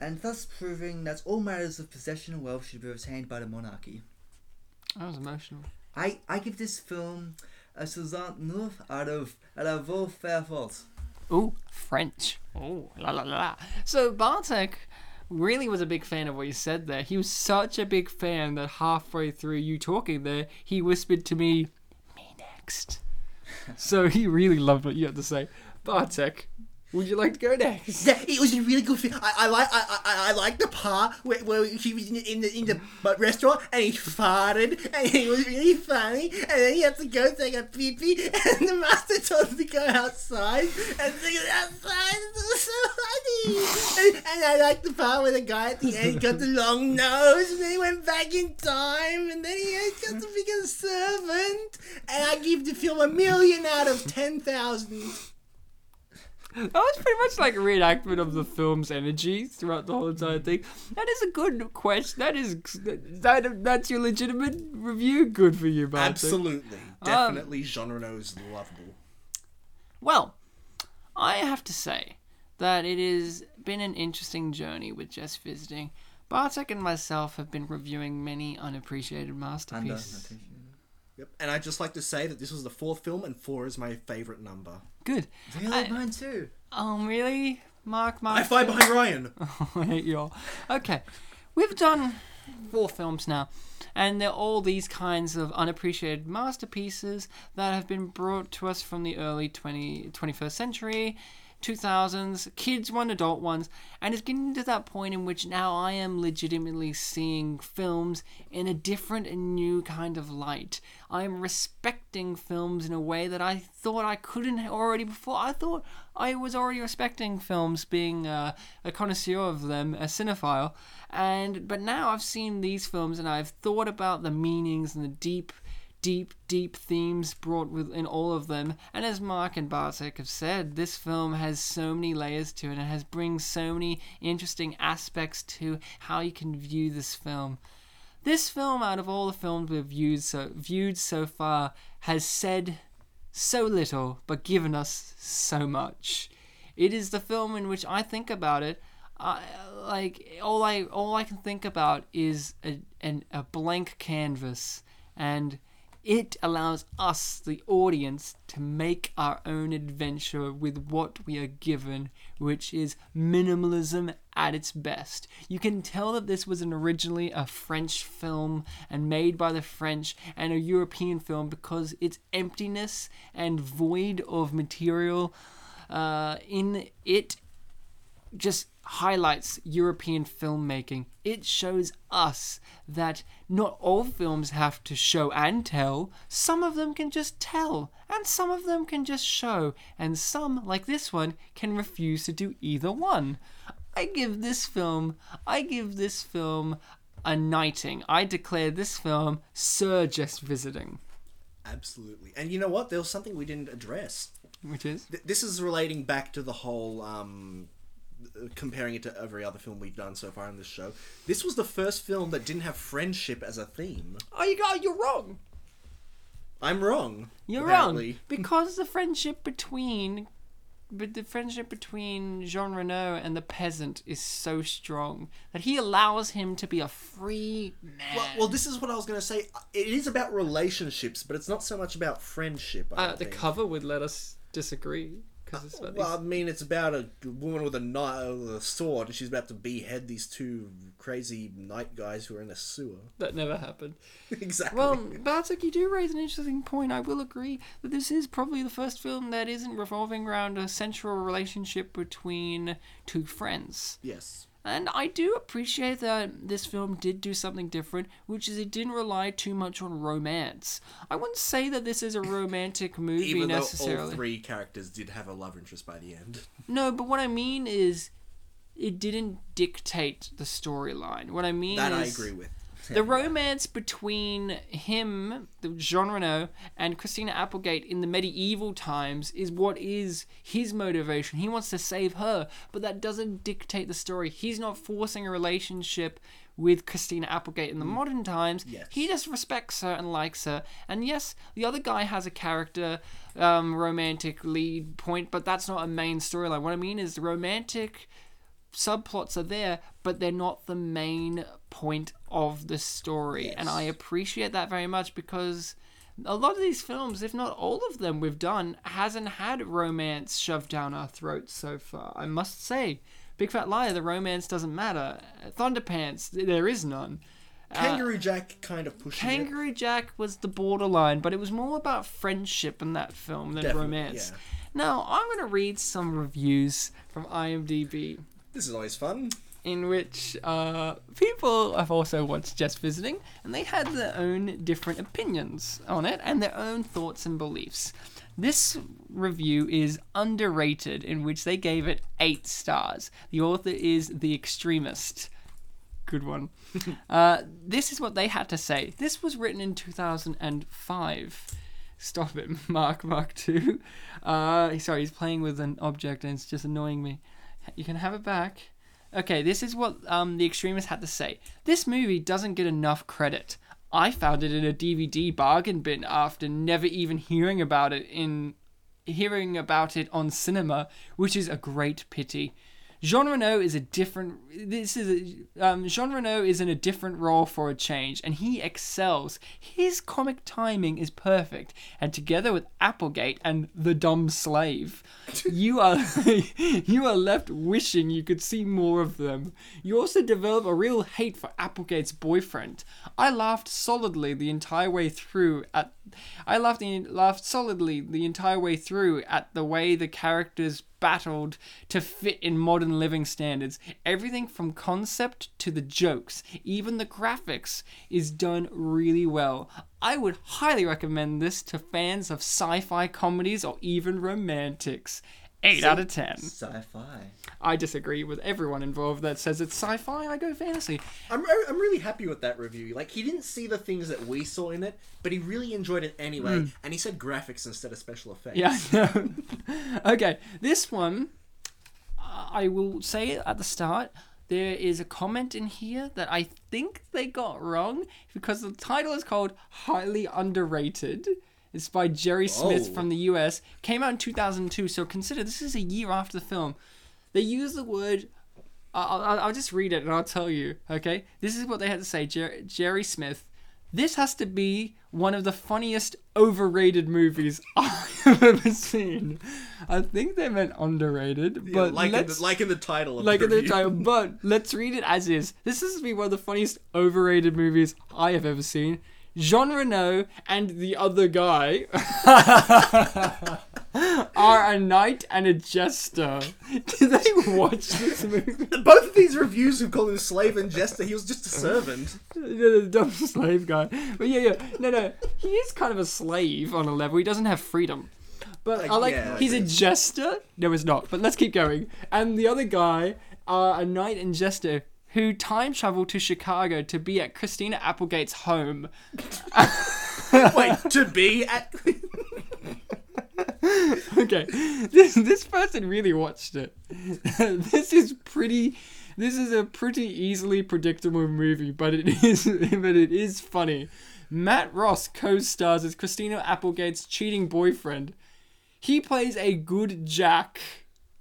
S3: and thus proving that all matters of possession and wealth should be retained by the monarchy.
S1: That was emotional.
S3: I, I give this film a Suzanne Neuf out of out of all fair faults.
S1: Ooh, French. Oh, la la la. So Bartek really was a big fan of what you said there. He was such a big fan that halfway through you talking there, he whispered to me, "Me next." so he really loved what you had to say, Bartek. Would you like to go next?
S2: It was a really good film. I, I like I, I, I like the part where, where he was in the, in the in the bu- restaurant and he farted and it was really funny and then he had to go take a pee pee and the master told him to go outside and take it outside. It was so funny. And, and I like the part where the guy at the end got the long nose and then he went back in time and then he had got to become a servant. And I give the film a million out of ten thousand.
S1: That was pretty much like a reenactment of the film's energy throughout the whole entire thing. That is a good question. That is that that's your legitimate review. Good for you, Bartek.
S2: Absolutely.
S1: Um,
S2: Definitely genre knows lovable.
S1: Well, I have to say that it has been an interesting journey with just visiting. Bartek and myself have been reviewing many unappreciated
S3: Under
S1: masterpieces.
S2: Yep. And I'd just like to say that this was the fourth film and four is my favourite number.
S1: Good.
S3: really
S1: I-
S3: mine too.
S1: Oh, really? Mark, Mark.
S2: I fly behind Ryan.
S1: I hate you all. Okay, we've done four films now, and they're all these kinds of unappreciated masterpieces that have been brought to us from the early 20, 21st century, 2000s, kids one, adult ones, and it's getting to that point in which now I am legitimately seeing films in a different and new kind of light. I am respecting films in a way that I thought I couldn't already before. I thought I was already respecting films, being uh, a connoisseur of them, a cinephile, and but now I've seen these films and I've thought about the meanings and the deep deep, deep themes brought within all of them. And as Mark and Bartek have said, this film has so many layers to it and it has brings so many interesting aspects to how you can view this film. This film, out of all the films we've viewed so, viewed so far, has said so little but given us so much. It is the film in which I think about it. I, like all I all I can think about is a an, a blank canvas, and it allows us, the audience, to make our own adventure with what we are given, which is minimalism at its best. You can tell that this was an originally a French film and made by the French and a European film because its emptiness and void of material uh, in it just highlights European filmmaking. It shows us that not all films have to show and tell. Some of them can just tell, and some of them can just show, and some, like this one, can refuse to do either one. I give this film, I give this film a knighting. I declare this film Sir Just Visiting,
S2: Absolutely. And you know what? There was something we didn't address.
S1: which is
S2: Th- this is relating back to the whole um, uh, comparing it to every other film we've done so far in this show. This was the first film that didn't have friendship as a theme.
S1: oh, you got you're wrong.
S2: I'm wrong.
S1: You're
S2: apparently.
S1: wrong because the friendship between, but the friendship between Jean Renault and the peasant is so strong that he allows him to be a free man.
S2: Well, well, this is what I was going to say. It is about relationships, but it's not so much about friendship. I
S1: uh,
S2: don't
S1: the
S2: think.
S1: cover would let us disagree because it's about
S2: Well, I mean, it's about a woman with a knife, with a sword, and she's about to behead these two crazy night guys who are in a sewer.
S1: that never happened.
S2: exactly.
S1: Well, Bartek, you do raise an interesting point. I will agree that this is probably the first film that isn't revolving around a central relationship between two friends.
S2: yes.
S1: And I do appreciate that this film did do something different, which is it didn't rely too much on romance. I wouldn't say that this is a romantic movie
S2: Even though all
S1: necessarily.
S2: three characters did have a love interest by the end.
S1: No, but what I mean is it didn't dictate the storyline. What I mean
S2: That I
S1: is
S2: agree with.
S1: the romance between him, the Jean Reno, and Christina Applegate in the medieval times is what is his motivation. He wants to save her, but that doesn't dictate the story. He's not forcing a relationship with Christina Applegate in the modern times.
S2: Yes.
S1: He just respects her and likes her. And yes, the other guy has a character um, romantic lead point, but that's not a main storyline. What I mean is the romantic subplots are there, but they're not the main point of the story. And I appreciate that very much because a lot of these films, if not all of them we've done, hasn't had romance shoved down our throats so far. I must say, Big Fat Liar, the romance doesn't matter. Thunderpants, th- there is none.
S2: Kangaroo Jack kind of pushes it.
S1: uh, Kangaroo Jack was the borderline, but it was more about friendship in that film than
S2: Definitely,
S1: romance.
S2: yeah.
S1: Now, I'm going to read some reviews from IMDb
S2: This is always fun.
S1: in which uh, people have also watched Just Visiting, and they had their own different opinions on it and their own thoughts and beliefs. This review is underrated, in which they gave it eight stars. The author is The Extremist. Good one. uh, this is what they had to say. This was written in 2005. Stop it, Mark Mark 2. Uh, sorry, he's playing with an object and it's just annoying me. You can have it back. Okay, this is what um, the extremists had to say. This movie doesn't get enough credit. I found it in a DVD bargain bin after never even hearing about it in hearing about it on cinema, which is a great pity. Jean Reno is a different. This is a, um, Jean Reno is in a different role for a change, and he excels. His comic timing is perfect, and together with Applegate and the dumb slave, you are you are left wishing you could see more of them. You also develop a real hate for Applegate's boyfriend. I laughed solidly the entire way through at. I laughed the, laughed solidly the entire way through at the way the characters battled to fit in modern living standards. Everything from concept to the jokes, even the graphics, is done really well. I would highly recommend this to fans of sci fi comedies or even romantics. 8 out of 10.
S3: Sci-fi.
S1: I disagree with everyone involved that says it's sci fi, I go fantasy.
S2: I'm, re- I'm really happy with that review. Like, he didn't see the things that we saw in it, but he really enjoyed it anyway. And he said graphics instead of special effects.
S1: Hmm. Yeah, I know. okay, this one, uh, I will say at the start, there is a comment in here that I think they got wrong because the title is called Highly Underrated. It's by Jerry Smith
S2: Oh.
S1: from the US. Came out in 2002, so consider this is a year after the film. They use the word. I- I'll, I'll, I'll just read it and I'll tell you, okay? This is what they had to say Jer- Jerry Smith. This has to be one of the funniest overrated movies I've ever seen. I think they meant underrated,
S2: Yeah,
S1: but
S2: like, in
S1: let's,
S2: the, like in the title of
S1: like
S2: the
S1: at the
S2: review.
S1: time. But let's read it as is. This has to be one of the funniest overrated movies I have ever seen. Jean Reno and the other guy. are a knight and a jester. Did they watch this movie?
S2: Both of these reviews have called him slave and jester. He was just a servant.
S1: the the dumb slave guy. But yeah, yeah, no, no, he is kind of a slave on a level. He doesn't have freedom. But
S2: Like,
S1: I like
S2: yeah,
S1: he's a
S2: like-
S1: jester. No, he's not. But let's keep going. And the other guy are a knight and jester who time travel to Chicago to be at Christina Applegate's home.
S2: Wait, to be at.
S1: okay, this this person really watched it. this is pretty. This is a pretty easily predictable movie, but it is but it is funny. Matt Ross co-stars as Christina Applegate's cheating boyfriend. He plays a good Jack,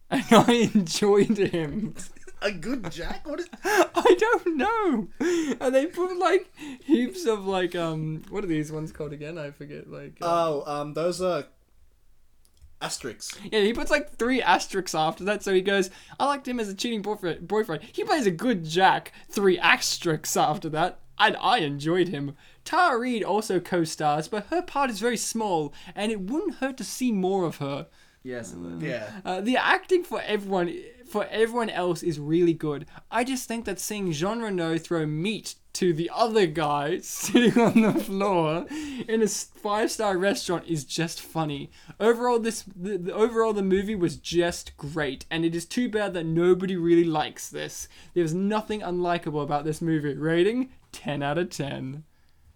S1: and I enjoyed him.
S2: a good Jack? What is.
S1: I don't know. And they put like heaps of like um what are these ones called again? I forget. Like uh,
S2: Oh, um, those are. Asterisks.
S1: Yeah, he puts like three asterisks after that, so he goes, I liked him as a cheating boyfriend. boyfriend. He plays a good Jack, three asterisks after that, and I enjoyed him. Tara Reid also co stars, but her part is very small, and it wouldn't hurt to see more of her.
S3: Yes, it would.
S2: Yeah.
S1: Uh, the acting for everyone for everyone else is really good. I just think that seeing Jean Reno throw meat to the other guy sitting on the floor in a five star restaurant is just funny. Overall, this the, the, overall the movie was just great, and it is too bad that nobody really likes this. There's nothing unlikable about this movie. Rating ten out of ten.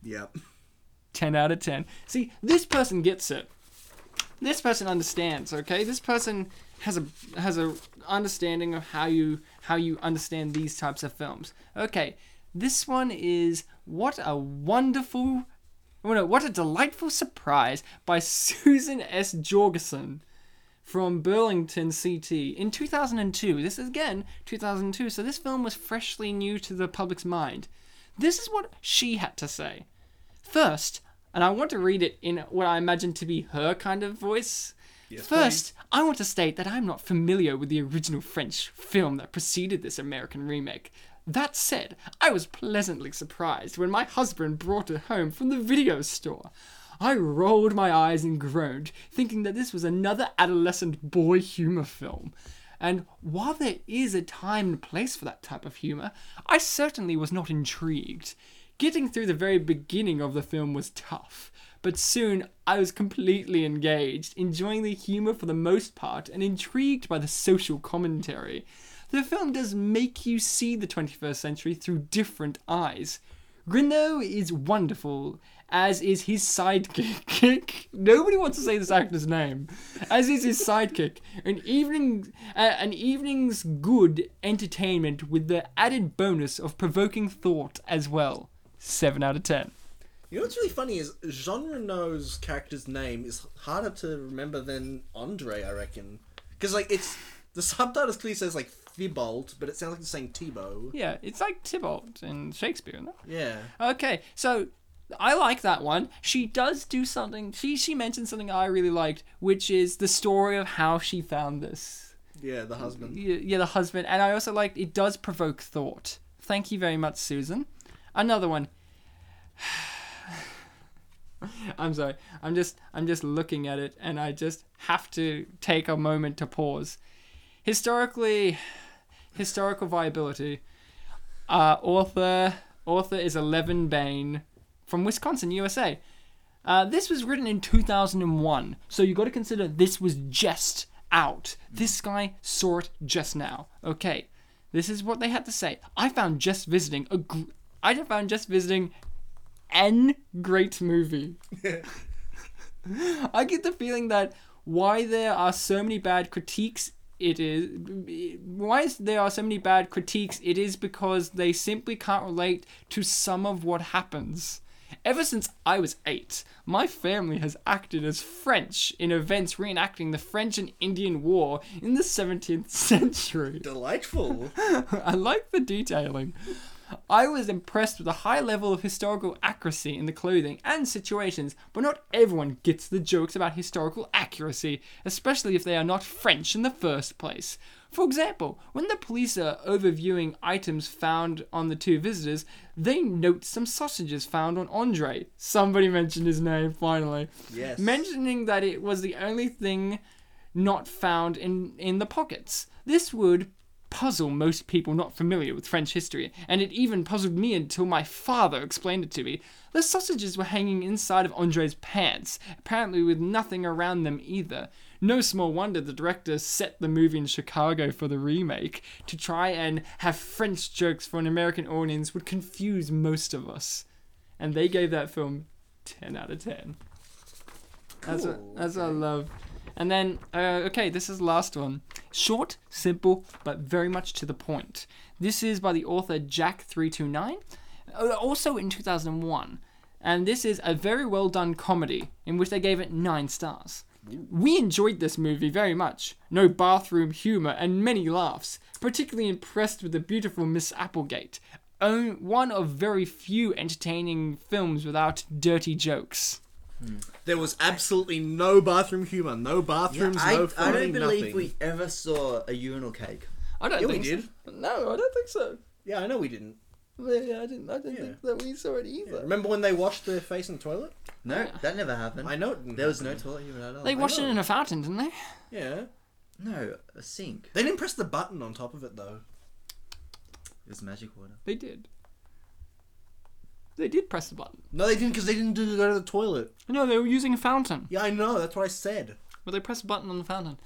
S2: Yep.
S1: 10 out of 10. See, this person gets it. This person understands, okay? This person has a has a understanding of how you how you understand these types of films. Okay. This one is what a wonderful oh no, what a delightful surprise by Susan S. Jorgensen from Burlington CT in 2002. This is again 2002, so this film was freshly new to the public's mind. This is what she had to say. First, and I want to read it in what I imagine to be her kind of voice. First, I want to state that I'm not familiar with the original French film that preceded this American remake. That said, I was pleasantly surprised when my husband brought it home from the video store. I rolled my eyes and groaned, thinking that this was another adolescent boy humor film. And while there is a time and place for that type of humour, I certainly was not intrigued. Getting through the very beginning of the film was tough, but soon I was completely engaged, enjoying the humour for the most part and intrigued by the social commentary. The film does make you see the 21st century through different eyes. Renault is wonderful, as is his sidekick. Nobody wants to say this actor's name. As is his sidekick, an evening, uh, an evening's good entertainment with the added bonus of provoking thought as well. Seven out of ten.
S2: You know what's really funny is Jean Reno's character's name is harder to remember than Andre, I reckon. Because, like, it's. The subtitle clearly says, like, Thibault, but it sounds like it's saying Tebow.
S1: Yeah, it's like Tybalt in Shakespeare, isn't it?
S2: Yeah.
S1: Okay, so I like that one. She does do something. She she mentioned something I really liked, which is the story of how she found this.
S2: Yeah, the husband.
S1: Y- yeah, the husband. And I also liked it does provoke thought. Thank you very much, Susan. Another one. I'm sorry. I'm just I'm just looking at it and I just have to take a moment to pause. Historically historical viability. Uh, author author is Eleven Bain from Wisconsin, USA. Uh, this was written in 2001, so you got to consider this was just out. This guy saw it just now. Okay, this is what they had to say. I found just visiting a gr- I found just visiting an great movie. I get the feeling that why there are so many bad critiques it is why is there are so many bad critiques it is because they simply can't relate to some of what happens ever since i was 8 my family has acted as french in events reenacting the french and indian war in the 17th century
S2: Delightful.
S1: I like the detailing. I was impressed with the high level of historical accuracy in the clothing and situations, but not everyone gets the jokes about historical accuracy, especially if they are not French in the first place. For example, when the police are overviewing items found on the two visitors, they note some sausages found on Andre. Somebody mentioned his name finally.
S2: Yes.
S1: Mentioning that it was the only thing not found in, in the pockets. This would puzzle most people not familiar with French history, and it even puzzled me until my father explained it to me. The sausages were hanging inside of Andre's pants, apparently with nothing around them either. No small wonder the director set the movie in Chicago for the remake to try and have French jokes for an American audience would confuse most of us. And they gave that film 10 out of 10. That's
S2: Cool,
S1: what, that's what I
S2: okay.
S1: love. And then, uh, okay, this is the last one. Short, simple, but very much to the point. This is by the author Jack329, uh, also in 2001. And this is a very well done comedy in which they gave it nine stars. We enjoyed this movie very much. No bathroom humor and many laughs. Particularly impressed with the beautiful Miss Applegate. Own, one of very few entertaining films without dirty jokes.
S2: There was absolutely no bathroom humor, no bathrooms,
S3: I,
S2: no
S3: I
S2: farting,
S3: don't believe
S2: nothing.
S3: we ever saw a urinal cake.
S1: I don't
S2: Yeah, we
S1: think so- No, I don't think so.
S2: Yeah, I know we didn't.
S1: Yeah, I didn't. I didn't
S2: Yeah.
S1: think that we saw it either.
S2: Remember when they washed their face in the toilet?
S3: No, that never happened.
S2: I know it didn't
S3: There was no
S2: happen.
S3: toilet human at all.
S1: They washed it
S2: know.
S1: in a fountain, didn't they?
S2: Yeah.
S3: No, a sink.
S2: They didn't press the button on top of it though.
S3: It was magic water.
S1: They did. They did press the button.
S2: No, they didn't because they didn't do go to the toilet.
S1: No, they were using a fountain,
S2: Yeah, I know. That's what I said.
S1: but they pressed a button on the fountain.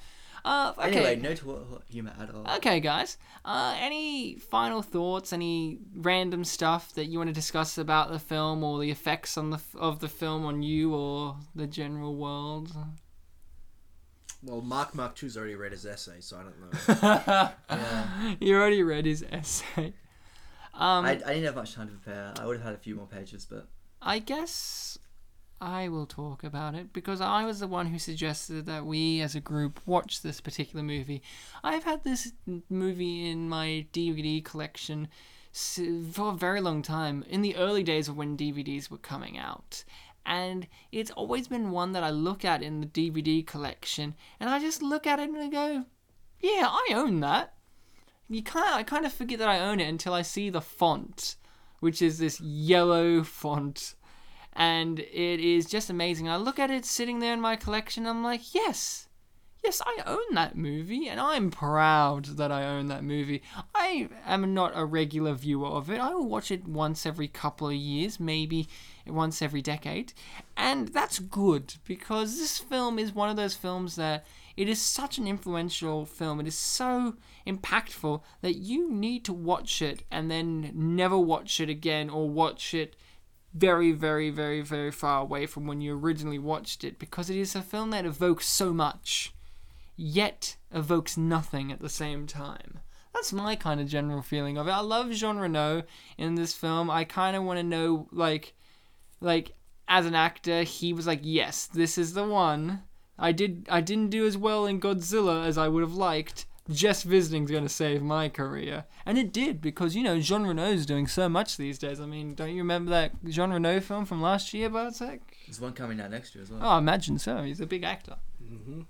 S1: Uh, okay.
S3: Anyway, no toilet human at all.
S1: Okay, guys. Uh, any final thoughts? Any random stuff that you want to discuss about the film or the effects on the f- of the film on you or the general world?
S2: Well, Mark Mark Two's already read his essay, so I don't know.
S1: You already read his essay. Um,
S3: I, I didn't have much time to prepare. I would have had a few more pages, but
S1: I guess I will talk about it because I was the one who suggested that we as a group watch this particular movie. I've had this n- movie in my DVD collection s- for a very long time, in the early days of when DVDs were coming out. And it's always been one that I look at in the DVD collection and I just look at it and I go, yeah, I own that you kind of, I kind of forget that I own it until I see the font, which is this yellow font, and it is just amazing. I look at it sitting there in my collection. I'm like, yes, yes, I own that movie, and I'm proud that I own that movie. I am not a regular viewer of it. I will watch it once every couple of years, maybe once every decade, and that's good because this film is one of those films that it is such an influential film. It is so impactful that you need to watch it and then never watch it again or watch it very, very, very, very far away from when you originally watched it because it is a film that evokes so much, yet evokes nothing at the same time. That's my kind of general feeling of it. I love Jean Reno in this film. I kind of want to know, like, like as an actor, he was like, "Yes, this is the one." I did. I didn't do as well in Godzilla as I would have liked. Just visiting's gonna save my career, and it did because you know Jean Reno's doing so much these days. I mean, don't you remember that Jean Reno film from last year, Bartek?
S3: there's one coming out next year as well.
S1: Oh, I imagine so. He's a big actor.
S2: mm-hmm.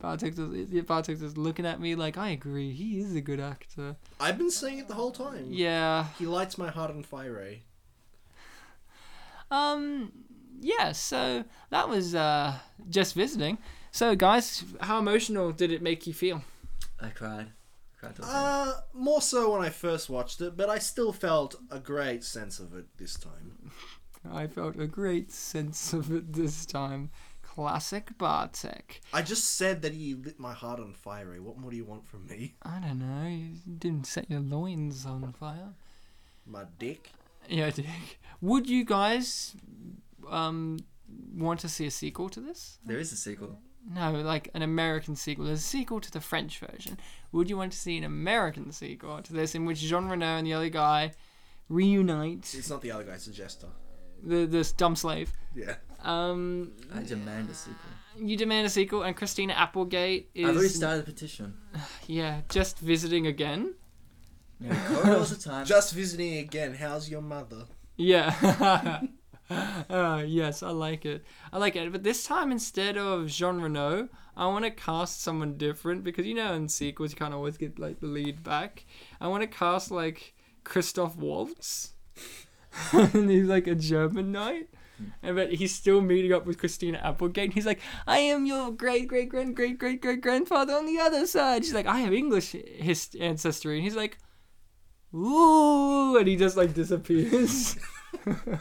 S1: Bartek's just, Bartek's just looking at me like, I agree. He is a good actor.
S2: I've been saying it the whole
S1: Mm.
S2: time.
S1: Yeah.
S2: He lights my heart on fire. eh?
S1: Um, yeah, so that was uh, just visiting. So, guys, how emotional did it make you feel?
S3: I cried. I cried. till the end.
S2: Uh, more so when I first watched it, but I still felt a great sense of it this time.
S1: I felt a great sense of it this time. Classic Bartek.
S2: I just said that he lit my heart on fire. eh? What more do you want from me?
S1: I don't know, you didn't set your loins on fire.
S2: My dick.
S1: Yeah, Dick. Would you guys um, want to see a sequel to this?
S3: there is a sequel.
S1: No, like an American sequel. There's a sequel to the French version. Would you want to see an American sequel to this in which Jean Reno and the other guy reunite
S2: It's not the other guy. It's the jester.
S1: the this dumb slave?
S2: Yeah.
S1: Um,
S3: I demand a sequel.
S1: you demand a sequel, and Christina Applegate
S3: I've already
S1: is
S3: started a petition.
S1: yeah just visiting again.
S3: Corridors of time.
S2: Just visiting again. How's your mother?
S1: Yeah. uh, yes, I like it. I like it. But this time, instead of Jean Renault, I want to cast someone different because, you know, in sequels, you can't always get, like, the lead back. I want to cast, like, Christoph Waltz. and he's like a German knight. And but he's still meeting up with Christina Applegate. And he's like, I am your great great grand great great great grandfather on the other side. She's like, I have English his- ancestry. And he's like, Ooh, and he just like disappears.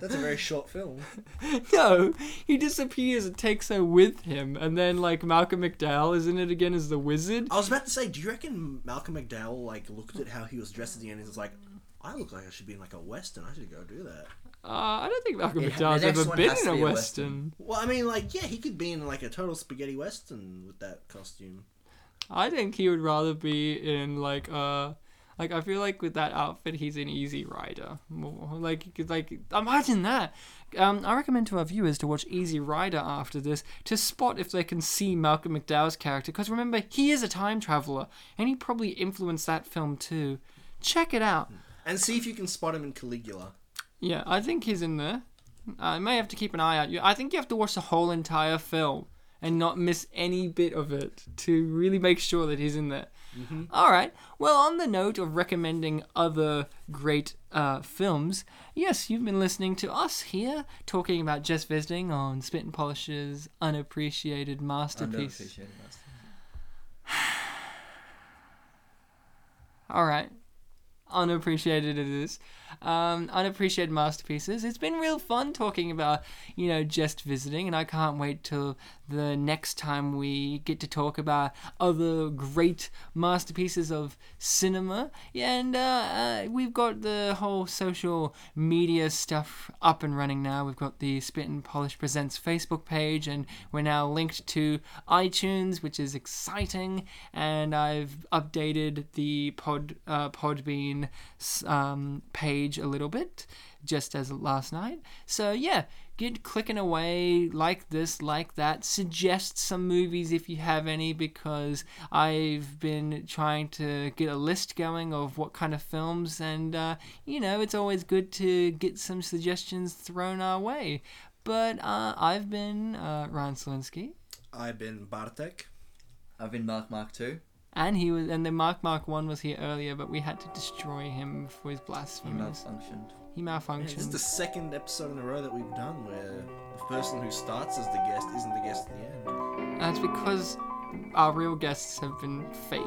S2: That's a very short film.
S1: no, he disappears and takes her with him. And then like Malcolm McDowell is in it again as the wizard.
S2: I was about to say, do you reckon Malcolm McDowell like looked at how he was dressed at the end and was like, "I look like I should be in like a western. I should go do that."
S1: Uh, I don't think Malcolm
S3: Yeah, the
S1: McDowell's
S3: next
S1: ever
S3: one
S1: been
S3: has
S1: in
S3: to
S1: a
S3: be a
S1: western.
S2: Well, I mean, like, yeah, he could be in like a total spaghetti western with that costume.
S1: I think he would rather be in like uh like I feel like with that outfit he's an easy rider. More. Like like imagine that. Um, I recommend to our viewers to watch Easy Rider after this to spot if they can see Malcolm McDowell's character because remember he is a time traveler and he probably influenced that film too. Check it out.
S2: And see if you can spot him in Caligula.
S1: Yeah, I think he's in there. I may have to keep an eye out. You- I think you have to watch the whole entire film and not miss any bit of it to really make sure that he's in there. All right. Well, on the note of recommending other great uh, films, yes, you've been listening to us here talking about just visiting on Spit and Polish's unappreciated masterpiece.
S3: Underappreciated.
S1: All right. Unappreciated it is. Um, unappreciated masterpieces. It's been real fun talking about, you know, just visiting, and I can't wait till the next time we get to talk about other great masterpieces of cinema. Yeah, and uh, uh, we've got the whole social media stuff up and running now. We've got the Spit and Polish Presents Facebook page, and we're now linked to iTunes, which is exciting. And I've updated the Pod uh, Podbean s- um, page a little bit, just as last night. So yeah, get clicking away like this, like that. Suggest some movies if you have any, because I've been trying to get a list going of what kind of films, and uh, you know, it's always good to get some suggestions thrown our way. But uh, I've been uh, Ryan Selinsky,
S2: I've been Bartek.
S3: I've been Mark Mark too.
S1: and he was, and the Mark Mark One was here earlier, but we had to destroy him for his
S3: He
S1: blasphemies.
S3: malfunctioned.
S1: He
S2: This is
S1: malfunctioned.
S2: the second episode in a row that we've done where the person who starts as the guest isn't the guest at the end.
S1: That's because our real guests have been fake.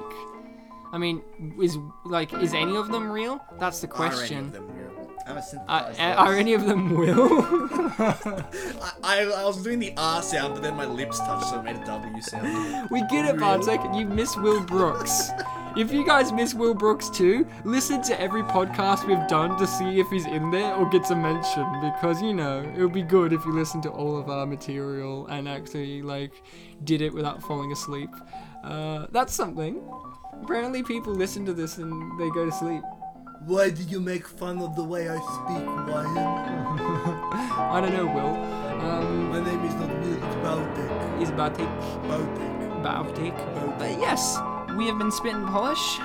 S1: I mean, is like is any of them real? That's the
S2: Are any of
S1: question.
S2: them real?
S3: I'm a
S1: Are,
S3: synthesized.
S1: are, are
S3: voice.
S1: any of them will?
S2: I, I, I was doing the R sound, but then my lips touched, so it made a W sound.
S1: we get it, Bartek. You miss Will Brooks. If you guys miss Will Brooks too, listen to every podcast we've done to see if he's in there or gets a mention because you know it'll be good if you listen to all of our material and actually like did it without falling asleep. Uh, that's something. Apparently, people listen to this and they go to sleep.
S2: Why do you make fun of the way I speak, Why?
S1: I don't know, Will. Um,
S2: My name is not Will, it's Bartek.
S1: is Bartik,
S2: Bartek.
S1: Bartik. But yes, we have been Spit and Polish,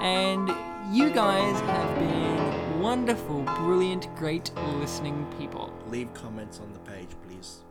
S1: and you guys have been wonderful, brilliant, great listening people.
S2: Leave comments on the page, please.